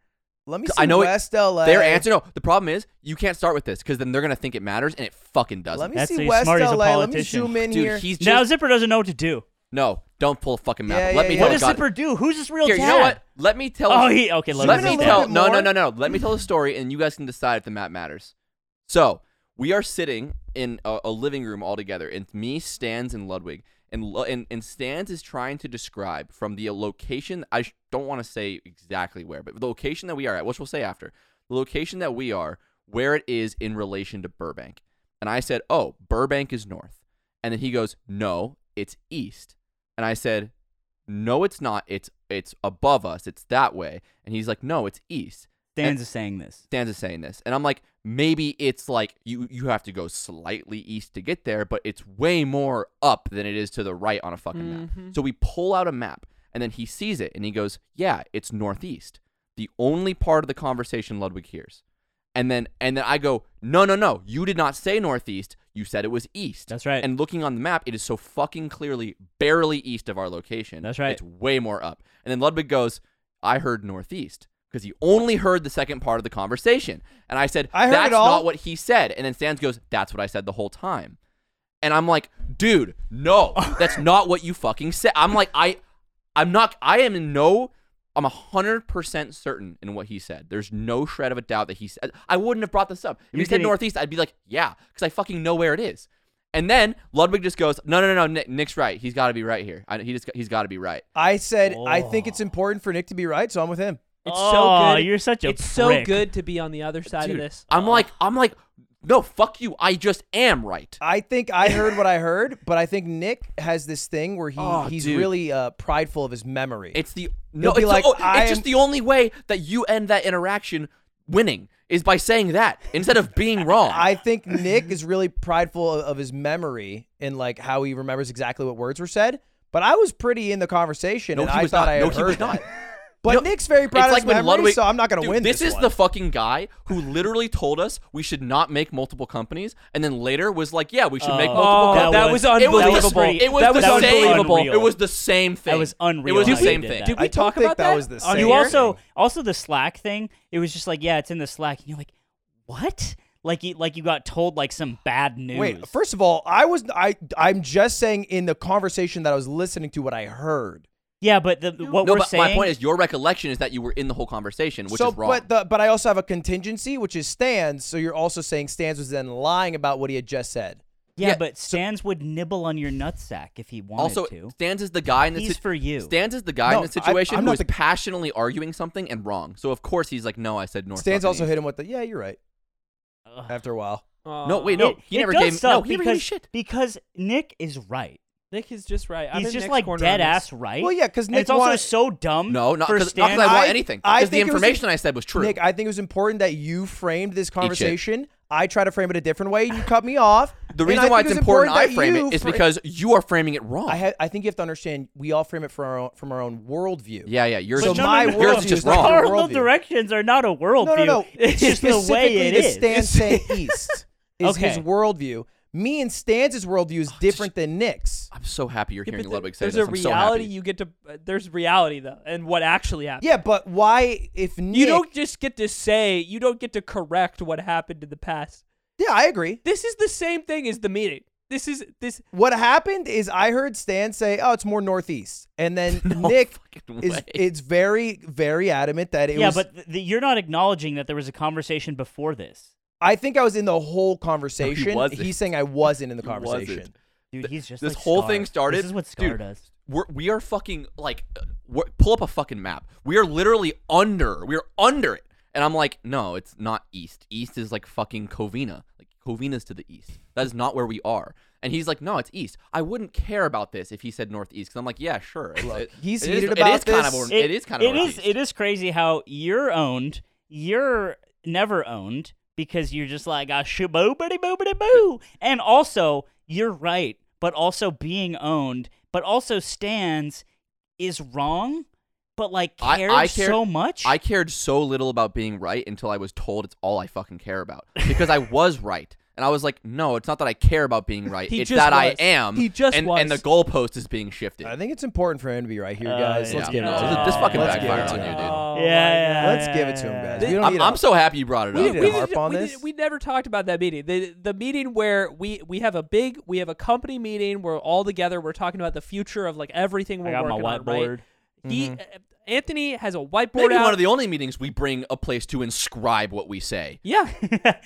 [SPEAKER 4] Let me see
[SPEAKER 1] I know it-
[SPEAKER 4] West LA.
[SPEAKER 1] Their answer, no. The problem is you can't start with this because then they're gonna think it matters, and it fucking
[SPEAKER 4] Let
[SPEAKER 1] doesn't.
[SPEAKER 4] me
[SPEAKER 3] That's
[SPEAKER 4] see
[SPEAKER 3] how
[SPEAKER 4] West
[SPEAKER 3] smart he's a
[SPEAKER 4] LA. Let me
[SPEAKER 3] politician.
[SPEAKER 4] zoom in
[SPEAKER 1] Dude,
[SPEAKER 4] here.
[SPEAKER 1] he's just
[SPEAKER 3] Now Zipper doesn't know what to do.
[SPEAKER 1] no. Don't pull a fucking map.
[SPEAKER 4] Yeah,
[SPEAKER 1] let
[SPEAKER 4] yeah,
[SPEAKER 1] me
[SPEAKER 4] yeah.
[SPEAKER 1] tell
[SPEAKER 3] What does
[SPEAKER 1] God-
[SPEAKER 3] Zipper do? Who's his real
[SPEAKER 1] Oh, Here,
[SPEAKER 3] dad?
[SPEAKER 1] you know what? Let me tell.
[SPEAKER 3] Oh, he okay. Let,
[SPEAKER 1] let
[SPEAKER 4] me
[SPEAKER 1] me
[SPEAKER 4] know a
[SPEAKER 1] tell.
[SPEAKER 4] little
[SPEAKER 1] No,
[SPEAKER 4] bit
[SPEAKER 1] no, no,
[SPEAKER 4] more.
[SPEAKER 1] no. Let me tell the story, and you guys can decide if the map matters. So we are sitting in a, a living room all together, and it's me, Stans, and Ludwig, and Lu- and and Stans is trying to describe from the location. I sh- don't want to say exactly where, but the location that we are at, which we'll say after, the location that we are, where it is in relation to Burbank. And I said, "Oh, Burbank is north," and then he goes, "No, it's east." And I said, no it's not it's it's above us it's that way and he's like no it's east
[SPEAKER 3] Dan's is saying this.
[SPEAKER 1] stans is saying this and i'm like maybe it's like you you have to go slightly east to get there but it's way more up than it is to the right on a fucking
[SPEAKER 3] Mm-hmm.
[SPEAKER 1] map so we pull out a map and then he sees it and he goes yeah it's northeast the only part of the conversation ludwig hears and then and then i go no no no you did not say northeast you said it was east
[SPEAKER 3] That's right.
[SPEAKER 1] and looking on the map, it is so fucking clearly barely east of our location.
[SPEAKER 3] That's right.
[SPEAKER 1] It's way more up. And then Ludwig goes, I heard northeast because he only heard the second part of the conversation. And I said,
[SPEAKER 4] I heard it
[SPEAKER 1] That's
[SPEAKER 4] all."
[SPEAKER 1] not what he said. And then Stans goes, That's what I said the whole time. And I'm like, Dude, no, that's not what you fucking said. I'm like, I, I'm not, I am in no. I'm 100% certain in what he said. There's no shred of a doubt that he said. I wouldn't have brought this up. If
[SPEAKER 3] You're
[SPEAKER 1] he said
[SPEAKER 3] getting-
[SPEAKER 1] Northeast, I'd be like, yeah, because I fucking know where it is. And then Ludwig just goes, no, no, no, no, Nick, Nick's right. He's got to be right here. I, he just, he's got to be right.
[SPEAKER 4] I said I think it's important for Nick to be right, so I'm with him.
[SPEAKER 2] It's
[SPEAKER 3] Oh,
[SPEAKER 2] so good.
[SPEAKER 3] you're such a
[SPEAKER 2] It's so
[SPEAKER 3] prick.
[SPEAKER 2] good to be on the other side
[SPEAKER 1] Dude,
[SPEAKER 2] of this.
[SPEAKER 1] I'm like, I'm like, no, fuck you. I just am right.
[SPEAKER 4] I think I heard what I heard, but I think Nick has this thing where he
[SPEAKER 1] Oh,
[SPEAKER 4] he's
[SPEAKER 1] dude.
[SPEAKER 4] really uh, prideful of his memory.
[SPEAKER 1] It's the no,
[SPEAKER 4] be
[SPEAKER 1] it's, the-
[SPEAKER 4] like,
[SPEAKER 1] oh,
[SPEAKER 4] I
[SPEAKER 1] it's
[SPEAKER 4] am-
[SPEAKER 1] just the only way that you end that interaction winning is by saying that instead of being wrong.
[SPEAKER 4] I think Nick is really prideful of, of his memory and like how he remembers exactly what words were said. But I was pretty in the conversation,
[SPEAKER 1] no,
[SPEAKER 4] and
[SPEAKER 1] he
[SPEAKER 4] I
[SPEAKER 1] was
[SPEAKER 4] thought
[SPEAKER 1] not.
[SPEAKER 4] I had
[SPEAKER 1] no,
[SPEAKER 4] heard
[SPEAKER 1] he was
[SPEAKER 4] that.
[SPEAKER 1] not.
[SPEAKER 4] But
[SPEAKER 1] No,
[SPEAKER 4] Nick's very proud
[SPEAKER 1] it's
[SPEAKER 4] of
[SPEAKER 1] like
[SPEAKER 4] his
[SPEAKER 1] when
[SPEAKER 4] memory,
[SPEAKER 1] Ludwig-
[SPEAKER 4] so I'm not going to
[SPEAKER 1] Dude,
[SPEAKER 4] win. This,
[SPEAKER 1] This, is
[SPEAKER 4] one.
[SPEAKER 1] the fucking guy who literally told us we should not make multiple companies, and then later was like, "Yeah, we should make
[SPEAKER 3] Oh,
[SPEAKER 1] multiple."
[SPEAKER 2] Oh,
[SPEAKER 1] companies.
[SPEAKER 2] that,
[SPEAKER 3] That
[SPEAKER 2] was,
[SPEAKER 3] was-
[SPEAKER 1] It was,
[SPEAKER 2] unbelievable.
[SPEAKER 1] the,
[SPEAKER 3] pretty-
[SPEAKER 1] it was
[SPEAKER 2] that
[SPEAKER 1] the
[SPEAKER 2] was
[SPEAKER 3] that was Uh,
[SPEAKER 1] same.
[SPEAKER 2] unbelievable.
[SPEAKER 3] unreal.
[SPEAKER 1] It was the same thing.
[SPEAKER 3] That was unreal
[SPEAKER 1] It was the
[SPEAKER 3] how you
[SPEAKER 1] same
[SPEAKER 3] did
[SPEAKER 1] thing.
[SPEAKER 3] that.
[SPEAKER 2] Did
[SPEAKER 4] I
[SPEAKER 2] we
[SPEAKER 4] don't
[SPEAKER 2] talk
[SPEAKER 4] think
[SPEAKER 2] about
[SPEAKER 4] that
[SPEAKER 2] that?
[SPEAKER 4] was the
[SPEAKER 2] on
[SPEAKER 4] same.
[SPEAKER 3] you
[SPEAKER 2] air?
[SPEAKER 3] also also the Slack thing. It was just like, yeah, it's in the Slack, and you're like, what? Like you like you got told like some bad news.
[SPEAKER 4] Wait, first of all, I was I I'm just saying in the conversation that I was listening to what I heard.
[SPEAKER 3] yeah, but the, the- what
[SPEAKER 1] no,
[SPEAKER 3] we're
[SPEAKER 1] but
[SPEAKER 3] saying.
[SPEAKER 1] my point is, your recollection is that you were in the whole conversation, which
[SPEAKER 4] so,
[SPEAKER 1] is wrong.
[SPEAKER 4] but the but I also have a contingency, which is Stans. So you're also saying Stans was then lying about what he had just said.
[SPEAKER 3] yeah,
[SPEAKER 1] yeah,
[SPEAKER 3] but Stans would nibble on your nutsack if he wanted
[SPEAKER 1] also,
[SPEAKER 3] to.
[SPEAKER 1] Stans is the guy in the
[SPEAKER 3] He's
[SPEAKER 1] sit-
[SPEAKER 3] for you.
[SPEAKER 1] Stans is the guy
[SPEAKER 4] No,
[SPEAKER 1] in the
[SPEAKER 4] I-
[SPEAKER 1] situation
[SPEAKER 4] I'm
[SPEAKER 1] who
[SPEAKER 4] not
[SPEAKER 1] is
[SPEAKER 4] the-
[SPEAKER 1] passionately arguing something and wrong. So of course he's like, "No, I said north."
[SPEAKER 4] Stans
[SPEAKER 1] fucking
[SPEAKER 4] also
[SPEAKER 1] east."
[SPEAKER 4] hit him with the yeah, you're right.
[SPEAKER 3] Ugh.
[SPEAKER 4] After a while,
[SPEAKER 1] No, wait,
[SPEAKER 2] Uh,
[SPEAKER 1] no,
[SPEAKER 3] It-
[SPEAKER 1] he
[SPEAKER 3] it
[SPEAKER 1] never
[SPEAKER 3] does
[SPEAKER 1] gave- no,
[SPEAKER 3] suck
[SPEAKER 1] he never gave
[SPEAKER 3] because,
[SPEAKER 1] me shit.
[SPEAKER 3] because Nick is right.
[SPEAKER 2] Nick is just right. I'm
[SPEAKER 3] He's
[SPEAKER 2] in
[SPEAKER 3] just
[SPEAKER 2] Nick's
[SPEAKER 3] like
[SPEAKER 2] corner on
[SPEAKER 3] dead
[SPEAKER 2] this.
[SPEAKER 3] ass right.
[SPEAKER 4] Well, yeah, 'cause
[SPEAKER 3] And
[SPEAKER 4] Nick
[SPEAKER 3] it's also
[SPEAKER 4] wanted-
[SPEAKER 3] so dumb.
[SPEAKER 1] No, not
[SPEAKER 3] for
[SPEAKER 1] because I
[SPEAKER 3] Stan-
[SPEAKER 1] want
[SPEAKER 4] I-
[SPEAKER 1] anything.
[SPEAKER 4] I
[SPEAKER 1] Because the
[SPEAKER 4] think it was a-
[SPEAKER 1] information I said was true.
[SPEAKER 4] Nick, I think it was important that you framed this conversation. I try to frame it a different way. You cut me off. and
[SPEAKER 1] The
[SPEAKER 4] I
[SPEAKER 1] reason
[SPEAKER 4] think
[SPEAKER 1] why
[SPEAKER 4] it
[SPEAKER 1] it's
[SPEAKER 4] was
[SPEAKER 1] important, I
[SPEAKER 4] that
[SPEAKER 1] frame
[SPEAKER 4] you
[SPEAKER 1] it is
[SPEAKER 4] fra-
[SPEAKER 1] because you are framing it wrong.
[SPEAKER 4] I ha- I think you have to understand we all frame it from our own, from our own worldview.
[SPEAKER 1] yeah, yeah. Yours,
[SPEAKER 4] So
[SPEAKER 1] is,
[SPEAKER 4] no, my
[SPEAKER 1] yours
[SPEAKER 4] worldview
[SPEAKER 1] is
[SPEAKER 4] is
[SPEAKER 1] just
[SPEAKER 4] not
[SPEAKER 1] wrong.
[SPEAKER 4] your
[SPEAKER 3] Cardinal
[SPEAKER 4] worldview.
[SPEAKER 3] directions are not a worldview.
[SPEAKER 4] No, no, no.
[SPEAKER 3] It's just the way
[SPEAKER 4] Specifically
[SPEAKER 3] it
[SPEAKER 4] to
[SPEAKER 3] is.
[SPEAKER 4] Stan's saying east is his
[SPEAKER 3] Okay.
[SPEAKER 4] worldview. Me and Stan's worldview
[SPEAKER 1] Oh,
[SPEAKER 4] is different than Nick's.
[SPEAKER 1] I'm so happy you're
[SPEAKER 2] Yeah, but
[SPEAKER 1] hearing
[SPEAKER 2] the-
[SPEAKER 1] Ludwig say
[SPEAKER 2] there's
[SPEAKER 1] this.
[SPEAKER 2] a
[SPEAKER 1] I'm so happy.
[SPEAKER 2] reality you get to. uh, there's reality though, and what actually happened.
[SPEAKER 4] Yeah, but why if Nick?
[SPEAKER 2] You don't just get to say. You don't get to correct what happened in the past.
[SPEAKER 4] Yeah, I agree.
[SPEAKER 2] This is the same thing as the meeting. This is this.
[SPEAKER 4] What happened is I heard Stan say, "Oh, it's more northeast," and then
[SPEAKER 1] No
[SPEAKER 4] Nick
[SPEAKER 1] fucking
[SPEAKER 4] is
[SPEAKER 1] way.
[SPEAKER 4] it's very very adamant that it
[SPEAKER 3] yeah,
[SPEAKER 4] was.
[SPEAKER 3] but th- th- you're not acknowledging that there was a conversation before this.
[SPEAKER 4] I think I was in the whole conversation.
[SPEAKER 1] wasn't.
[SPEAKER 4] He's saying I wasn't in the
[SPEAKER 1] He wasn't.
[SPEAKER 4] conversation.
[SPEAKER 3] Dude, he's just
[SPEAKER 1] this
[SPEAKER 3] like
[SPEAKER 1] whole
[SPEAKER 3] Scar.
[SPEAKER 1] thing started.
[SPEAKER 3] This is what Scar
[SPEAKER 1] dude,
[SPEAKER 3] does.
[SPEAKER 1] We're, we are fucking like, uh, we're, pull up a fucking map. We are literally under. We are under it. And I'm like, no, it's not east. East is like fucking Covina. Like Covina's to the east. That is not where we are. And he's like, no, it's east. I wouldn't care about this if he said northeast. Because I'm like, yeah, sure. It's-
[SPEAKER 4] Look,
[SPEAKER 1] it-
[SPEAKER 4] he's
[SPEAKER 1] it is-
[SPEAKER 4] heated
[SPEAKER 1] it
[SPEAKER 4] about
[SPEAKER 1] is Kind of,
[SPEAKER 4] this.
[SPEAKER 1] or- it is kind of.
[SPEAKER 3] It is.
[SPEAKER 1] northeast.
[SPEAKER 3] It is crazy how you're owned. You're never owned because you're just like a boo bitty boo bitty boo. And also, you're right, but also being owned, but also stands is wrong, but like
[SPEAKER 1] I-
[SPEAKER 3] cared
[SPEAKER 1] I cared-
[SPEAKER 3] so much.
[SPEAKER 1] I cared so little about being right until I was told it's all I fucking care about because I was right. And I was like, no, it's not that I care about being right.
[SPEAKER 2] He
[SPEAKER 1] it's
[SPEAKER 2] just
[SPEAKER 1] that I
[SPEAKER 2] was.
[SPEAKER 1] am.
[SPEAKER 2] He just
[SPEAKER 1] and,
[SPEAKER 2] was.
[SPEAKER 1] and the goalpost is being shifted.
[SPEAKER 4] I think it's important for him to be right here,
[SPEAKER 3] Uh,
[SPEAKER 4] guys. Let's
[SPEAKER 1] yeah.
[SPEAKER 4] give it to
[SPEAKER 1] This-
[SPEAKER 4] him.
[SPEAKER 1] this fucking
[SPEAKER 4] Oh, Let's give
[SPEAKER 1] backfired
[SPEAKER 4] it to
[SPEAKER 1] on you,
[SPEAKER 4] him.
[SPEAKER 1] dude.
[SPEAKER 2] Oh, my
[SPEAKER 3] yeah,
[SPEAKER 2] God.
[SPEAKER 3] yeah,
[SPEAKER 4] Let's give it to him, guys.
[SPEAKER 2] Th-
[SPEAKER 4] We don't
[SPEAKER 1] I'm,
[SPEAKER 4] need
[SPEAKER 1] I'm
[SPEAKER 4] a-
[SPEAKER 1] so happy you brought it
[SPEAKER 4] We
[SPEAKER 1] up.
[SPEAKER 4] didn't
[SPEAKER 2] we,
[SPEAKER 4] harp
[SPEAKER 2] did-
[SPEAKER 4] on
[SPEAKER 2] we
[SPEAKER 4] this.
[SPEAKER 2] did- we never talked about that meeting. The the meeting where we we have a big we have a company meeting. We're all together. We're talking about the future of like everything we're
[SPEAKER 3] I got my
[SPEAKER 2] working on.
[SPEAKER 3] whiteboard.
[SPEAKER 2] Right? He uh, Anthony has a whiteboard
[SPEAKER 1] Maybe
[SPEAKER 2] out.
[SPEAKER 1] one of the only meetings we bring a place to inscribe what we say.
[SPEAKER 2] yeah,
[SPEAKER 4] The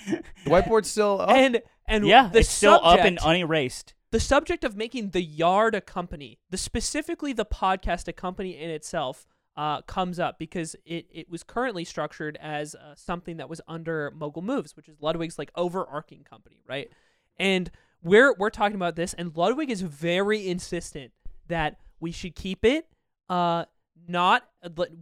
[SPEAKER 4] whiteboard's still up.
[SPEAKER 2] and and
[SPEAKER 3] Oh. yeah,
[SPEAKER 2] the
[SPEAKER 3] it's still up and
[SPEAKER 2] subject-
[SPEAKER 3] unerased.
[SPEAKER 2] the subject of making the yard a company, the specifically the podcast a company in itself, uh, comes up because it, it was currently structured as uh, something that was under Mogul Moves, which is Ludwig's like overarching company, right? And we're we're talking about this, and Ludwig is very insistent that we should keep it. Uh, not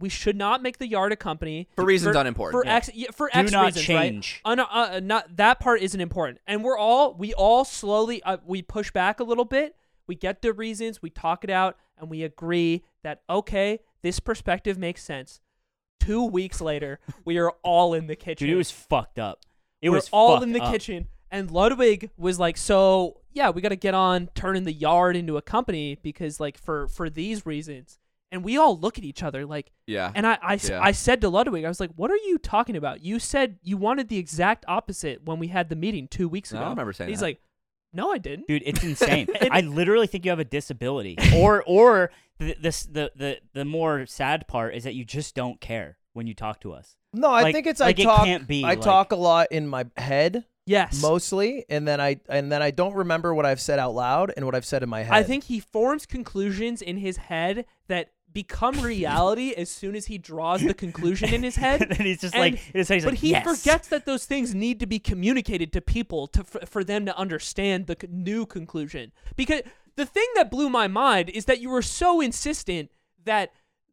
[SPEAKER 2] we should not make the yard a company
[SPEAKER 1] For reasons unimportant.
[SPEAKER 2] for
[SPEAKER 1] Yeah.
[SPEAKER 2] X yeah, for
[SPEAKER 3] Do
[SPEAKER 2] X
[SPEAKER 3] not
[SPEAKER 2] reasons,
[SPEAKER 3] change.
[SPEAKER 2] right? Un- uh, uh, not that part isn't important, and we're all we all slowly uh, we push back a little bit. We get the reasons, we talk it out, and we agree that okay, this perspective makes sense. Two weeks later, we are all in the kitchen.
[SPEAKER 3] Dude, it was fucked up. It
[SPEAKER 2] we're
[SPEAKER 3] was
[SPEAKER 2] all
[SPEAKER 3] fucked
[SPEAKER 2] in the
[SPEAKER 3] up.
[SPEAKER 2] kitchen, and Ludwig was like, "So yeah, we got to get on turning the yard into a company because like for for these reasons." And we all look at each other like,
[SPEAKER 1] Yeah.
[SPEAKER 2] and I, I s-
[SPEAKER 1] Yeah.
[SPEAKER 2] I said to Ludwig, I was like, what are you talking about? You said you wanted the exact opposite when we had the meeting two weeks
[SPEAKER 1] No,
[SPEAKER 2] ago.
[SPEAKER 1] I remember saying
[SPEAKER 2] He's
[SPEAKER 1] that.
[SPEAKER 2] like, no, I didn't.
[SPEAKER 3] Dude, it's insane.
[SPEAKER 2] And-
[SPEAKER 3] I literally think you have a disability, or or the, this the the the more sad part is that you just don't care when you talk to us.
[SPEAKER 4] no, I
[SPEAKER 3] like-
[SPEAKER 4] think it's
[SPEAKER 3] like
[SPEAKER 4] I
[SPEAKER 3] it
[SPEAKER 4] talk.
[SPEAKER 3] can't be,
[SPEAKER 4] I
[SPEAKER 3] like-
[SPEAKER 4] talk a lot in my head
[SPEAKER 2] yes.
[SPEAKER 4] mostly, and then I and then I don't remember what I've said out loud and what I've said in my head.
[SPEAKER 2] I think he forms conclusions in his head that become reality as soon as he draws the conclusion in his head.
[SPEAKER 3] and he's just
[SPEAKER 2] And-
[SPEAKER 3] like, he's like,
[SPEAKER 2] but he
[SPEAKER 3] "Yes."
[SPEAKER 2] forgets that those things need to be communicated to people to for, for them to understand the c- new conclusion. Because the thing that blew my mind is that you were so insistent that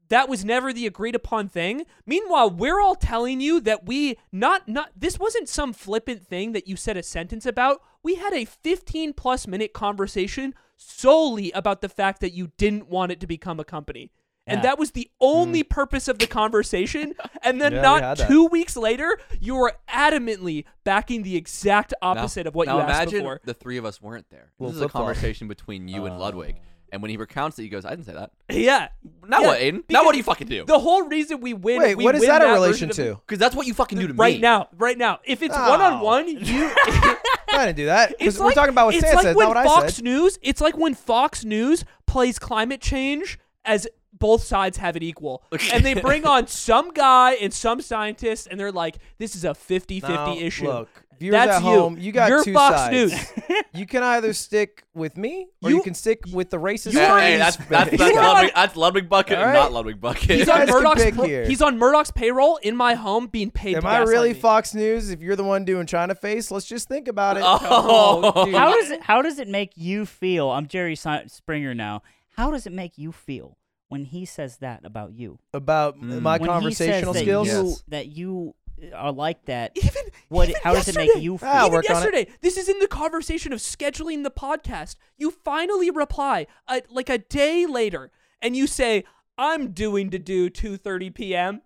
[SPEAKER 2] that was never the agreed upon thing. Meanwhile, we're all telling you that we not not this wasn't some flippant thing that you said a sentence about. We had a 15 plus minute conversation solely about the fact that you didn't want it to become a company. And
[SPEAKER 3] Yeah. Mm.
[SPEAKER 2] that was the only purpose of the conversation. And then
[SPEAKER 4] Yeah, we
[SPEAKER 2] not
[SPEAKER 4] had that.
[SPEAKER 2] two two weeks later, you were adamantly backing the exact opposite of what
[SPEAKER 1] now
[SPEAKER 2] you asked
[SPEAKER 1] imagine
[SPEAKER 2] before. Uh.
[SPEAKER 1] the three of us weren't there.
[SPEAKER 4] Well,
[SPEAKER 1] this is a
[SPEAKER 4] football.
[SPEAKER 1] conversation between you and Ludwig. And when he recounts it, he goes, "I didn't say that."
[SPEAKER 2] Yeah.
[SPEAKER 1] Now
[SPEAKER 2] Yeah,
[SPEAKER 1] what, Aiden? Now
[SPEAKER 2] because
[SPEAKER 1] what do you fucking do?
[SPEAKER 2] The whole reason we win.
[SPEAKER 4] Wait,
[SPEAKER 2] we
[SPEAKER 4] what is
[SPEAKER 2] win
[SPEAKER 4] that in
[SPEAKER 2] version
[SPEAKER 4] relation
[SPEAKER 2] of-
[SPEAKER 4] to?
[SPEAKER 1] Because that's what you fucking do to me
[SPEAKER 2] Right now, right now. If it's
[SPEAKER 4] Oh.
[SPEAKER 2] one on one, you.
[SPEAKER 4] I didn't do that
[SPEAKER 2] It's
[SPEAKER 4] because we're
[SPEAKER 2] like-
[SPEAKER 4] talking about what
[SPEAKER 2] it's
[SPEAKER 4] Santa
[SPEAKER 2] like
[SPEAKER 4] says,
[SPEAKER 2] when
[SPEAKER 4] not what
[SPEAKER 2] Fox
[SPEAKER 4] I said.
[SPEAKER 2] News. It's like when Fox News plays climate change as both sides have it equal, and they bring on some guy and some scientists, and they're like, "This is a 50-50
[SPEAKER 4] Now,
[SPEAKER 2] issue."
[SPEAKER 4] Look, viewers
[SPEAKER 2] That's
[SPEAKER 4] at home,
[SPEAKER 2] you.
[SPEAKER 4] you, got
[SPEAKER 2] You're
[SPEAKER 4] two
[SPEAKER 2] Fox
[SPEAKER 4] sides.
[SPEAKER 2] News.
[SPEAKER 4] you can either stick with me or
[SPEAKER 2] You-
[SPEAKER 4] you, can stick with the racist.
[SPEAKER 2] you
[SPEAKER 1] hey,
[SPEAKER 2] are-
[SPEAKER 4] Chinese
[SPEAKER 1] hey, that's that's,
[SPEAKER 4] bitch.
[SPEAKER 1] that's,
[SPEAKER 2] You are-
[SPEAKER 1] Ludwig, that's Ludwig bucket,
[SPEAKER 4] All right.
[SPEAKER 1] not Ludwig bucket.
[SPEAKER 2] He's
[SPEAKER 4] You
[SPEAKER 2] on
[SPEAKER 4] guys can
[SPEAKER 2] Murdoch's.
[SPEAKER 4] pick
[SPEAKER 2] pa-
[SPEAKER 4] here.
[SPEAKER 2] He's on Murdoch's payroll in my home, being paid.
[SPEAKER 4] Am
[SPEAKER 2] to
[SPEAKER 4] I really
[SPEAKER 2] fucked?
[SPEAKER 4] Fox News? If you're the one doing China face, let's just think about it.
[SPEAKER 1] oh,
[SPEAKER 2] dude.
[SPEAKER 3] How does it how does it make you feel? I'm Jerry Si- Springer now. How does it make you feel when he says that about you?
[SPEAKER 4] About
[SPEAKER 1] Mm.
[SPEAKER 4] my
[SPEAKER 3] When
[SPEAKER 4] conversational
[SPEAKER 3] he says
[SPEAKER 4] skills.
[SPEAKER 3] That you,
[SPEAKER 1] Yes.
[SPEAKER 3] that you are like that.
[SPEAKER 2] Even
[SPEAKER 3] What?
[SPEAKER 2] even
[SPEAKER 3] how does it
[SPEAKER 2] yesterday-
[SPEAKER 3] make you feel?
[SPEAKER 4] Ah, I'll
[SPEAKER 2] Even
[SPEAKER 4] work on it.
[SPEAKER 2] yesterday, this is in the conversation of scheduling the podcast. You finally reply uh, like a day later, and you say, "I'm doing to do 2:30 p.m."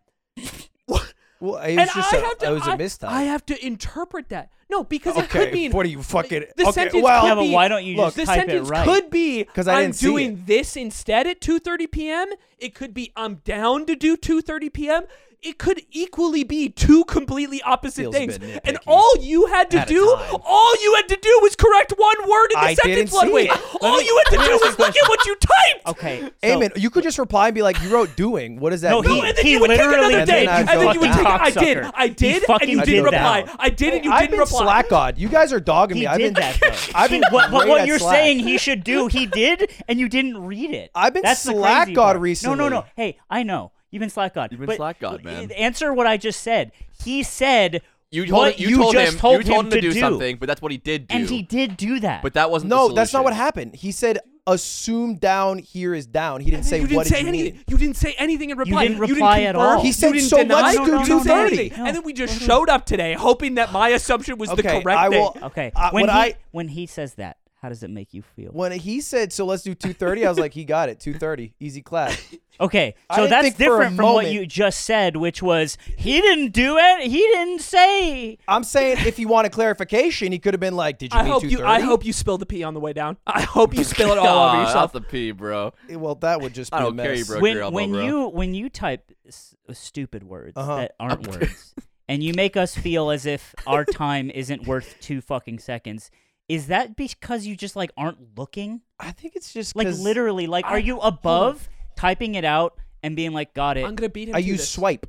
[SPEAKER 4] Well, it
[SPEAKER 2] And
[SPEAKER 4] was
[SPEAKER 2] I
[SPEAKER 4] just a,
[SPEAKER 2] have to.
[SPEAKER 4] it was
[SPEAKER 2] I-
[SPEAKER 4] a mistype.
[SPEAKER 2] I have to interpret that. No, because it
[SPEAKER 4] okay,
[SPEAKER 2] could mean
[SPEAKER 4] what are you fucking?
[SPEAKER 2] the
[SPEAKER 4] okay,
[SPEAKER 2] sentence
[SPEAKER 4] well,
[SPEAKER 3] yeah,
[SPEAKER 2] could
[SPEAKER 3] but
[SPEAKER 2] be-
[SPEAKER 3] why don't you
[SPEAKER 4] look,
[SPEAKER 3] just
[SPEAKER 2] the
[SPEAKER 3] type it
[SPEAKER 2] sentence
[SPEAKER 3] right?
[SPEAKER 2] could be
[SPEAKER 4] 'Cause I
[SPEAKER 2] am
[SPEAKER 4] didn't see
[SPEAKER 2] doing
[SPEAKER 4] it.
[SPEAKER 2] this instead at 2:30 p.m. It could be I'm down to do 2:30 p.m. It could equally be two completely opposite
[SPEAKER 4] Feels a
[SPEAKER 2] things.
[SPEAKER 4] bit
[SPEAKER 2] And
[SPEAKER 4] nitpicky.
[SPEAKER 2] all you had to
[SPEAKER 4] At a
[SPEAKER 2] do,
[SPEAKER 4] time.
[SPEAKER 2] all you had to do was correct one word in the
[SPEAKER 4] I didn't
[SPEAKER 2] sentence,
[SPEAKER 4] see
[SPEAKER 2] Ludwig.
[SPEAKER 4] it.
[SPEAKER 2] All you had to do was look at what you typed.
[SPEAKER 3] Okay. So,
[SPEAKER 4] Amen. You could just reply and be like, "You wrote doing. What does that
[SPEAKER 3] No,
[SPEAKER 4] mean?"
[SPEAKER 2] No, and then
[SPEAKER 3] He
[SPEAKER 2] you would take
[SPEAKER 3] literally
[SPEAKER 2] another
[SPEAKER 4] did
[SPEAKER 2] day,
[SPEAKER 4] that.
[SPEAKER 2] and then you would take. I
[SPEAKER 3] Cocksucker.
[SPEAKER 2] did, I
[SPEAKER 3] He
[SPEAKER 2] did, and
[SPEAKER 3] fucking
[SPEAKER 2] you
[SPEAKER 4] did
[SPEAKER 2] didn't
[SPEAKER 4] that.
[SPEAKER 2] reply. I did, and you
[SPEAKER 4] I've
[SPEAKER 2] didn't
[SPEAKER 4] been
[SPEAKER 2] reply.
[SPEAKER 4] slack on. You guys are dogging
[SPEAKER 3] He
[SPEAKER 4] me. I've
[SPEAKER 3] did
[SPEAKER 4] been,
[SPEAKER 3] that. Though.
[SPEAKER 4] I've been
[SPEAKER 3] He- what, but
[SPEAKER 4] great
[SPEAKER 3] what
[SPEAKER 4] at
[SPEAKER 3] you're
[SPEAKER 4] Slack.
[SPEAKER 3] saying he should do, he did, and you didn't read it.
[SPEAKER 4] I've been
[SPEAKER 3] That's the crazy
[SPEAKER 4] slack-god
[SPEAKER 3] part.
[SPEAKER 4] recently.
[SPEAKER 3] No, no, no. Hey, I know you've been slack god.
[SPEAKER 1] You've been
[SPEAKER 3] but
[SPEAKER 1] slack-god, man.
[SPEAKER 3] Answer what I just said. He said
[SPEAKER 1] you told
[SPEAKER 3] what
[SPEAKER 1] you, told
[SPEAKER 3] just
[SPEAKER 1] him
[SPEAKER 3] told
[SPEAKER 1] you told him,
[SPEAKER 3] to
[SPEAKER 1] do, something, but that's what he did do.
[SPEAKER 3] and he did do that.
[SPEAKER 1] but that wasn't. the
[SPEAKER 4] No, that's not what
[SPEAKER 1] solution.
[SPEAKER 4] happened. He said, "Assume down here is down." He didn't say
[SPEAKER 2] You didn't
[SPEAKER 4] what
[SPEAKER 2] say
[SPEAKER 4] did you
[SPEAKER 2] anything.
[SPEAKER 4] mean.
[SPEAKER 2] You didn't say anything in reply.
[SPEAKER 3] didn't reply at
[SPEAKER 2] confirm.
[SPEAKER 3] all. He
[SPEAKER 2] You
[SPEAKER 4] said,
[SPEAKER 2] didn't
[SPEAKER 4] "So
[SPEAKER 2] deny.
[SPEAKER 4] let's
[SPEAKER 2] No,
[SPEAKER 4] do
[SPEAKER 2] no, no, no,
[SPEAKER 4] 2:30.
[SPEAKER 2] anything.
[SPEAKER 3] No.
[SPEAKER 2] And then we just showed up today, hoping that my assumption was the
[SPEAKER 4] Okay,
[SPEAKER 2] correct
[SPEAKER 4] I
[SPEAKER 2] thing.
[SPEAKER 4] will-
[SPEAKER 3] Okay.
[SPEAKER 4] Uh,
[SPEAKER 3] when
[SPEAKER 4] when
[SPEAKER 3] he
[SPEAKER 4] I-
[SPEAKER 3] when he says that, How does it make you feel?
[SPEAKER 4] When he said, "So let's do 2:30," I was like, "He got it. 2:30, easy clap."
[SPEAKER 3] Okay,
[SPEAKER 4] I
[SPEAKER 3] so
[SPEAKER 4] didn't
[SPEAKER 3] that's
[SPEAKER 4] think for a
[SPEAKER 3] different from what
[SPEAKER 4] moment-
[SPEAKER 3] you just said, which was he didn't do it. He didn't say.
[SPEAKER 4] I'm saying if you want a clarification, he could have been like, "Did you
[SPEAKER 2] I
[SPEAKER 4] mean
[SPEAKER 2] hope
[SPEAKER 4] 2:30?"
[SPEAKER 2] you. I hope you spill the pee on the way down. I hope you spill it all over
[SPEAKER 1] Ah, Not
[SPEAKER 2] yourself.
[SPEAKER 1] the pee, bro.
[SPEAKER 4] Well, that would just be
[SPEAKER 1] I don't
[SPEAKER 4] a mess.
[SPEAKER 1] care, you broke
[SPEAKER 3] when
[SPEAKER 1] your elbow,
[SPEAKER 3] when
[SPEAKER 1] bro.
[SPEAKER 3] you when you type s- uh, stupid words
[SPEAKER 4] Uh-huh.
[SPEAKER 3] that aren't words, and you make us feel as if our time isn't worth two fucking seconds. Is that because you just like aren't looking?
[SPEAKER 4] I think it's just
[SPEAKER 3] Like
[SPEAKER 4] 'cause
[SPEAKER 3] literally, like
[SPEAKER 2] I-
[SPEAKER 3] are you
[SPEAKER 2] hold on.
[SPEAKER 3] above typing it out and being like, got it?
[SPEAKER 2] I'm gonna beat him.
[SPEAKER 4] I
[SPEAKER 2] to
[SPEAKER 4] use
[SPEAKER 2] this.
[SPEAKER 4] swipe.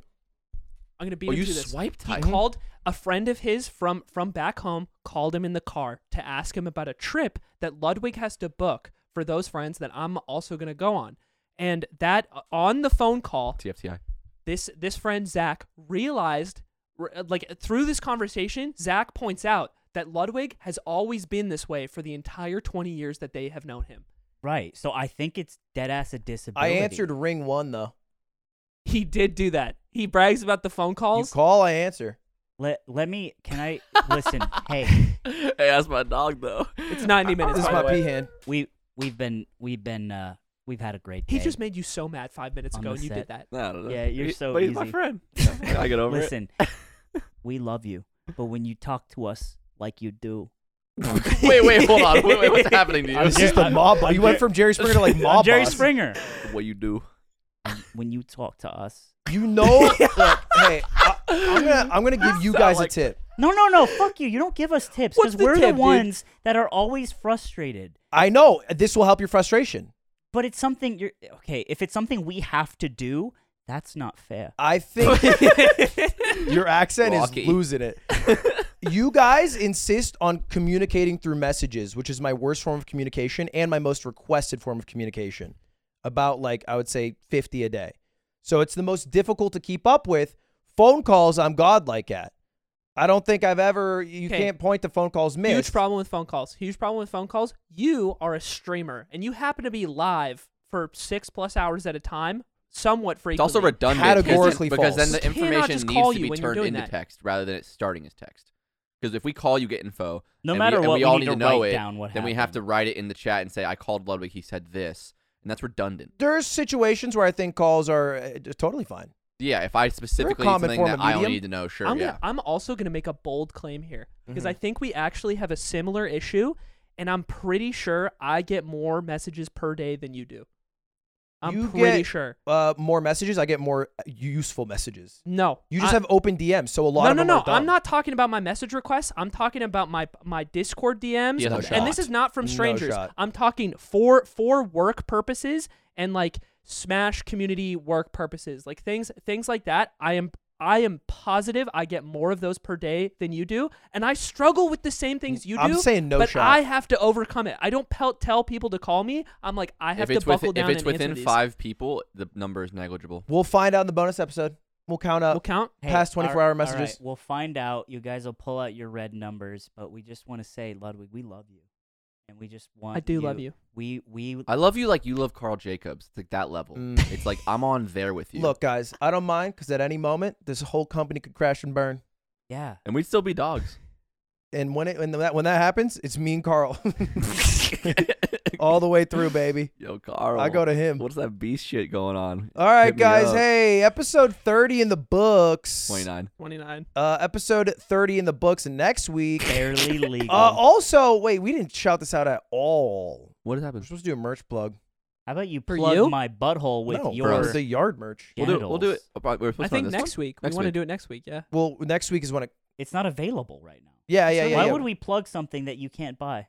[SPEAKER 2] I'm gonna beat
[SPEAKER 1] Oh,
[SPEAKER 2] him
[SPEAKER 1] you
[SPEAKER 2] to this.
[SPEAKER 1] swipe
[SPEAKER 2] He
[SPEAKER 1] type.
[SPEAKER 2] called a friend of his from from back home. Called him in the car to ask him about a trip that Ludwig has to book for those friends that I'm also gonna go on. And that uh, on the phone call,
[SPEAKER 1] TFTI.
[SPEAKER 2] this this friend Zach realized, r- uh, like through this conversation, Zach points out that Ludwig has always been this way for the entire 20 years that they have known him.
[SPEAKER 3] Right. So I think it's dead ass a disability.
[SPEAKER 4] I answered ring one though.
[SPEAKER 2] He did do that. He brags about the phone
[SPEAKER 4] You
[SPEAKER 2] calls.
[SPEAKER 4] call, I answer.
[SPEAKER 3] Let let me. Can I listen? hey,
[SPEAKER 1] Hey, that's my dog though.
[SPEAKER 2] Oh. It's 90 minutes.
[SPEAKER 4] This is my
[SPEAKER 2] by the way.
[SPEAKER 4] pee hand.
[SPEAKER 3] we we've been we've been uh we've had a great day.
[SPEAKER 2] He just made you so mad five minutes
[SPEAKER 3] On
[SPEAKER 2] ago,
[SPEAKER 3] the
[SPEAKER 2] and you
[SPEAKER 3] set.
[SPEAKER 2] did that.
[SPEAKER 1] I don't know.
[SPEAKER 3] Yeah, you're
[SPEAKER 1] He-
[SPEAKER 3] so
[SPEAKER 1] But he's my
[SPEAKER 3] easy.
[SPEAKER 1] friend. I get over
[SPEAKER 3] listen. we love you, but when you talk to us like you do,
[SPEAKER 1] it. Wait, wait, hold on. Wait, wait, what's happening to you?
[SPEAKER 4] This is the mob. boss. You went from Jerry Springer to like
[SPEAKER 3] I'm
[SPEAKER 4] mob
[SPEAKER 3] Jerry
[SPEAKER 4] boss.
[SPEAKER 3] Springer.
[SPEAKER 1] what you do?
[SPEAKER 3] when you talk to us,
[SPEAKER 4] You know, look, hey, I, am gonna I'm gonna give you guys a tip.
[SPEAKER 3] no, no, no, fuck you. You don't give us tips
[SPEAKER 2] What's
[SPEAKER 3] because
[SPEAKER 2] the
[SPEAKER 3] we're
[SPEAKER 2] tip,
[SPEAKER 3] the
[SPEAKER 2] dude?
[SPEAKER 3] ones that are always frustrated.
[SPEAKER 4] I know this will help your frustration.
[SPEAKER 3] But it's something you're okay. If it's something we have to do, that's not fair.
[SPEAKER 4] I think your accent
[SPEAKER 1] Rocky.
[SPEAKER 4] is losing it. You guys insist on communicating through messages, which is my worst form of communication and my most requested form of communication. About like I would say 50 a day. So it's the most difficult to keep up with. Phone calls I'm godlike at. I don't think I've ever you
[SPEAKER 2] Okay.
[SPEAKER 4] can't point to phone calls missed.
[SPEAKER 2] Huge problem with phone calls. Huge problem with phone calls. You are a streamer, and you happen to be live for six plus hours at a time, somewhat
[SPEAKER 1] It's
[SPEAKER 2] frequently.
[SPEAKER 1] also redundant because-
[SPEAKER 4] Categorically
[SPEAKER 1] because, then
[SPEAKER 4] false.
[SPEAKER 1] the
[SPEAKER 2] You cannot
[SPEAKER 1] information
[SPEAKER 2] just
[SPEAKER 1] needs
[SPEAKER 2] call
[SPEAKER 1] to
[SPEAKER 2] you
[SPEAKER 1] be
[SPEAKER 2] when you're
[SPEAKER 1] turned
[SPEAKER 2] doing
[SPEAKER 1] into
[SPEAKER 2] that.
[SPEAKER 1] text rather than it starting as text. Because if we call, you get info.
[SPEAKER 3] No
[SPEAKER 1] and we-
[SPEAKER 3] matter
[SPEAKER 1] and
[SPEAKER 3] what,
[SPEAKER 1] we
[SPEAKER 3] we
[SPEAKER 1] all need
[SPEAKER 3] need
[SPEAKER 1] to
[SPEAKER 3] to
[SPEAKER 1] know
[SPEAKER 3] write
[SPEAKER 1] it.
[SPEAKER 3] down what
[SPEAKER 1] then we have
[SPEAKER 3] happened.
[SPEAKER 1] to write it in the chat and say, "I called Ludwig. He said this," and that's redundant.
[SPEAKER 4] There's situations where I think calls are uh, totally fine.
[SPEAKER 1] Yeah, if I specifically need
[SPEAKER 4] common
[SPEAKER 1] something
[SPEAKER 4] form
[SPEAKER 1] that
[SPEAKER 4] of
[SPEAKER 1] I only
[SPEAKER 4] medium.
[SPEAKER 1] need to know, sure,
[SPEAKER 2] I'm,
[SPEAKER 1] yeah. Mm-hmm.
[SPEAKER 2] gonna, I'm also going to make a bold claim here because I think we actually have a similar issue, and I'm pretty sure I get more messages per day than you do. I'm
[SPEAKER 4] You
[SPEAKER 2] pretty
[SPEAKER 4] get-
[SPEAKER 2] sure.
[SPEAKER 4] Uh, more messages, I get more uh, useful messages.
[SPEAKER 2] No,
[SPEAKER 4] You just
[SPEAKER 2] I-
[SPEAKER 4] have open DMs, so a lot
[SPEAKER 2] no,
[SPEAKER 4] of
[SPEAKER 2] no,
[SPEAKER 4] them
[SPEAKER 2] no.
[SPEAKER 4] are dumb.
[SPEAKER 2] I'm not talking about my message requests. I'm talking about my my Discord DMs.
[SPEAKER 1] Yeah, no
[SPEAKER 2] and this
[SPEAKER 1] shot.
[SPEAKER 2] is not from
[SPEAKER 4] No
[SPEAKER 2] strangers.
[SPEAKER 4] shot.
[SPEAKER 2] I'm talking for for work purposes and like Smash community work purposes, like things things like that. I am I am positive I get more of those per day than you do, and I struggle with the same things you do.
[SPEAKER 4] I'm saying no
[SPEAKER 2] but
[SPEAKER 4] shot.
[SPEAKER 2] I have to overcome it. I don't pel- tell people to call me. I'm like I have
[SPEAKER 1] if it's
[SPEAKER 2] to buckle
[SPEAKER 1] within,
[SPEAKER 2] down
[SPEAKER 1] if it's
[SPEAKER 2] and answer
[SPEAKER 1] within
[SPEAKER 2] these.
[SPEAKER 1] five people, the number is negligible.
[SPEAKER 4] We'll find out in the bonus episode. We'll count up
[SPEAKER 2] We'll count.
[SPEAKER 3] Hey,
[SPEAKER 4] past
[SPEAKER 3] all-
[SPEAKER 4] 24 hour
[SPEAKER 3] all right,
[SPEAKER 4] messages.
[SPEAKER 3] we'll find out. You guys will pull out your red numbers, but we just want to say, Ludwig, we love you, and we just
[SPEAKER 4] uh,
[SPEAKER 3] want.
[SPEAKER 2] I do love you.
[SPEAKER 3] We we
[SPEAKER 1] I love you like you love Carl Jacobs. It's like that level.
[SPEAKER 4] Mm.
[SPEAKER 1] It's like I'm on there with you.
[SPEAKER 4] Look, guys, I don't mind because at any moment this whole company could crash and burn.
[SPEAKER 3] yeah.
[SPEAKER 1] and we'd still be dogs.
[SPEAKER 4] And when it when that when that happens, it's me and Carl all the way through, baby.
[SPEAKER 1] Yo, Carl.
[SPEAKER 4] I go to him.
[SPEAKER 1] What's that beast shit going on?
[SPEAKER 4] All right,
[SPEAKER 1] Hit me
[SPEAKER 4] guys.
[SPEAKER 1] up.
[SPEAKER 4] Hey, episode 30 in the books.
[SPEAKER 1] 29.
[SPEAKER 2] Twenty nine.
[SPEAKER 4] Uh, episode 30 in the books next week.
[SPEAKER 3] Barely legal.
[SPEAKER 4] Uh, also, wait, we didn't shout this out at all.
[SPEAKER 1] What has
[SPEAKER 4] We're
[SPEAKER 1] happened?
[SPEAKER 4] supposed to do a merch plug.
[SPEAKER 3] How about you
[SPEAKER 2] For
[SPEAKER 3] plug
[SPEAKER 2] you?
[SPEAKER 3] my butthole with
[SPEAKER 4] no,
[SPEAKER 3] your
[SPEAKER 4] the yard merch.
[SPEAKER 1] We'll do it. We'll do it.
[SPEAKER 3] genitals?
[SPEAKER 1] oh, but We're supposed
[SPEAKER 2] I
[SPEAKER 1] to run
[SPEAKER 2] think
[SPEAKER 1] this
[SPEAKER 2] next
[SPEAKER 1] one?
[SPEAKER 2] week
[SPEAKER 1] Next
[SPEAKER 2] we want to
[SPEAKER 1] week.
[SPEAKER 2] do it next week. Yeah.
[SPEAKER 4] Well, next week is when it.
[SPEAKER 3] It's not available right now.
[SPEAKER 4] Yeah,
[SPEAKER 2] It's
[SPEAKER 4] yeah,
[SPEAKER 2] not-
[SPEAKER 4] yeah.
[SPEAKER 3] Why
[SPEAKER 4] yeah.
[SPEAKER 3] would we plug something that you can't buy?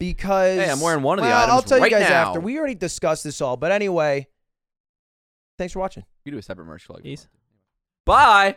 [SPEAKER 4] because
[SPEAKER 1] Hey, I'm wearing one of the
[SPEAKER 4] well, I'll
[SPEAKER 1] items
[SPEAKER 4] tell
[SPEAKER 1] right
[SPEAKER 4] you guys
[SPEAKER 1] now.
[SPEAKER 4] after. We already discussed this all, but anyway, thanks for watching.
[SPEAKER 1] We do a separate merch log.
[SPEAKER 2] Peace.
[SPEAKER 1] Bye.